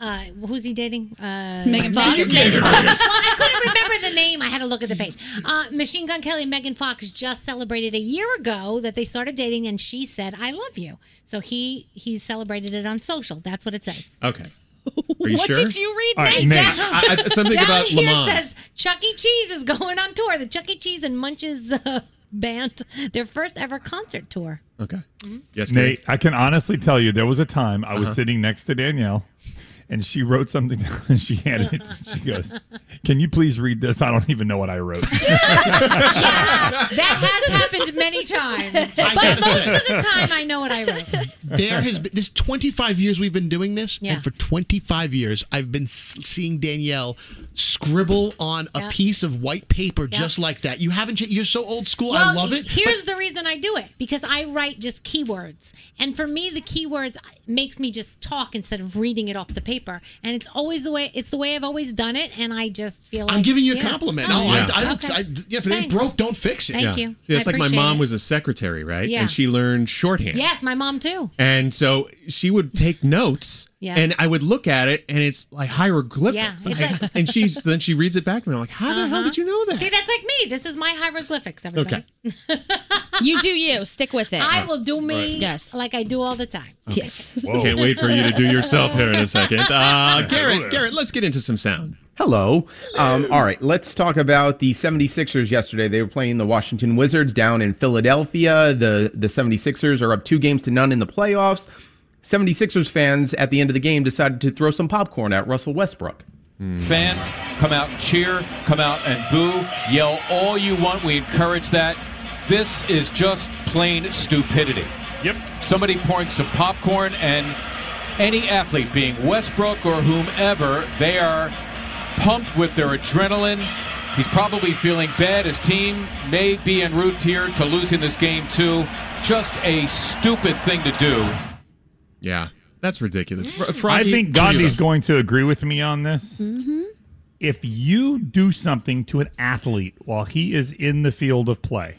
Speaker 14: Uh, who's he dating? Uh,
Speaker 16: Megan Fox?
Speaker 14: Fox.
Speaker 16: Megan
Speaker 14: (laughs) well,
Speaker 16: Fox.
Speaker 14: I couldn't remember the name. I had to look at the page. Uh, Machine Gun Kelly and Megan Fox just celebrated a year ago that they started dating, and she said, "I love you." So he he celebrated it on social. That's what it says. (laughs)
Speaker 10: Okay. Are you
Speaker 14: what
Speaker 10: sure?
Speaker 14: did you read?
Speaker 10: All right,
Speaker 14: Nate?
Speaker 10: Nate.
Speaker 14: Down-
Speaker 10: I- I- something
Speaker 14: down
Speaker 10: about Le
Speaker 14: here
Speaker 10: Mans.
Speaker 14: says Chuck E. Cheese is going on tour. The Chuck E. Cheese and Munch's uh, band, their first ever concert tour. Mm-hmm.
Speaker 10: Okay. Yes,
Speaker 19: Nate, I can honestly tell you there was a time I was
Speaker 10: Uh-huh.
Speaker 19: sitting next to Danielle and she wrote something (laughs) down and she handed it. to me. She goes, Can you please read this? I don't even know what I wrote.
Speaker 14: That has happened many times,
Speaker 15: I
Speaker 14: but
Speaker 15: gotta
Speaker 14: most
Speaker 15: say.
Speaker 14: of the time I know what I wrote.
Speaker 15: There has been this 25 years we've been doing this,
Speaker 14: Yeah.
Speaker 15: and for 25 years I've been s- seeing Danielle scribble on a
Speaker 14: Yeah.
Speaker 15: piece of white paper just like that. You haven't. cha- You're so old school. I love it.
Speaker 14: Here's the reason I do it because I write just keywords, and for me, the keywords makes me just talk instead of reading it off the paper. And it's always the way it's the way I've always done it, and I just feel like
Speaker 15: I'm giving you a
Speaker 14: yeah.
Speaker 15: compliment.
Speaker 14: Oh,
Speaker 15: No, I-
Speaker 10: Yeah.
Speaker 15: I, don't.
Speaker 14: okay.
Speaker 15: I, yeah, if it ain't
Speaker 14: Thanks.
Speaker 15: broke, don't fix it.
Speaker 14: Thank you.
Speaker 10: Yeah, it's
Speaker 14: I
Speaker 10: like my
Speaker 14: appreciate
Speaker 10: mom
Speaker 14: it.
Speaker 10: was a secretary, right?
Speaker 14: Yeah.
Speaker 10: And she learned shorthand.
Speaker 14: Yes, my mom too.
Speaker 10: And so she would take notes,
Speaker 14: Yeah.
Speaker 10: and I would look at it, and it's like hieroglyphics.
Speaker 14: Yeah, it's
Speaker 10: I- and she's then she reads it back to me. I'm like, how the hell did you know that?
Speaker 14: See, that's like me. This is my hieroglyphics, (laughs) everybody.
Speaker 10: Okay.
Speaker 16: you do you. Stick with it.
Speaker 14: I will do me
Speaker 10: Right.
Speaker 16: Yes.
Speaker 14: like I do all the time.
Speaker 10: (laughs)
Speaker 16: Yes.
Speaker 10: Can't wait for you
Speaker 14: (laughs)
Speaker 10: to do yourself here in a second. Uh,
Speaker 20: there.
Speaker 10: Garrett, Garrett, let's get into some sound.
Speaker 20: Hello. Um, all right, let's talk about the 76ers yesterday. They were playing the Washington Wizards down in Philadelphia. The, the 76ers are up two games to none in the playoffs. 76ers fans at the end of the game decided to throw some popcorn at Russell Westbrook.
Speaker 17: Fans, come out and cheer, come out and boo, yell all you want. We encourage that. This is just plain stupidity. Yep. Somebody pouring some popcorn, and any athlete, being Westbrook or whomever, they are pumped with their adrenaline. He's probably feeling bad. His team may be en route here to losing this game, too. Just a stupid thing to do.
Speaker 10: Yeah, that's ridiculous. Fr-
Speaker 16: Mm.
Speaker 19: I
Speaker 10: Frankie,
Speaker 19: think
Speaker 10: to you,
Speaker 19: Gandhi's
Speaker 10: though.
Speaker 19: going to agree with me on this.
Speaker 14: Mm-hmm.
Speaker 19: If you do something to an athlete while he is in the field of play,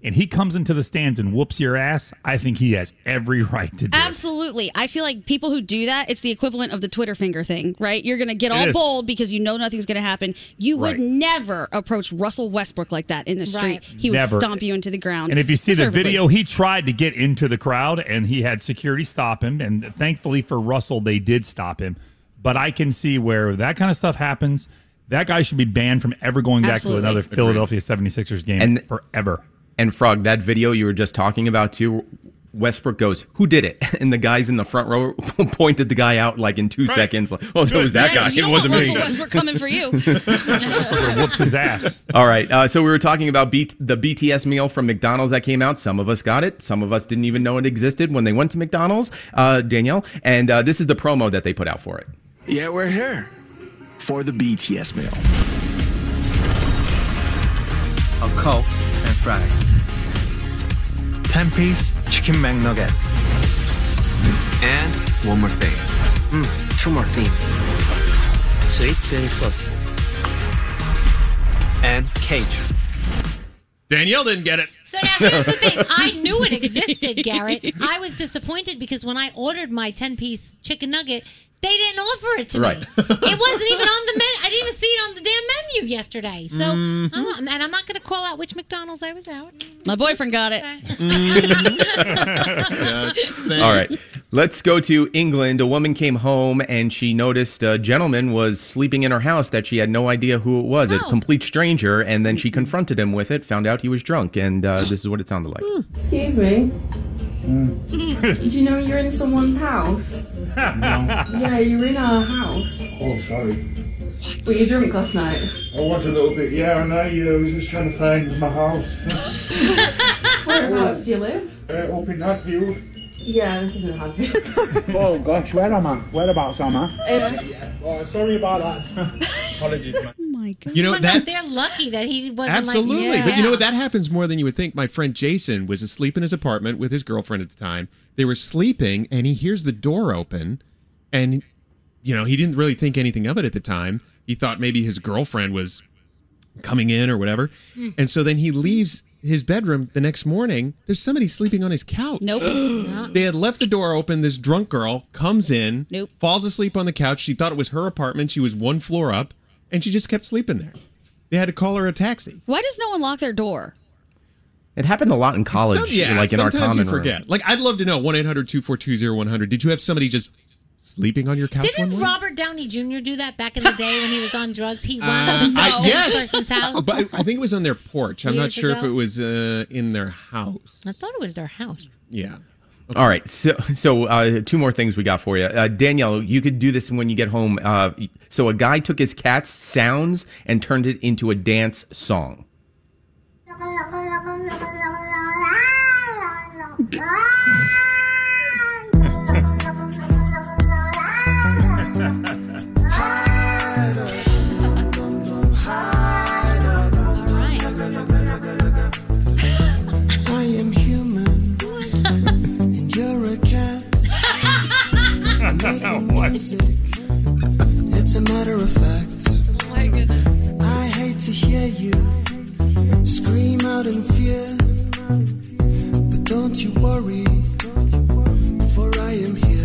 Speaker 19: and he comes into the stands and whoops your ass, I think he has every right to do. it.
Speaker 16: Absolutely. I feel like people who do that, it's the equivalent of the Twitter finger thing, right? You're going to get
Speaker 19: It
Speaker 16: all
Speaker 19: is.
Speaker 16: bold because you know nothing's going to happen. You
Speaker 19: Right.
Speaker 16: would never approach Russell Westbrook like that in the street.
Speaker 19: Right.
Speaker 16: He would
Speaker 19: Never.
Speaker 16: stomp you into the ground.
Speaker 19: And if you see the
Speaker 16: Um, deservedly.
Speaker 19: video, he tried to get into the crowd and he had security stop him. And thankfully for Russell, they did stop him. But I can see where that kind of stuff happens. That guy should be banned from ever going back
Speaker 20: Absolutely.
Speaker 19: to another
Speaker 20: Agreed.
Speaker 19: Philadelphia 76ers game
Speaker 20: And-
Speaker 19: forever.
Speaker 20: And Frog, that video you were just talking about too, Westbrook goes, "Who did it?" (laughs) And the guys in the front row (laughs) pointed the guy out like in two seconds. Like, oh, it was that
Speaker 16: Yeah, 'cause
Speaker 20: guy.
Speaker 16: You
Speaker 20: It
Speaker 16: don't
Speaker 20: wasn't
Speaker 16: want
Speaker 20: me.
Speaker 16: Russell Westbrook coming for you.
Speaker 10: (laughs)
Speaker 19: whooped his ass.
Speaker 20: (laughs) All right. Uh, so we were talking about B- the BTS meal from McDonald's that came out. Some of us got it. Some of us didn't even know it existed when they went to McDonald's, uh, Danielle. And uh, this is the promo that they put out for it.
Speaker 30: Yeah, we're here for the BTS meal. A Coke and fries. 10 piece chicken McNuggets. And one more thing. Mm, two more things. Sweet chili sauce. And cage.
Speaker 10: Danielle didn't get it.
Speaker 30: So
Speaker 14: now here's the thing. I knew it (laughs) existed, Garrett. I was disappointed because when I ordered my 10 piece chicken nugget, they didn't offer it to me. It wasn't even on the menu. I didn't even see it on the damn menu yesterday. So,
Speaker 10: Mm-hmm.
Speaker 16: Mhm.
Speaker 14: I don't- and I'm not going to call out which McDonald's I was out.
Speaker 16: My boyfriend got
Speaker 10: (laughs)
Speaker 16: it.
Speaker 10: Mm-hmm.
Speaker 16: (laughs)
Speaker 20: All right. Let's go to England. A woman came home and she noticed a gentleman was sleeping in her house that she had no idea who it was, a complete stranger. And then she confronted him with it, found out he was drunk. And uh, this is what it sounded like.
Speaker 27: Excuse me. (laughs) Do
Speaker 29: Mm.
Speaker 27: you know you're in someone's house? Yeah, you're in our house.
Speaker 29: Oh, sorry.
Speaker 27: Were you drunk last night?
Speaker 29: I was a little bit, yeah, I know, yeah, I was just trying to find my house.
Speaker 27: (laughs) Whereabouts do you live?
Speaker 29: uh, up in Hadfield.
Speaker 27: Yeah, this isn't Hadfield.
Speaker 29: (laughs) oh, gosh, where am I? Whereabouts am I? Oh, sorry about that. (laughs) Apologies,
Speaker 30: (laughs)
Speaker 29: man.
Speaker 10: Oh You know,
Speaker 14: But
Speaker 10: that,
Speaker 14: they're lucky that he wasn't
Speaker 10: Absolutely.
Speaker 14: like,
Speaker 10: But you know what? That happens more than you would think. My friend Jason was asleep in his apartment with his girlfriend at the time. They were sleeping, and he hears the door open, and you know he didn't really think anything of it at the time. He thought maybe his girlfriend was coming in or whatever,
Speaker 9: Hmm.
Speaker 10: and so then he leaves his bedroom the next morning. There's somebody sleeping on his couch. (gasps)
Speaker 9: Nope.
Speaker 10: they had left the door open. This drunk girl comes in,
Speaker 16: nope.
Speaker 10: falls asleep on the couch. She thought it was her apartment. She was one floor up, and she just kept sleeping there. They had to call her a taxi.
Speaker 16: Why does no one lock their door?
Speaker 20: It happened a lot in college,
Speaker 10: Some- yeah,
Speaker 20: like in our
Speaker 10: sometimes
Speaker 20: common
Speaker 10: you
Speaker 20: room.
Speaker 10: forget. Like, I'd love to know 1 800 242 100. Did you have somebody just sleeping on your couch? one
Speaker 14: Didn't
Speaker 10: morning?
Speaker 14: Robert Downey Jr. do that back in the day when he was on drugs? He wound up
Speaker 10: Uh,
Speaker 14: inside
Speaker 10: I-
Speaker 14: a strange
Speaker 10: yes. (laughs)
Speaker 14: person's house.
Speaker 10: But I- I think it was on their porch. I'm not
Speaker 14: Years
Speaker 10: sure if
Speaker 14: ago.
Speaker 10: it was uh, in their house.
Speaker 14: I thought it was their house.
Speaker 10: Yeah.
Speaker 20: All right, so so uh, two more things we got for you, uh, Danielle. You could do this when you get home. Uh, so a guy took his cat's sounds and turned it into a dance song.
Speaker 30: I am human, and you're a
Speaker 29: (laughs)
Speaker 30: cat.
Speaker 19: what?
Speaker 30: It's a matter of fact. Oh my goodness. I hate to hear you scream out in fear, but don't you worry, for I am here.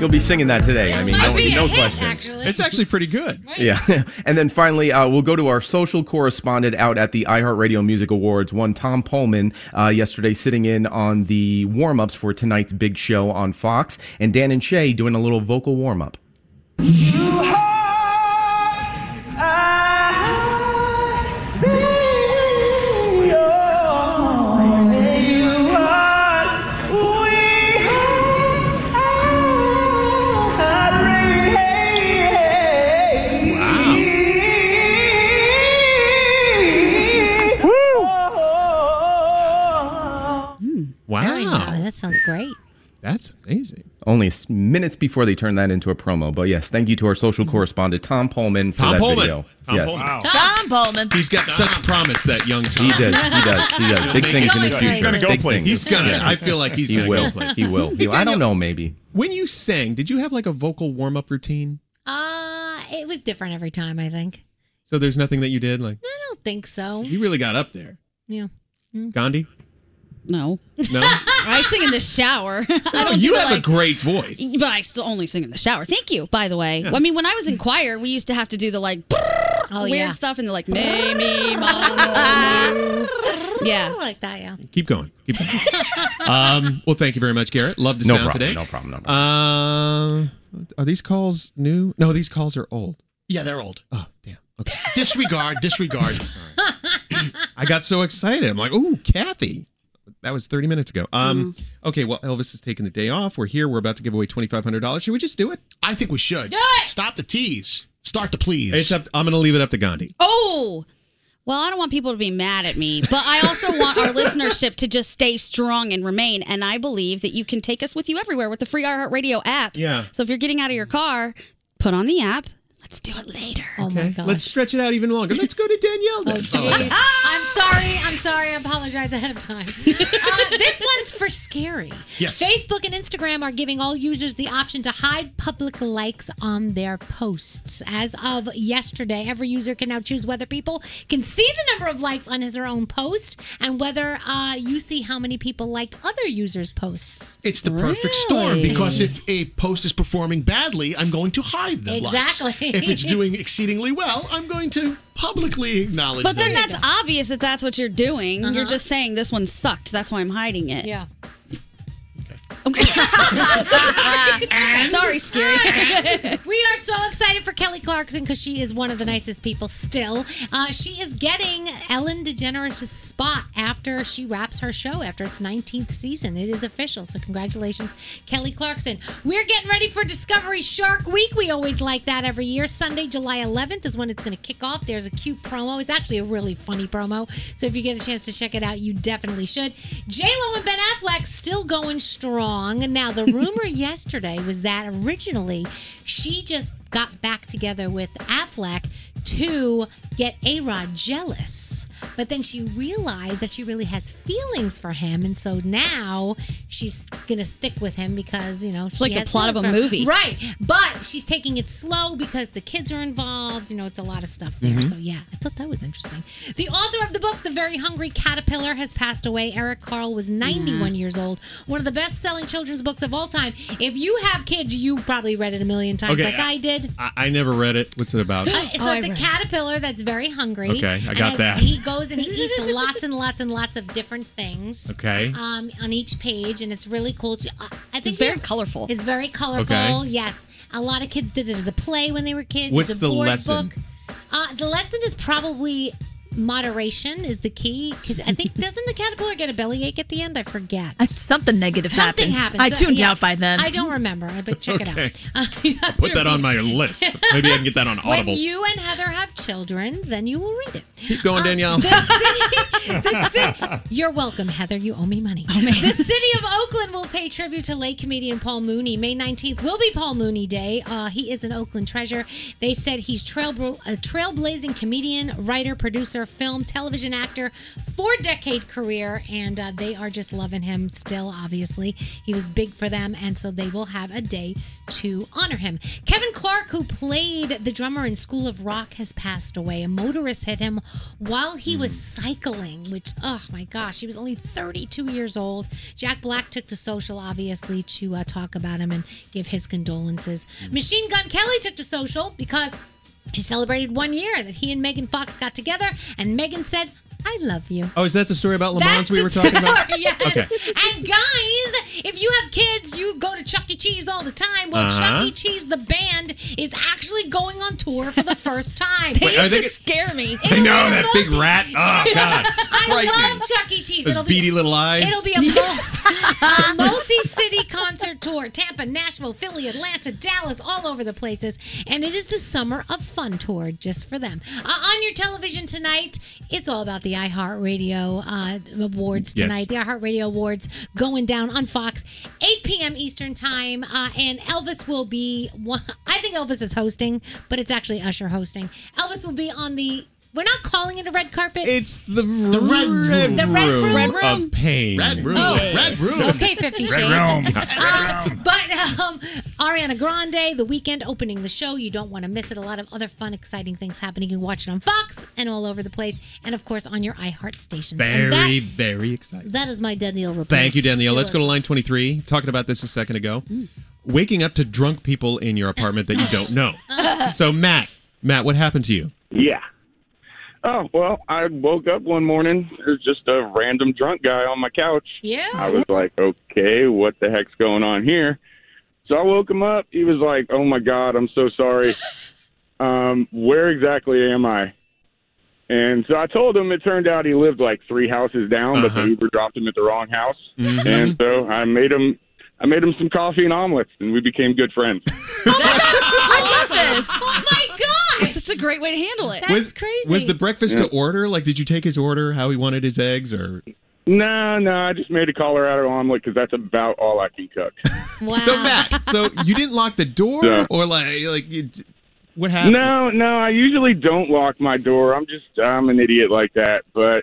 Speaker 20: You'll be singing that today. I mean, no, no question.
Speaker 10: It's actually pretty good.
Speaker 20: Yeah. (laughs) And then finally, uh, we'll go to our social correspondent out at the iHeartRadio Music Awards, one Tom Pullman, uh, yesterday sitting in on the warm ups for tonight's big show on Fox, and Dan and Shay doing a little vocal warm up.
Speaker 27: Hey, hey,
Speaker 14: Very
Speaker 10: Wow.
Speaker 14: nice. That sounds great.
Speaker 10: That's amazing.
Speaker 20: Only s- minutes before they turned that into a promo. But yes, thank you to our social correspondent, Tom Pullman, for
Speaker 10: Tom
Speaker 20: that
Speaker 10: Pullman.
Speaker 20: video.
Speaker 10: Tom
Speaker 20: yes.
Speaker 10: Pullman.
Speaker 2: Tom Pullman.
Speaker 10: He's got such promise, that young Tom.
Speaker 20: He does. He does. He does. Big things in his future. Big things.
Speaker 10: He's gonna.
Speaker 20: Yeah.
Speaker 10: I feel like he's
Speaker 20: he
Speaker 10: gonna
Speaker 20: will.
Speaker 10: go places.
Speaker 20: He will.
Speaker 10: Hey,
Speaker 20: He will. I don't
Speaker 10: Daniel,
Speaker 20: know. Maybe.
Speaker 10: When you sang, did you have like a vocal warm up routine?
Speaker 14: Uh, it was different every time, I think.
Speaker 10: So there's nothing that you did like.
Speaker 14: I don't think so.
Speaker 10: You really got up there,
Speaker 14: Yeah.
Speaker 10: Gandhi.
Speaker 16: No.
Speaker 10: No.
Speaker 16: (laughs) I sing in the shower. (laughs) I
Speaker 10: Oh,
Speaker 16: don't
Speaker 10: you
Speaker 16: do
Speaker 10: have
Speaker 16: like,
Speaker 10: a great voice.
Speaker 16: But I still only sing in the shower. Thank you, by the way.
Speaker 10: Yeah.
Speaker 16: Well, I mean, when I was in choir, we used to have to do the like weird
Speaker 14: yeah.
Speaker 16: stuff and the like, may, me,
Speaker 14: (laughs)
Speaker 16: mo, mo. Yeah.
Speaker 14: like that, yeah.
Speaker 10: Keep going. Keep going.
Speaker 16: (laughs)
Speaker 10: um, well, thank you very much, Garrett. Love the
Speaker 20: No
Speaker 10: sound
Speaker 20: problem,
Speaker 10: today.
Speaker 20: no problem, no
Speaker 10: problem. Uh, are these calls new? No, these calls are old.
Speaker 15: Yeah, they're old. Oh, damn. Okay. disregard, disregard.
Speaker 10: (laughs) I got so excited. I'm like, ooh, Kathy. That was 30 minutes ago. Um,
Speaker 15: Mm-hmm.
Speaker 10: Okay, well, Elvis is taking the day off. We're here. We're about to give away $2,500. Should we just do it?
Speaker 15: I think we should.
Speaker 16: Do it!
Speaker 15: Stop the tease. Start the please.
Speaker 10: It's up, I'm going to leave it up to Gandhi.
Speaker 16: Oh. Well, I don't want people to be mad at me, but I also want our listenership to just stay strong and remain. And I believe that you can take us with you everywhere with the free iHeartRadio app.
Speaker 10: Yeah.
Speaker 16: So if you're getting out of your car, put on the app. Let's do it later. Oh
Speaker 10: my God. Let's stretch it out even longer. Let's go to Danielle
Speaker 14: Oh,
Speaker 10: then. Oh,
Speaker 14: Jeez. I'm sorry. I'm sorry. I apologize ahead of time. Uh, this one's for scary.
Speaker 10: Yes.
Speaker 14: Facebook and Instagram are giving all users the option to hide public likes on their posts. As of yesterday, every user can now choose whether people can see the number of likes on his or her own post and whether uh, you see how many people liked other users' posts.
Speaker 15: It's the perfect storm because if a post is performing badly, I'm going to hide them.
Speaker 14: Exactly.
Speaker 15: If it's doing exceedingly well, I'm going to publicly acknowledge
Speaker 16: But
Speaker 15: them.
Speaker 16: then that's obvious that that's what you're doing. You're just saying this one sucked. That's why I'm hiding it.
Speaker 14: Uh-huh. Yeah. (laughs)
Speaker 16: Sorry, scary. (laughs)
Speaker 14: we are so excited for Kelly Clarkson because she is one of the nicest people still. Uh, she is getting Ellen DeGeneres' spot after she wraps her show after its 19th season. It is official. So, congratulations, Kelly Clarkson. We're getting ready for Discovery Shark Week. We always like that every year. Sunday, July 11th is when it's going to kick off. There's a cute promo. It's actually a really funny promo. So, if you get a chance to check it out, you definitely should. J-Lo and Ben Affleck still going strong. Now, the
Speaker 16: (laughs)
Speaker 14: rumor yesterday was that originally she just got back together with Affleck to get A-Rod jealous. But then she realized that she really has feelings for him. And so now she's going to stick with him because, you know, she
Speaker 16: Like the
Speaker 14: has
Speaker 16: plot of a
Speaker 14: feelings for him.
Speaker 16: movie.
Speaker 14: Right. But she's taking it slow because the kids are involved. You know, it's a lot of stuff there.
Speaker 25: Mhm.
Speaker 14: So, yeah, I thought that was interesting. The author of the book, The Very Hungry Caterpillar, has passed away. Eric Carle was 91
Speaker 25: Yeah.
Speaker 14: years old. One of the best selling children's books of all time. If you have kids, you probably read it a million times
Speaker 10: Okay,
Speaker 14: like
Speaker 10: I-
Speaker 14: I did.
Speaker 10: I, I never read it. What's it about?
Speaker 14: Uh,
Speaker 2: Oh,
Speaker 14: so it's a caterpillar that's very hungry.
Speaker 10: Okay, I
Speaker 14: And
Speaker 10: got
Speaker 14: as
Speaker 10: that.
Speaker 14: He goes and he eats lots and lots and lots of different things.
Speaker 10: Okay.
Speaker 14: Um, on each page, and it's really cool. It's, uh, I think
Speaker 16: It's very
Speaker 14: they're-
Speaker 16: colorful.
Speaker 14: It's very colorful.
Speaker 10: Okay.
Speaker 14: Yes, a lot of kids did it as a play when they were kids.
Speaker 10: What's
Speaker 14: it's a
Speaker 10: the
Speaker 14: board
Speaker 10: lesson?
Speaker 14: book. Uh, the lesson is probably moderation is the key because I think doesn't the caterpillar get a bellyache at the end? I forget.
Speaker 2: Something negative
Speaker 14: Something
Speaker 2: happens.
Speaker 14: happens.
Speaker 2: I
Speaker 14: So,
Speaker 2: tuned
Speaker 14: yeah,
Speaker 2: out by then.
Speaker 14: I don't remember. I but check
Speaker 10: Okay.
Speaker 14: it out. I'll
Speaker 10: Put that on my list. Maybe I can get that on Audible.
Speaker 14: When you Oh, and Heather have children, then you will read it.
Speaker 10: Keep going, Danielle.
Speaker 14: The city, the
Speaker 10: (laughs)
Speaker 14: (laughs) city, you're welcome, Heather. You owe me money. the city of Oakland will pay tribute to late comedian Paul Mooney. May 19th will be Paul Mooney Day. Uh, he is an Oakland treasure. They said he's trailbl- a trailblazing comedian, writer, producer, film, television actor, four decade career, and uh, they are just loving him still, obviously. He was big for them, and so they will have a day to honor him. Kevin Clark, who played the drummer in School of Rock, has passed away. A motorist hit him while he was cycling, which, oh my gosh, he was only 32 years old. Jack Black took to social, obviously, to uh, talk about him and give his condolences.
Speaker 10: Mm.
Speaker 14: Machine Gun Kelly took to social because he celebrated one year that he and Megan Fox got together, and Megan said, I love you.
Speaker 10: oh, is that the story about Le Mans
Speaker 14: That's
Speaker 10: we
Speaker 14: the
Speaker 10: were talking about?
Speaker 14: story, (laughs) yes.
Speaker 10: Okay.
Speaker 14: And guys, if you have kids, you go to Chuck E. Cheese all the time. Well,
Speaker 10: Uh-huh.
Speaker 14: Chuck E. Cheese, the band, is actually going on tour for the first time.
Speaker 10: They Wait, used are they to get-
Speaker 14: scare me.
Speaker 10: I know that big rat. Oh God.
Speaker 14: (laughs) I love Chuck E. Cheese.
Speaker 10: Those beady little eyes.
Speaker 14: It'll be a mo- multi-city concert tour tampa nashville philly atlanta dallas all over the places and it is the summer of fun tour just for them uh, on your television tonight it's all about the iheartradio uh, awards
Speaker 25: Yes.
Speaker 14: tonight the iheartradio awards going down on fox 8 p.m eastern time uh, and elvis will be one, i think elvis is hosting but it's actually usher hosting elvis will be on the we're not calling it a red carpet.
Speaker 10: It's the,
Speaker 14: the red room. The red room.
Speaker 10: of pain.
Speaker 14: Red room. Oh. Red room. Okay, Fifty
Speaker 10: (laughs)
Speaker 14: Red Shades. room. But um, Ariana Grande, the weekend opening the show. You don't want to miss it. A lot of other fun, exciting things happening. You can watch it on Fox and all over the place, and of course on your iHeart stations. And
Speaker 10: very,
Speaker 14: that,
Speaker 10: very exciting.
Speaker 14: that is my Danielle report.
Speaker 10: Thank you, Danielle. Let's go to line 23. Talking about this a second ago.
Speaker 14: Mm.
Speaker 10: Waking up to drunk people in your apartment that you don't
Speaker 14: (laughs)
Speaker 10: know. So, Matt, Matt, what happened to you?
Speaker 31: Yeah. Oh, well, I woke up one morning. There's just a random drunk guy on my couch.
Speaker 14: Yeah.
Speaker 31: I was like, oh. okay, what the heck's going on here? So I woke him up. He was like, oh my God, I'm so sorry. um, where exactly am I? And so I told him it turned out he lived like three houses down, but the Uber dropped him at the wrong house. And so I made him. I made him some coffee and omelets, and we became good friends.
Speaker 16: I love this. Oh my gosh. That's a great way to handle it.
Speaker 10: was, Was the breakfast to order? Like, did you take his order, how he wanted his eggs, or
Speaker 31: No, no, I just made a Colorado omelet because that's about all I can cook.
Speaker 10: (laughs) So Matt, so you didn't lock the door,
Speaker 31: Yeah.
Speaker 10: or like like you, d- what happened?
Speaker 31: No, no, I usually don't lock my door. I'm just I'm an idiot like that.
Speaker 10: (laughs)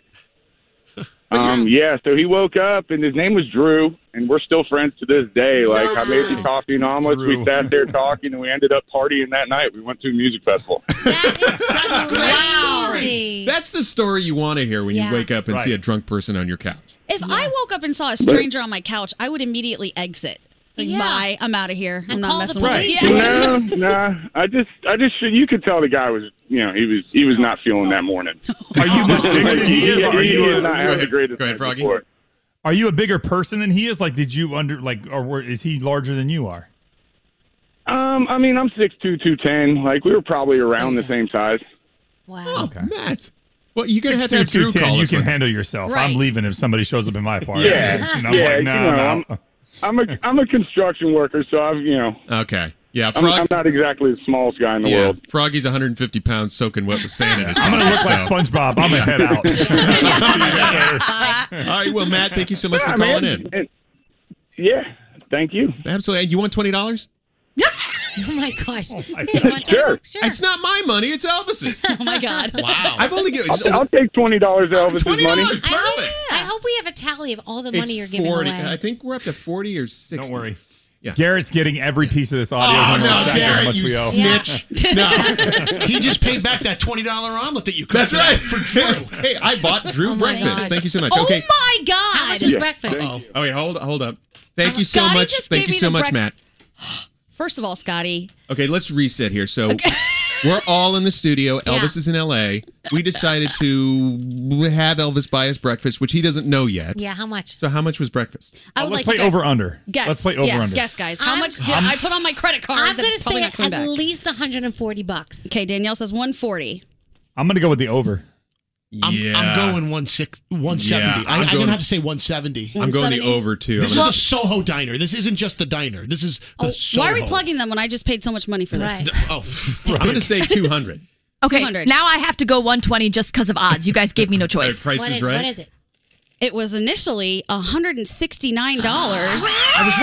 Speaker 31: But um yeah, so he woke up and his name was Drew and we're still friends to this day. Like I made the coffee and omelets, we sat
Speaker 10: (laughs)
Speaker 31: there talking and we ended up partying that night. We went to a music festival.
Speaker 14: Crazy.
Speaker 10: That's the story you want to hear when
Speaker 16: Yeah.
Speaker 10: you wake up and
Speaker 31: Right.
Speaker 10: see a drunk person on your couch.
Speaker 16: If I woke up and saw a stranger on my couch, I would immediately exit. Like, bye, I'm out of here. I'm not messing with you.
Speaker 31: No, no. I just I just you could tell the guy was you know, he was he was not feeling that morning.
Speaker 19: Are you
Speaker 14: (laughs)
Speaker 19: much bigger than he is? Are
Speaker 31: he
Speaker 19: you
Speaker 31: is not having the greatest
Speaker 19: ahead,
Speaker 31: night
Speaker 19: Froggy.
Speaker 31: before.
Speaker 19: Are you a bigger person than he is? Like, did you under like, or were, is he larger than you are?
Speaker 31: Um, I mean, I'm six two, two ten. Like we were probably around the same size.
Speaker 19: Oh,
Speaker 14: Wow.
Speaker 10: Okay. Matt. Well, you're gonna have to
Speaker 19: 6'2",
Speaker 10: have Drew
Speaker 19: 210,
Speaker 10: call
Speaker 19: You
Speaker 10: us.
Speaker 19: can
Speaker 10: one-
Speaker 19: handle yourself.
Speaker 31: Right.
Speaker 19: I'm leaving if somebody shows up in my apartment.
Speaker 31: Yeah,
Speaker 19: And I'm
Speaker 31: yeah,
Speaker 19: like,
Speaker 31: you
Speaker 19: no,
Speaker 31: know,
Speaker 19: no.
Speaker 31: I'm- I'm a I'm a construction worker, so I've you know.
Speaker 10: Okay. Yeah,
Speaker 31: I'm,
Speaker 10: Frog-
Speaker 31: I'm not exactly the smallest guy in the
Speaker 10: yeah,
Speaker 31: world.
Speaker 10: Froggy's 150 pounds soaking wet with sand in his.
Speaker 31: I'm gonna
Speaker 10: pocket,
Speaker 31: look like
Speaker 10: so-
Speaker 19: SpongeBob. I'm gonna head out.
Speaker 10: (laughs)
Speaker 16: (laughs)
Speaker 10: All right. Well, Matt, thank you so much
Speaker 31: Yeah,
Speaker 10: for calling
Speaker 31: man.
Speaker 10: in. (laughs)
Speaker 31: yeah. Thank you.
Speaker 10: Absolutely. And you want twenty dollars?
Speaker 14: Oh my gosh.
Speaker 10: Sure. It's not my money. It's
Speaker 16: (laughs)
Speaker 10: Elvis's.
Speaker 14: oh my (laughs) god.
Speaker 10: Wow. I've only given.
Speaker 31: I'll, I'll take twenty dollars, Elvis's money.
Speaker 14: I hope, I hope we have a tally of all the money you're giving away.
Speaker 10: I think we're up to 40 or 60. Don't worry.
Speaker 19: Garrett's getting every piece of this audio.
Speaker 10: Oh,
Speaker 19: from
Speaker 10: no,
Speaker 19: us. That's how
Speaker 10: Garrett,
Speaker 19: much
Speaker 10: you
Speaker 19: we owe.
Speaker 10: snitch.
Speaker 16: (laughs)
Speaker 15: he just paid back that twenty dollar omelet that you cooked.
Speaker 10: That's right. (laughs) hey, I bought Drew
Speaker 16: Oh
Speaker 10: breakfast.
Speaker 15: gosh.
Speaker 10: Thank you so much.
Speaker 15: Oh
Speaker 10: okay.
Speaker 16: my God.
Speaker 14: How much was breakfast?
Speaker 10: Oh, wait, hold hold up. Thank you so
Speaker 16: Scotty
Speaker 10: much.
Speaker 16: just
Speaker 10: Thank
Speaker 16: gave
Speaker 10: you
Speaker 16: me
Speaker 10: so
Speaker 16: the
Speaker 10: much,
Speaker 16: brec-
Speaker 10: Matt.
Speaker 16: First of all, Scotty,
Speaker 10: Okay, let's reset here. So (laughs) we're all in the studio. Elvis is in LA. We decided to have Elvis buy us breakfast, which he doesn't know yet.
Speaker 14: Yeah, how much?
Speaker 10: So how much was breakfast?
Speaker 16: I would like you guys- Guess. yeah, Guess, guys. How much did I put on my credit card?
Speaker 14: I'm
Speaker 16: that's
Speaker 14: gonna
Speaker 16: probably
Speaker 14: say
Speaker 16: not
Speaker 14: at
Speaker 16: coming back?
Speaker 14: least 140 bucks.
Speaker 16: Okay, Danielle says 140.
Speaker 19: (laughs) I'm gonna go with the over.
Speaker 15: I'm,
Speaker 19: Yeah.
Speaker 15: I'm going one six, 170.
Speaker 19: Yeah,
Speaker 15: I,
Speaker 19: I'm
Speaker 15: I'm,
Speaker 19: going-
Speaker 15: going to have to say 170.
Speaker 10: I'm going the 170. over, too.
Speaker 15: This
Speaker 10: I'm
Speaker 15: is
Speaker 10: gonna-
Speaker 15: a Soho diner. This isn't just the diner. This is the Soho.
Speaker 16: Oh, Why are we plugging them when I just paid so much money for this?
Speaker 15: Oh, (laughs)
Speaker 10: I'm going to say
Speaker 16: (laughs)
Speaker 10: 200.
Speaker 2: Okay,
Speaker 16: 200.
Speaker 2: now I have to go 120 just because of odds. You guys
Speaker 10: (laughs)
Speaker 2: gave me no choice.
Speaker 10: Price What is is- what Right? is
Speaker 14: it?
Speaker 16: It was initially $169.
Speaker 10: (gasps) I was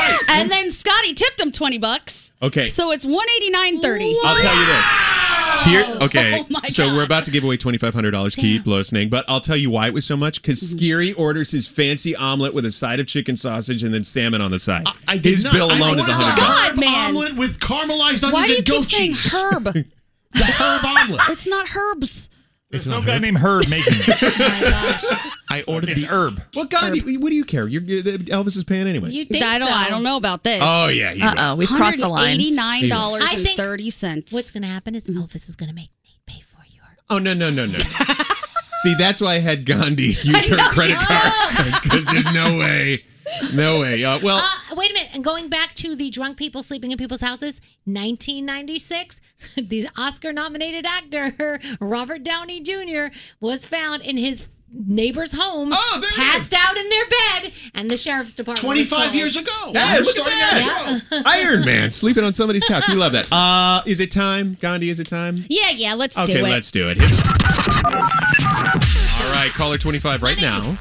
Speaker 10: right.
Speaker 16: And then Scotty tipped him 20 bucks.
Speaker 10: Okay.
Speaker 16: So it's 189.30.
Speaker 10: I'll tell you this.
Speaker 16: (laughs)
Speaker 10: Here, okay.
Speaker 16: Oh my
Speaker 10: so we're about to give away twenty five hundred dollars. Keep listening, but I'll tell you why it was so much. Because
Speaker 16: Mhm.
Speaker 10: Skiri orders his fancy omelet with a side of chicken sausage and then salmon on the side.
Speaker 15: I did
Speaker 10: his
Speaker 15: not.
Speaker 10: bill
Speaker 15: I
Speaker 10: alone is
Speaker 15: ordered
Speaker 10: a
Speaker 16: Oh
Speaker 10: hundred.
Speaker 15: the
Speaker 10: dollars.
Speaker 15: herb Omelet with caramelized onions
Speaker 16: Why do you
Speaker 15: and
Speaker 16: keep
Speaker 15: goat
Speaker 16: saying
Speaker 15: cheese.
Speaker 10: (laughs)
Speaker 16: herb?
Speaker 15: The herb omelet.
Speaker 16: It's not herbs.
Speaker 15: It's
Speaker 19: no guy named
Speaker 15: (laughs)
Speaker 19: Herb making it.
Speaker 15: Oh
Speaker 19: (laughs)
Speaker 15: I ordered
Speaker 19: the herb.
Speaker 10: Well, God, you- what do you care? You're, Elvis is paying anyway.
Speaker 14: You think
Speaker 16: I don't,
Speaker 14: so?
Speaker 16: I don't know about this.
Speaker 10: Oh, yeah, you Uh-oh, will. we've crossed the line.
Speaker 16: $189.30.
Speaker 14: I think
Speaker 16: What's
Speaker 14: going to happen is Elvis is going to make
Speaker 10: Oh no no no no. (laughs) See, that's why (laughs) I had Gandhi use her credit (laughs) card because there's no way, no way. Uh, well,
Speaker 14: Uh, wait a minute. And going back to the drunk people sleeping in people's houses, 1996, (laughs) the Oscar nominated actor (laughs) Robert Downey
Speaker 10: Oh,
Speaker 14: Jr. was found in his neighbor's home, passed out in their bed, and And the sheriff's department. was
Speaker 15: 25
Speaker 14: called.
Speaker 15: years ago.
Speaker 10: Hey, look at
Speaker 14: Yeah.
Speaker 10: Iron Man sleeping on somebody's couch. We love that. Uh, is it time, Gandhi? Is it time?
Speaker 26: Yeah, yeah, let's
Speaker 10: okay,
Speaker 26: do it.
Speaker 10: let's do it. All right, caller 25 right now.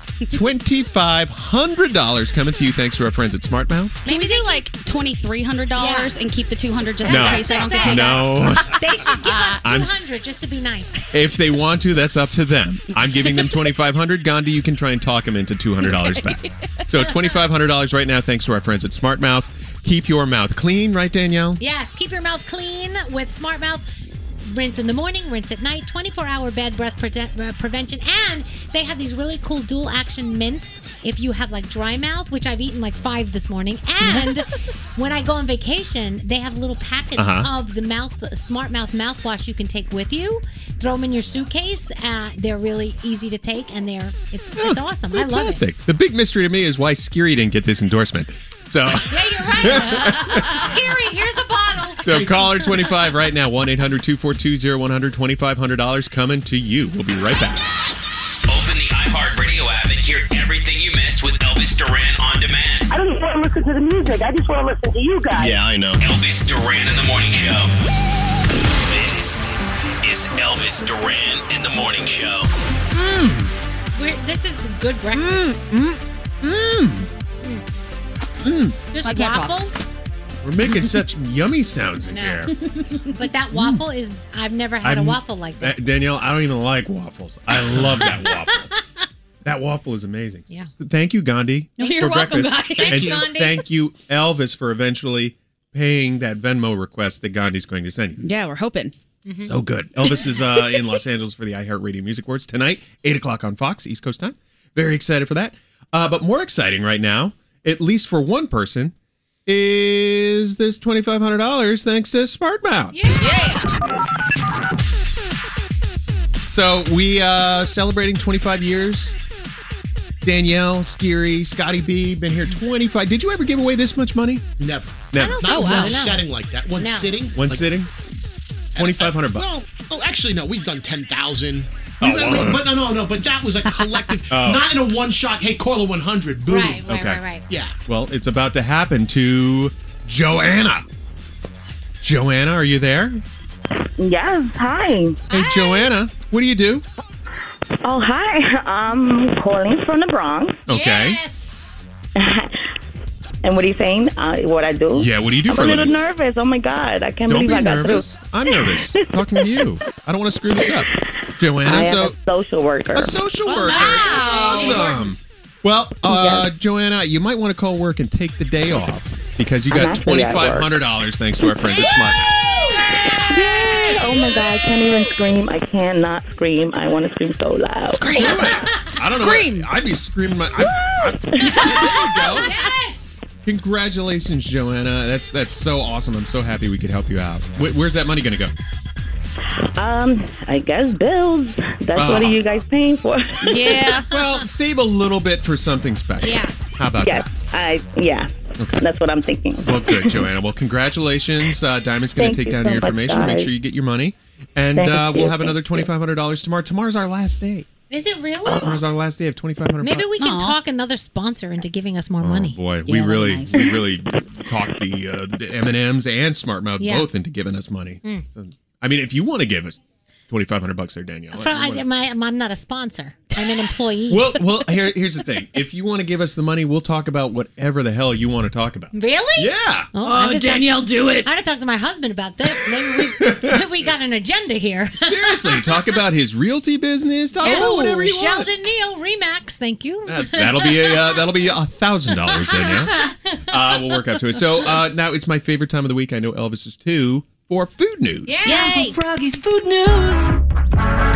Speaker 10: $2,500 coming to you thanks to our friends at SmartMouth.
Speaker 16: Can we do like twenty three hundred dollars and keep the two hundred just
Speaker 10: No.
Speaker 16: in case I don't
Speaker 10: That's
Speaker 16: get it?
Speaker 10: No.
Speaker 14: (laughs) They should
Speaker 16: (laughs)
Speaker 14: give us
Speaker 10: I'm-
Speaker 14: 200 just to be nice.
Speaker 10: If they want to, that's up to them. I'm giving them 2500 Gandhi, you can try and talk them into $200 Oh, back. So
Speaker 14: (laughs)
Speaker 10: $2,500 right now thanks to our friends at SmartMouth. Keep your mouth clean, right, Danielle?
Speaker 14: Yes, keep your mouth clean with Smart Mouth. Rinse in the morning, rinse at night, 24 hour bad breath prote- uh, prevention. And they have these really cool dual action mints if you have like dry mouth, which I've eaten like five this morning.
Speaker 10: (laughs)
Speaker 14: And when I go on vacation, they have little packets
Speaker 25: Uh-huh.
Speaker 14: of the mouth, smart mouth mouthwash you can take with you. Throw them in your suitcase. Uh, they're really easy to take and they're, it's, it's awesome. I love it.
Speaker 10: Hmm, Fantastic. The big mystery to me is why Skiri didn't get this endorsement.
Speaker 14: (laughs)
Speaker 10: So,
Speaker 14: Scary, here's a bottle.
Speaker 10: so caller 25 right now, 1 800 242 100 $2,500 coming to you. We'll be right back.
Speaker 9: Open the iHeartRadio app and hear everything you missed with Elvis Duran on demand.
Speaker 32: I don't want to listen to the music. I just want to listen to you guys.
Speaker 10: I know.
Speaker 9: Elvis Duran in the Morning Show. This is Elvis Duran in the Morning Show.
Speaker 14: Mm. We're, this is the good breakfast. Mm, mm, There's
Speaker 9: I can't
Speaker 14: waffle.
Speaker 10: We're making such yummy sounds in
Speaker 14: No. (laughs)
Speaker 10: here.
Speaker 14: but that waffle is, I've never had a
Speaker 10: I'm-
Speaker 14: waffle like that.
Speaker 10: Uh, Danielle, I don't even like waffles. I love that
Speaker 14: (laughs)
Speaker 10: waffle. That waffle is amazing.
Speaker 14: Yeah.
Speaker 10: So thank you, Gandhi,
Speaker 14: No, you're
Speaker 10: for
Speaker 14: welcome,
Speaker 10: breakfast.
Speaker 14: Gandhi. Thank
Speaker 10: and
Speaker 14: you, Gandhi.
Speaker 10: thank you, Elvis, for eventually paying that Venmo request that Gandhi's going to send you.
Speaker 26: Yeah, we're hoping.
Speaker 14: Mm-hmm.
Speaker 10: So good. Elvis is uh, in Los Angeles for the iHeartRadio Music Awards tonight, 8 o'clock on Fox, East Coast time. Very excited for that. Uh, but more exciting right now, at least for one person, is this $2,500 thanks to SmartMouth. So we uh celebrating 25 years. Danielle, Skiri, Scotty B, been here 25. Did you ever give away this much money?
Speaker 15: Never.
Speaker 10: Never.
Speaker 15: Not in one setting like that. One
Speaker 10: No.
Speaker 15: sitting.
Speaker 10: One
Speaker 15: like-
Speaker 10: sitting? 2500 bucks.
Speaker 15: Well, oh, actually, no. We've done ten thousand.
Speaker 10: Oh,
Speaker 15: We've done-
Speaker 10: wow.
Speaker 15: but no, no, no. But that
Speaker 10: (laughs)
Speaker 15: was a collective,
Speaker 10: Oh.
Speaker 15: not in a one shot. Hey, Carla, one hundred. Boom.
Speaker 10: Right, right, Okay. right, right.
Speaker 15: Yeah.
Speaker 10: Well, it's about to happen to Joanna. Joanna, are you there?
Speaker 18: Yes. Hi.
Speaker 10: Hey, Joanna, what do you do?
Speaker 18: Oh, hi. (laughs) I'm calling from the Bronx. (laughs)
Speaker 10: Okay.
Speaker 18: And what are you saying? Uh, what I do?
Speaker 10: Yeah, what do you do
Speaker 18: I'm
Speaker 10: for a
Speaker 18: a little
Speaker 10: living?
Speaker 18: nervous. Oh my God, I can't
Speaker 10: Don't
Speaker 18: believe
Speaker 10: be
Speaker 18: I got
Speaker 10: nervous.
Speaker 18: through.
Speaker 10: I'm
Speaker 18: (laughs)
Speaker 10: nervous talking to you. I don't want to screw this up. Joanna,
Speaker 18: I am
Speaker 10: so
Speaker 18: a social worker.
Speaker 10: A social worker.
Speaker 18: Wow.
Speaker 10: Awesome. Well, uh, Joanna, you might want to call work and take the day off because you
Speaker 18: I'm
Speaker 10: got
Speaker 18: actually
Speaker 10: twenty
Speaker 18: at work.
Speaker 10: five hundred dollars thanks to our friends at Smart.
Speaker 18: Yay! Oh my God, I can't even scream. I cannot scream. I want to scream so loud. Scream.
Speaker 10: I don't know. What, I'd be screaming. My, I,
Speaker 18: (laughs)
Speaker 10: I, there you go. Congratulations, Joanna. That's that's so awesome. I'm so happy we could help you out. Wh- where's that money going to go?
Speaker 18: Um, I guess bills. That's what
Speaker 10: Ah.
Speaker 18: are you guys paying for?
Speaker 10: (laughs) well, save a little bit for something special. Yeah. How about
Speaker 18: (laughs) yes. I yeah.
Speaker 10: Okay.
Speaker 18: That's what I'm thinking.
Speaker 10: that? Well, good, Joanna. Well, congratulations. Uh, Diamond's going
Speaker 18: Thank
Speaker 10: to take
Speaker 18: you
Speaker 10: down
Speaker 18: so
Speaker 10: your
Speaker 18: much,
Speaker 10: information. Make
Speaker 18: guys.
Speaker 10: sure you get your money, and
Speaker 18: Thank
Speaker 10: uh,
Speaker 18: you,
Speaker 10: we'll have
Speaker 18: thank
Speaker 10: another twenty five hundred dollars tomorrow. Tomorrow's our last day.
Speaker 14: Is it
Speaker 10: (clears throat)
Speaker 14: really?
Speaker 10: Tomorrow's our last day of twenty five hundred. Oh,
Speaker 14: Maybe we can talk another sponsor into giving us more money.
Speaker 10: Boy, we
Speaker 14: Yeah,
Speaker 10: really,
Speaker 14: nice.
Speaker 10: we really talked the, uh, the M and M's and Smart Mouth
Speaker 14: Yeah.
Speaker 10: both into giving us money.
Speaker 14: Mm.
Speaker 10: So, I mean, if you want to give us twenty five hundred bucks, there, Danielle.
Speaker 14: For, I, my, I'm not a sponsor. I'm an employee.
Speaker 10: (laughs) well, well, here, here's the thing. If you want to give us the money, we'll talk about whatever the hell you want to talk about.
Speaker 14: (laughs) really?
Speaker 10: Yeah.
Speaker 19: Oh,
Speaker 14: I'm gonna talk- I'm gonna talk to my husband about this. Maybe we we got an agenda here.
Speaker 10: Seriously, talk about his realty business.
Speaker 14: (laughs)
Speaker 10: Talk about
Speaker 14: Oh,
Speaker 10: whatever you want.
Speaker 14: Sheldon Neal Remax, thank you.
Speaker 10: That- That'll
Speaker 14: (laughs)
Speaker 10: be a uh, that'll be a thousand dollars, Danielle. Uh, we'll work up to it. So uh, now it's my favorite time of the week. I know Elvis is too for food news.
Speaker 25: Time for Froggy's food news.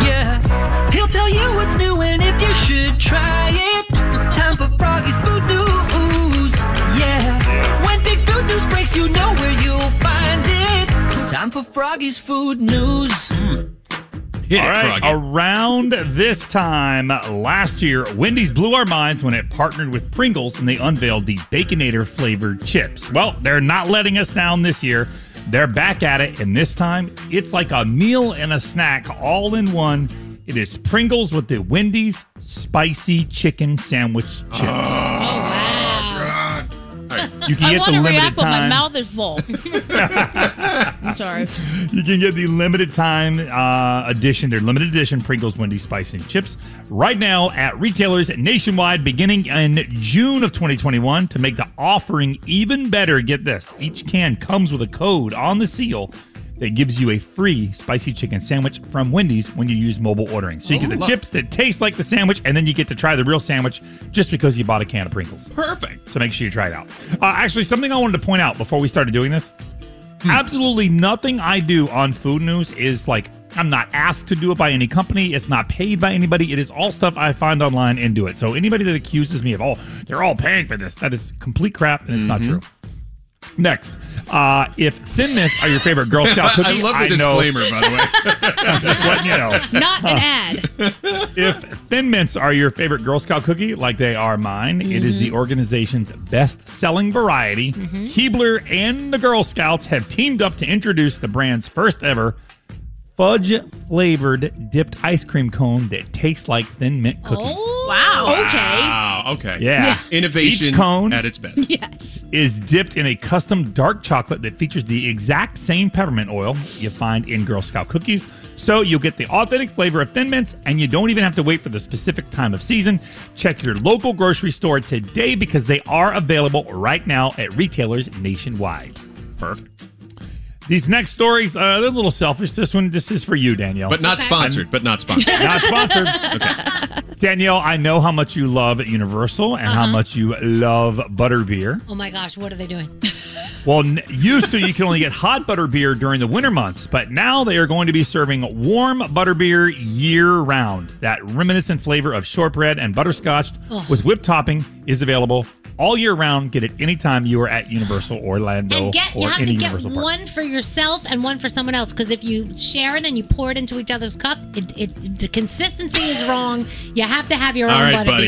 Speaker 25: Yeah, he'll tell you what's new and if you should try it. Time for Froggy's food news. Yeah, when big food news breaks, you know where you'll find it. Time for Froggy's food news.
Speaker 19: All right, around this time last year, Wendy's blew our minds when it partnered with Pringles and they unveiled the Baconator flavored chips. Well, they're not letting us down this year. They're back at it, and this time it's like a meal and a snack all in one. It
Speaker 1: Oh,
Speaker 19: is Pringles with the Wendy's spicy chicken sandwich chips. You can
Speaker 1: I
Speaker 19: get
Speaker 1: want
Speaker 19: the
Speaker 1: to
Speaker 19: limited
Speaker 1: react, but my
Speaker 19: time.
Speaker 1: mouth is full.
Speaker 10: Ah.
Speaker 1: I'm sorry.
Speaker 19: (laughs) You can get the limited time uh, edition, their limited edition Pringles, Wendy's, Spice, and Chips right now at retailers nationwide beginning in June of 2021. To make the offering even better, get this each can comes with a code on the seal that gives you a free spicy chicken sandwich from Wendy's when you use mobile ordering. So you get
Speaker 1: Oh,
Speaker 10: Ooh.
Speaker 19: the chips that taste like the sandwich, and then you get to try the real sandwich just because you bought a can of Pringles.
Speaker 10: Perfect.
Speaker 19: So make sure you try it out. Uh, actually, something I wanted to point out before we started doing this
Speaker 10: Hmm.
Speaker 19: absolutely nothing I do on Food News is like, I'm not asked to do it by any company. It's not paid by anybody. It is all stuff I find online and do it. So anybody that accuses me of, oh, they're all paying for this, that is complete crap and it's not
Speaker 10: Mm-hmm.
Speaker 19: true. Next, uh, if Thin Mints are your
Speaker 10: (laughs)
Speaker 19: favorite Girl Scout
Speaker 10: I
Speaker 19: cookie,
Speaker 10: love the
Speaker 19: know-
Speaker 10: disclaimer, by the way.
Speaker 19: (laughs) Just letting you know.
Speaker 1: Not
Speaker 19: (laughs)
Speaker 1: an ad.
Speaker 19: if Thin Mints are your favorite Girl Scout cookie, like they are mine, it is
Speaker 1: Mhm.
Speaker 19: the organization's best selling variety. Keebler and the Girl Scouts have teamed up to introduce the brand's first ever fudge flavored dipped ice cream cone that tastes like Thin Mint cookies.
Speaker 14: Oh.
Speaker 1: Wow.
Speaker 10: Wow. Okay.
Speaker 19: Yeah.
Speaker 10: Innovation
Speaker 19: Each cone
Speaker 10: at its best.
Speaker 19: is dipped in a custom dark chocolate that features the exact same peppermint oil you find in Girl Scout cookies. So you'll get the authentic flavor of Thin Mints, and you don't even have to wait for the specific time of season. Check your local grocery store today because they are available right now at retailers nationwide.
Speaker 10: Perfect.
Speaker 19: These next stories, uh, they're a little selfish. This one, this is for you, Danielle.
Speaker 10: But not sponsored. But not sponsored.
Speaker 19: (laughs)
Speaker 10: (laughs)
Speaker 19: Not
Speaker 14: (laughs)
Speaker 19: sponsored. Danielle, I know how much you love Universal and how
Speaker 14: Uh-huh.
Speaker 19: much you love Butterbeer.
Speaker 14: (laughs) Oh my gosh, what are they doing?
Speaker 19: Well, n- used to you can only get hot butter beer during the winter months, but now they are going to be serving warm butter beer year round. That reminiscent flavor of shortbread and butterscotch
Speaker 14: Ugh.
Speaker 19: with whipped topping is available all year round. Get it anytime you are at Universal Orlando
Speaker 14: And get
Speaker 19: or
Speaker 14: you have
Speaker 19: any
Speaker 14: to get
Speaker 19: Universal park.
Speaker 14: one for yourself and one for someone else because if you share it and you pour it into each other's cup, it, it the consistency is wrong. You have to have your
Speaker 10: All
Speaker 14: own
Speaker 10: right,
Speaker 14: butter
Speaker 10: buddy.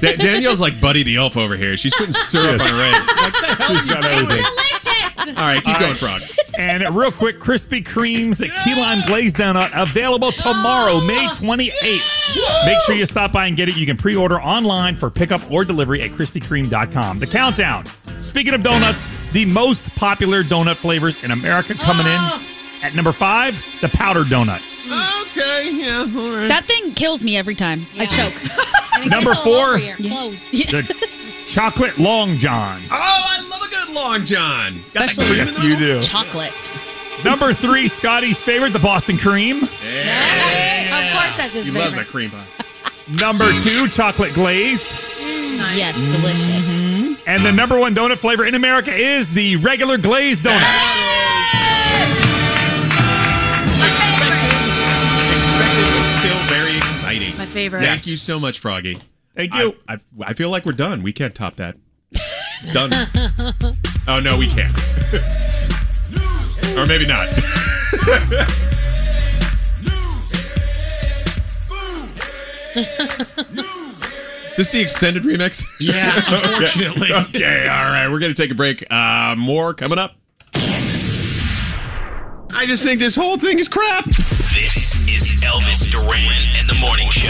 Speaker 10: (laughs)
Speaker 14: (laughs)
Speaker 10: Da- Danielle's like Buddy the Elf over here. She's putting syrup on her eggs. (laughs)
Speaker 14: Delicious.
Speaker 10: All right, keep going, Frog.
Speaker 19: And real quick, Krispy Kreme's key lime glazed donut available tomorrow, May 28th. Make sure you stop by and get it. You can pre-order online for pickup or delivery at krispykreme.com. The countdown. Speaking of donuts, the most popular donut flavors in America coming in at number five, the powder donut.
Speaker 10: Okay, yeah, all right.
Speaker 1: That thing kills me every time.
Speaker 16: (laughs)
Speaker 1: I choke.
Speaker 19: Number all four. over your
Speaker 14: Close.
Speaker 19: The chocolate long john.
Speaker 10: Oh, I love a good Long John.
Speaker 1: Especially
Speaker 19: Yes, you do.
Speaker 1: chocolate.
Speaker 19: Number three, Scotty's favorite, the Boston cream.
Speaker 14: Of course, that's his
Speaker 10: He
Speaker 14: favorite.
Speaker 10: loves a cream pie.
Speaker 19: Number two, chocolate glazed.
Speaker 1: Yes, delicious.
Speaker 16: Mm-hmm.
Speaker 19: And the number one donut flavor in America is the regular glazed donut.
Speaker 10: Expected, but still very exciting.
Speaker 1: My favorite.
Speaker 10: Thank you so much, Froggy.
Speaker 19: Thank you.
Speaker 10: I, I, I feel like we're done. We can't top that. done.
Speaker 14: (laughs)
Speaker 10: Oh no, we can't. (laughs) or maybe not. This the extended remix?
Speaker 15: Yeah,
Speaker 10: (laughs)
Speaker 15: unfortunately.
Speaker 10: okay, all right. We're going to take a break. Uh, more coming up. I just think this whole thing is crap.
Speaker 9: This is Elvis Duran and the Morning Show.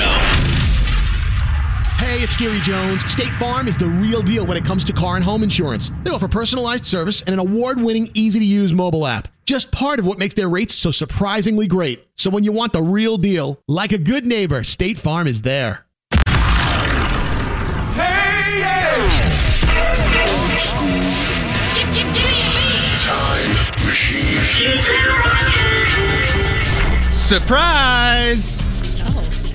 Speaker 15: Hey, it's Gary Jones. State Farm is the real deal when it comes to car and home insurance. They offer personalized service and an award winning, easy to use mobile app. Just part of what makes their rates so surprisingly great. So when you want the real deal, like a good neighbor, State Farm is there.
Speaker 8: Time
Speaker 10: Surprise!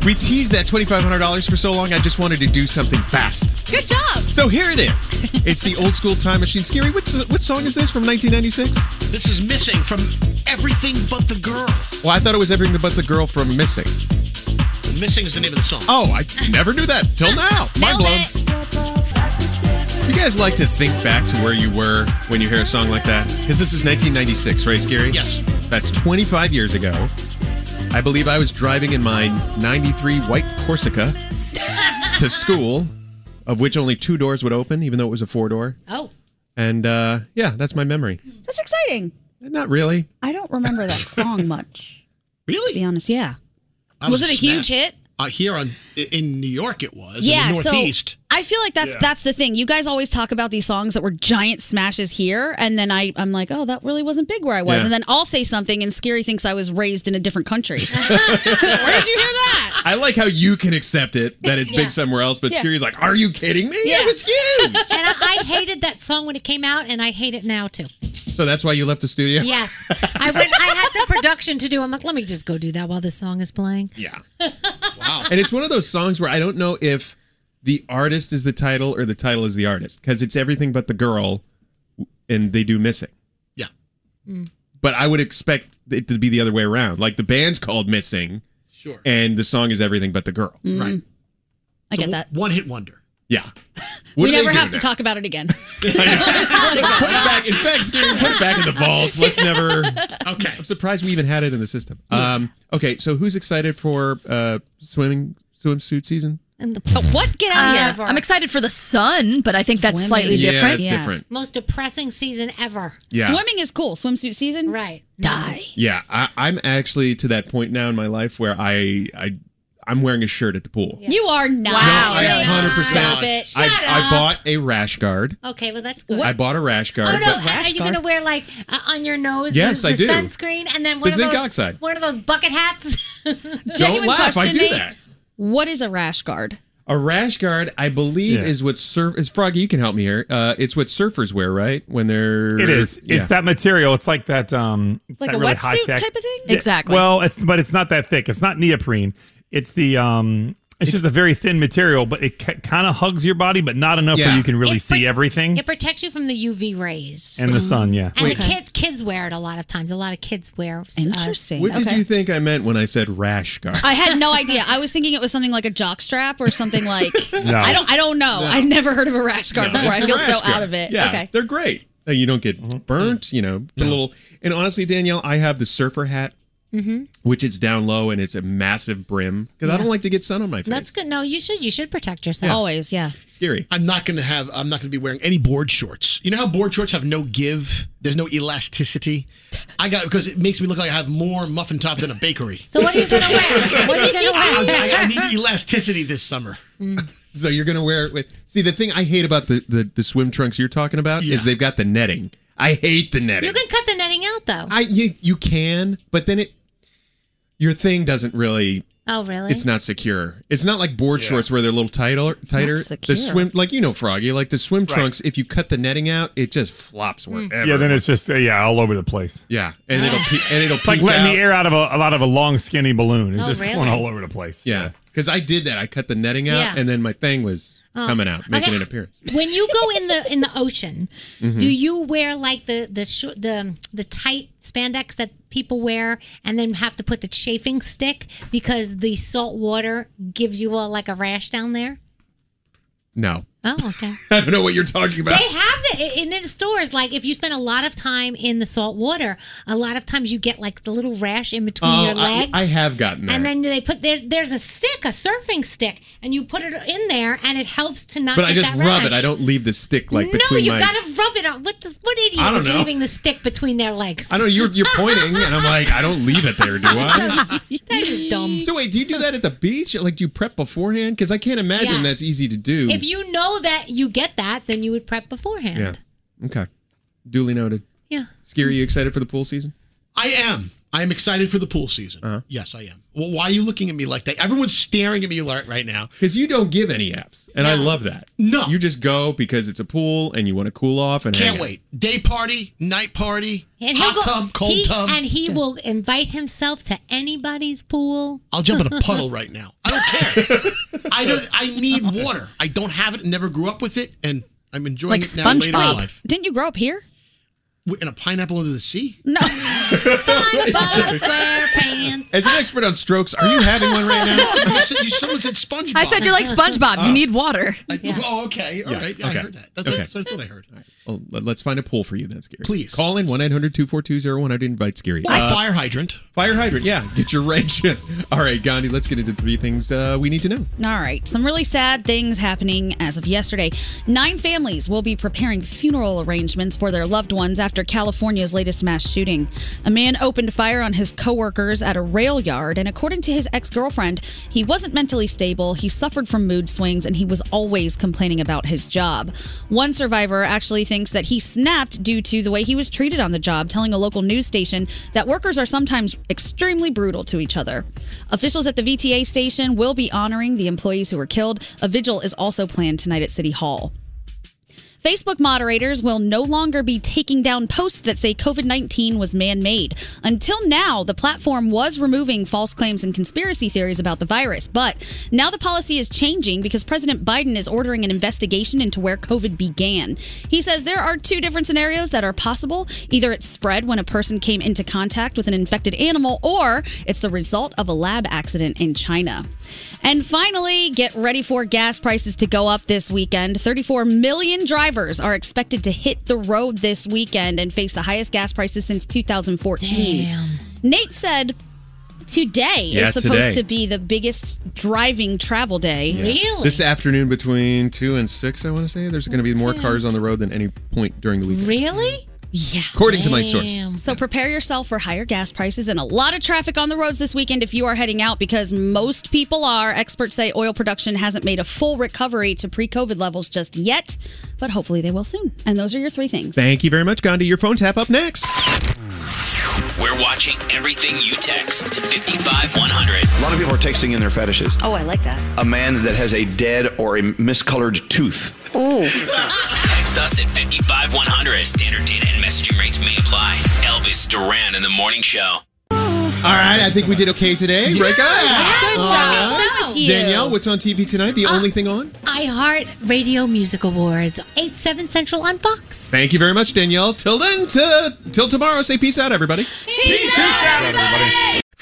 Speaker 10: We teased that $2,500 for so long, I just wanted to do something fast.
Speaker 1: Good job.
Speaker 10: So here it is. It's the old school time machine. Scary, what, what song is this from 1996?
Speaker 15: This is missing from everything but the girl.
Speaker 10: Well, I thought it was Everything But the Girl from Missing.
Speaker 15: Missing is the name of the song.
Speaker 10: Oh, I never knew that till now. Mind blown. You guys like to think back to where you were when you hear a song like that? Because this is 1996, right, Scary?
Speaker 15: Yes.
Speaker 10: That's 25 years ago. I believe I was driving in my 93 white
Speaker 14: (laughs)
Speaker 10: Corsica to school, of which only two doors would open, even though it was a four door.
Speaker 14: Oh.
Speaker 10: And uh, yeah, that's my memory.
Speaker 16: That's exciting.
Speaker 10: Not really.
Speaker 16: I don't remember that song much.
Speaker 15: Really?
Speaker 16: To be honest, yeah.
Speaker 1: Was it a huge hit?
Speaker 15: uh, here on in New York it was.
Speaker 16: yeah,
Speaker 15: in the Northeast.
Speaker 16: so I feel like that's
Speaker 15: Yeah.
Speaker 16: that's the thing. You guys always talk about these songs that were giant smashes here, and then I I'm like, oh, that really wasn't big where I was,
Speaker 20: Yeah.
Speaker 16: and then I'll say something, and Scary thinks I was raised in a different country. where did you hear that?
Speaker 10: I like how you can accept it that it's
Speaker 14: Yeah.
Speaker 10: big somewhere else, but
Speaker 14: Yeah.
Speaker 10: Scary's like, "Are you kidding me? It was
Speaker 14: (laughs)
Speaker 10: huge." and
Speaker 14: I, I hated that song when it came out, and I hate it now too.
Speaker 10: So that's why you left the studio.
Speaker 14: Yes, I went. I had the production to do. I'm like, let me just go do that while this song is playing.
Speaker 10: Yeah. (laughs) Wow. And it's one of those songs where I don't know if the artist is the title or the title is the artist because it's everything but the girl, and they do missing.
Speaker 15: Yeah.
Speaker 10: But I would expect it to be the other way around. Like the band's called Missing,
Speaker 15: Sure.
Speaker 10: and the song is everything but the girl.
Speaker 16: Right. I get that.
Speaker 15: One hit wonder.
Speaker 10: Yeah.
Speaker 16: we never have to talk about
Speaker 10: (laughs)
Speaker 16: it again.
Speaker 10: Put it back. In fact, Scary, put it back
Speaker 16: (laughs)
Speaker 10: in the vault. Let's never.
Speaker 15: (laughs) Okay.
Speaker 10: I'm surprised we even had it in the system. Um, okay, so who's excited for uh, swimming swimsuit season?
Speaker 16: what? Get
Speaker 1: Uh,
Speaker 14: out of here, Var.
Speaker 2: I'm excited for the sun, but I think that's slightly
Speaker 10: Yeah,
Speaker 2: different.
Speaker 10: it's Yes. different.
Speaker 14: Most depressing season ever.
Speaker 10: Yeah.
Speaker 16: Swimming is cool. Swimsuit season,
Speaker 14: right?
Speaker 16: Die.
Speaker 10: Yeah, I, I'm actually to that point now in my life where I I I'm wearing a shirt at the pool.
Speaker 16: You are not.
Speaker 10: No, I
Speaker 16: really.
Speaker 10: 100%.
Speaker 16: Stop it.
Speaker 10: I,
Speaker 14: Shut
Speaker 10: I
Speaker 14: up.
Speaker 10: bought a rash guard.
Speaker 14: Okay, well that's good.
Speaker 10: I bought a rash guard.
Speaker 14: Oh no!
Speaker 10: but-
Speaker 14: Are you gonna wear like uh, on your nose?
Speaker 10: Yes,
Speaker 14: the,
Speaker 10: I
Speaker 14: the
Speaker 10: do.
Speaker 14: Sunscreen and then one
Speaker 10: The
Speaker 14: of
Speaker 10: zinc
Speaker 14: those,
Speaker 10: oxide.
Speaker 14: One of those bucket hats. (laughs)
Speaker 10: Don't laugh. I do that.
Speaker 16: (laughs) What is a rash guard?
Speaker 10: A rash guard, I believe, is what surf is. Froggy, you can help me here. Uh, it's what surfers wear, right? When they're
Speaker 19: It is. It's
Speaker 10: Yeah.
Speaker 19: that material. It's like that. Um, it's
Speaker 16: Like
Speaker 19: that
Speaker 16: a
Speaker 19: really
Speaker 16: wetsuit
Speaker 19: high tech.
Speaker 16: type of thing?
Speaker 19: Yeah,
Speaker 16: Exactly.
Speaker 19: Well, it's but it's not that thick. It's not neoprene. It's the um. It's, just a very thin material, but it ca- kind of hugs your body, but not enough
Speaker 10: Yeah.
Speaker 19: where you can really see everything
Speaker 14: It protects you from the UV rays
Speaker 19: and the sun. Yeah.
Speaker 14: And the kids kids wear it a lot of times. A lot of kids wear. Uh,
Speaker 16: Interesting.
Speaker 10: What did you think I meant when I said rash guard?
Speaker 16: I had no idea. I was thinking it was something like a jock strap or something like
Speaker 10: No.
Speaker 16: I don't I don't know.
Speaker 10: No.
Speaker 16: I'd never heard of a rash guard
Speaker 10: No,
Speaker 16: before.
Speaker 10: it's
Speaker 16: I
Speaker 10: a
Speaker 16: feel
Speaker 10: rash
Speaker 16: so
Speaker 10: guard.
Speaker 16: out of it.
Speaker 10: Yeah,
Speaker 16: Okay. Mm-hmm.
Speaker 10: they're great. Uh, You don't get burnt. You know, get a little. And honestly, Danielle, I have the surfer hat,
Speaker 14: Mm-hmm.
Speaker 10: which is down low and it's a massive brim because I don't
Speaker 14: Yeah.
Speaker 10: like to get sun on my face.
Speaker 14: That's good. No, you should. You should protect yourself.
Speaker 10: Yeah.
Speaker 16: Always, yeah.
Speaker 10: Scary.
Speaker 15: I'm not gonna have. I'm not gonna be wearing any board shorts. You know how board shorts have no give. There's no elasticity. I got because it makes me look like I have more muffin top than a bakery.
Speaker 14: So what are you gonna wear? What are you gonna
Speaker 15: (laughs) I, I
Speaker 14: wear?
Speaker 15: need elasticity this summer.
Speaker 14: Mm.
Speaker 10: So you're gonna wear it with. See, the thing I hate about the the, the swim trunks you're talking about is they've got the netting. I hate the netting.
Speaker 14: You can cut the netting out though.
Speaker 10: I you you can, but then it your thing doesn't really.
Speaker 14: oh really?
Speaker 10: It's not secure. It's not like board shorts where they're a little tighter. Tighter.
Speaker 14: secure.
Speaker 10: The swim, like you know, Froggy, like the swim trunks. If you cut the netting out, it just flops
Speaker 14: Hmm.
Speaker 10: wherever.
Speaker 19: Yeah, then it's just uh, yeah, all over the place.
Speaker 10: Yeah, and
Speaker 16: Ah.
Speaker 10: it'll
Speaker 14: Ah.
Speaker 10: pe- and it'll
Speaker 19: It's (laughs) like
Speaker 10: peek
Speaker 19: letting
Speaker 10: out.
Speaker 19: the air out of a, a lot of a long skinny balloon. It's
Speaker 14: Oh,
Speaker 19: just
Speaker 14: really?
Speaker 19: going all over the place.
Speaker 10: Yeah, because I did that. I cut the netting out,
Speaker 14: Yeah.
Speaker 10: and then my thing was
Speaker 14: Oh.
Speaker 10: coming out, making
Speaker 14: Okay.
Speaker 10: an appearance.
Speaker 14: when you go in the in the ocean,
Speaker 10: Mhm.
Speaker 14: do you wear like the the sh- the the tight spandex that people wear, and then have to put the chafing stick because the salt water gives you a, like a rash down there?
Speaker 10: No, (laughs)
Speaker 14: Oh, okay.
Speaker 10: I don't know what you're talking about.
Speaker 14: They have it in in the stores. Like if you spend a lot of time in the salt water, a lot of times you get like the little rash in between
Speaker 10: Oh,
Speaker 14: your
Speaker 10: I,
Speaker 14: legs.
Speaker 10: I have gotten that.
Speaker 14: and then they put there. There's a stick, a surfing stick, and you put it in there, and it helps to not.
Speaker 10: but I
Speaker 14: get
Speaker 10: just
Speaker 14: that
Speaker 10: rub it.
Speaker 14: rash.
Speaker 10: I don't leave the stick like
Speaker 14: no,
Speaker 10: between
Speaker 14: you
Speaker 10: my.
Speaker 14: gotta rub it on. What the, what
Speaker 10: I
Speaker 14: idiot
Speaker 10: don't
Speaker 14: is
Speaker 10: know.
Speaker 14: leaving the stick between their legs?
Speaker 10: I know you're
Speaker 14: (laughs)
Speaker 10: you're pointing, and I'm like, I don't leave it there, do I?
Speaker 14: that is dumb.
Speaker 10: So wait, do you do that at the beach? Like, do you prep beforehand? Because I can't imagine
Speaker 14: Yes.
Speaker 10: that's easy to do.
Speaker 14: If you know that you get that, then you would prep beforehand.
Speaker 10: yeah, okay, duly noted.
Speaker 14: Yeah.
Speaker 10: Scary, you excited for the pool season? Uh-huh.
Speaker 15: I am. I am excited for the pool season. Yes, I am. Well, why are you looking at me like that? Everyone's staring at me like right now.
Speaker 10: Because you don't give any apps, and I love that. No, you just go because it's a pool and you want to cool off and hang
Speaker 15: Can't
Speaker 10: out.
Speaker 15: wait. Day party, night party,
Speaker 14: And he'll
Speaker 15: hot
Speaker 14: go,
Speaker 15: tub, cold
Speaker 14: he-
Speaker 15: tub.
Speaker 14: and he will invite himself to anybody's pool.
Speaker 15: I'll jump
Speaker 14: (laughs)
Speaker 15: in a puddle right now. I don't
Speaker 10: (laughs)
Speaker 15: care. I don't. I need water. I don't have it. Never grew up with it, and I'm enjoying
Speaker 16: Like
Speaker 15: it now later in
Speaker 16: SpongeBob.
Speaker 15: life.
Speaker 16: Didn't you grow up here?
Speaker 15: In a pineapple into the sea. (laughs)
Speaker 16: No.
Speaker 10: SpongeBob
Speaker 14: SquarePants.
Speaker 10: As an expert on strokes, are you having one
Speaker 3: (laughs)
Speaker 10: right now?
Speaker 15: you said, you, someone said SpongeBob. Ah.
Speaker 2: I said you're like SpongeBob. You need water.
Speaker 15: Oh, okay. All right. I heard that. That's, what, that's what I thought I heard.
Speaker 10: Well, let- Oh, let's find a pool for you then, Scary.
Speaker 15: Please.
Speaker 10: Call in 1 800 242 0100 invite Scary. Uh,
Speaker 15: Why fire hydrant?
Speaker 10: Fire hydrant, yeah. Get your (laughs) wrench. All right, Gandhi, let's get into three things uh, we need to know.
Speaker 16: All right, some really sad things happening as of yesterday. Nine families will be preparing funeral arrangements for their loved ones after after California's latest mass shooting. A man opened fire on his coworkers at a rail yard, and according to his ex girlfriend, he wasn't mentally stable, he suffered from mood swings, and he was always complaining about his job. One survivor actually thinks that he snapped due to the way he was treated on the job, telling a local news station that workers are sometimes extremely brutal to each other. Officials at the VTA station will be honoring the employees who were killed. A vigil is also planned tonight at City Hall. Facebook moderators will no longer be taking down posts that say COVID 19 was man made. Until now, the platform was removing false claims and conspiracy theories about the virus. But now the policy is changing because President Biden is ordering an investigation into where COVID began. He says there are two different scenarios that are possible either it's spread when a person came into contact with an infected animal, or it's the result of a lab accident in China. And finally, get ready for gas prices to go up this weekend. 34 million drivers are expected to hit the road this weekend and face the highest gas prices since 2014. Nate said today
Speaker 10: Yeah,
Speaker 16: is supposed
Speaker 10: today.
Speaker 16: to be the biggest driving travel day.
Speaker 10: Yeah. This afternoon between 2 and 6, I want to say, there's going to be more
Speaker 16: Okay.
Speaker 10: cars on the road than any point during the weekend.
Speaker 16: Really? Yeah.
Speaker 10: According to my source.
Speaker 16: So prepare yourself for higher gas prices and a lot of traffic on the roads this weekend if you are heading out because most people are. Experts say oil production hasn't made a full recovery to pre COVID levels just yet, but hopefully they will soon. And those are your three things.
Speaker 10: Thank you very much, Gandhi. Your phone tap up next.
Speaker 9: We're watching everything you text to 55100.
Speaker 1: A lot of people are texting in their fetishes.
Speaker 16: Oh, I like that.
Speaker 1: A man that has a dead or a miscolored tooth.
Speaker 9: Text us at 55100. Standard data and messaging rates may apply. Elvis Duran in the morning show.
Speaker 10: All right, I think we did okay today, right, guys?
Speaker 9: Good
Speaker 10: All
Speaker 9: job.
Speaker 10: right.
Speaker 33: That was you.
Speaker 10: Danielle, what's on TV tonight?
Speaker 14: Uh,
Speaker 10: The only thing on?
Speaker 33: iHeart Radio Music Awards, 8, 7 Central on Fox.
Speaker 10: Thank you very much, Danielle. Till then, to, till tomorrow, say peace out, everybody.
Speaker 1: If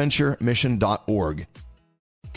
Speaker 1: stbonaventuremission.org.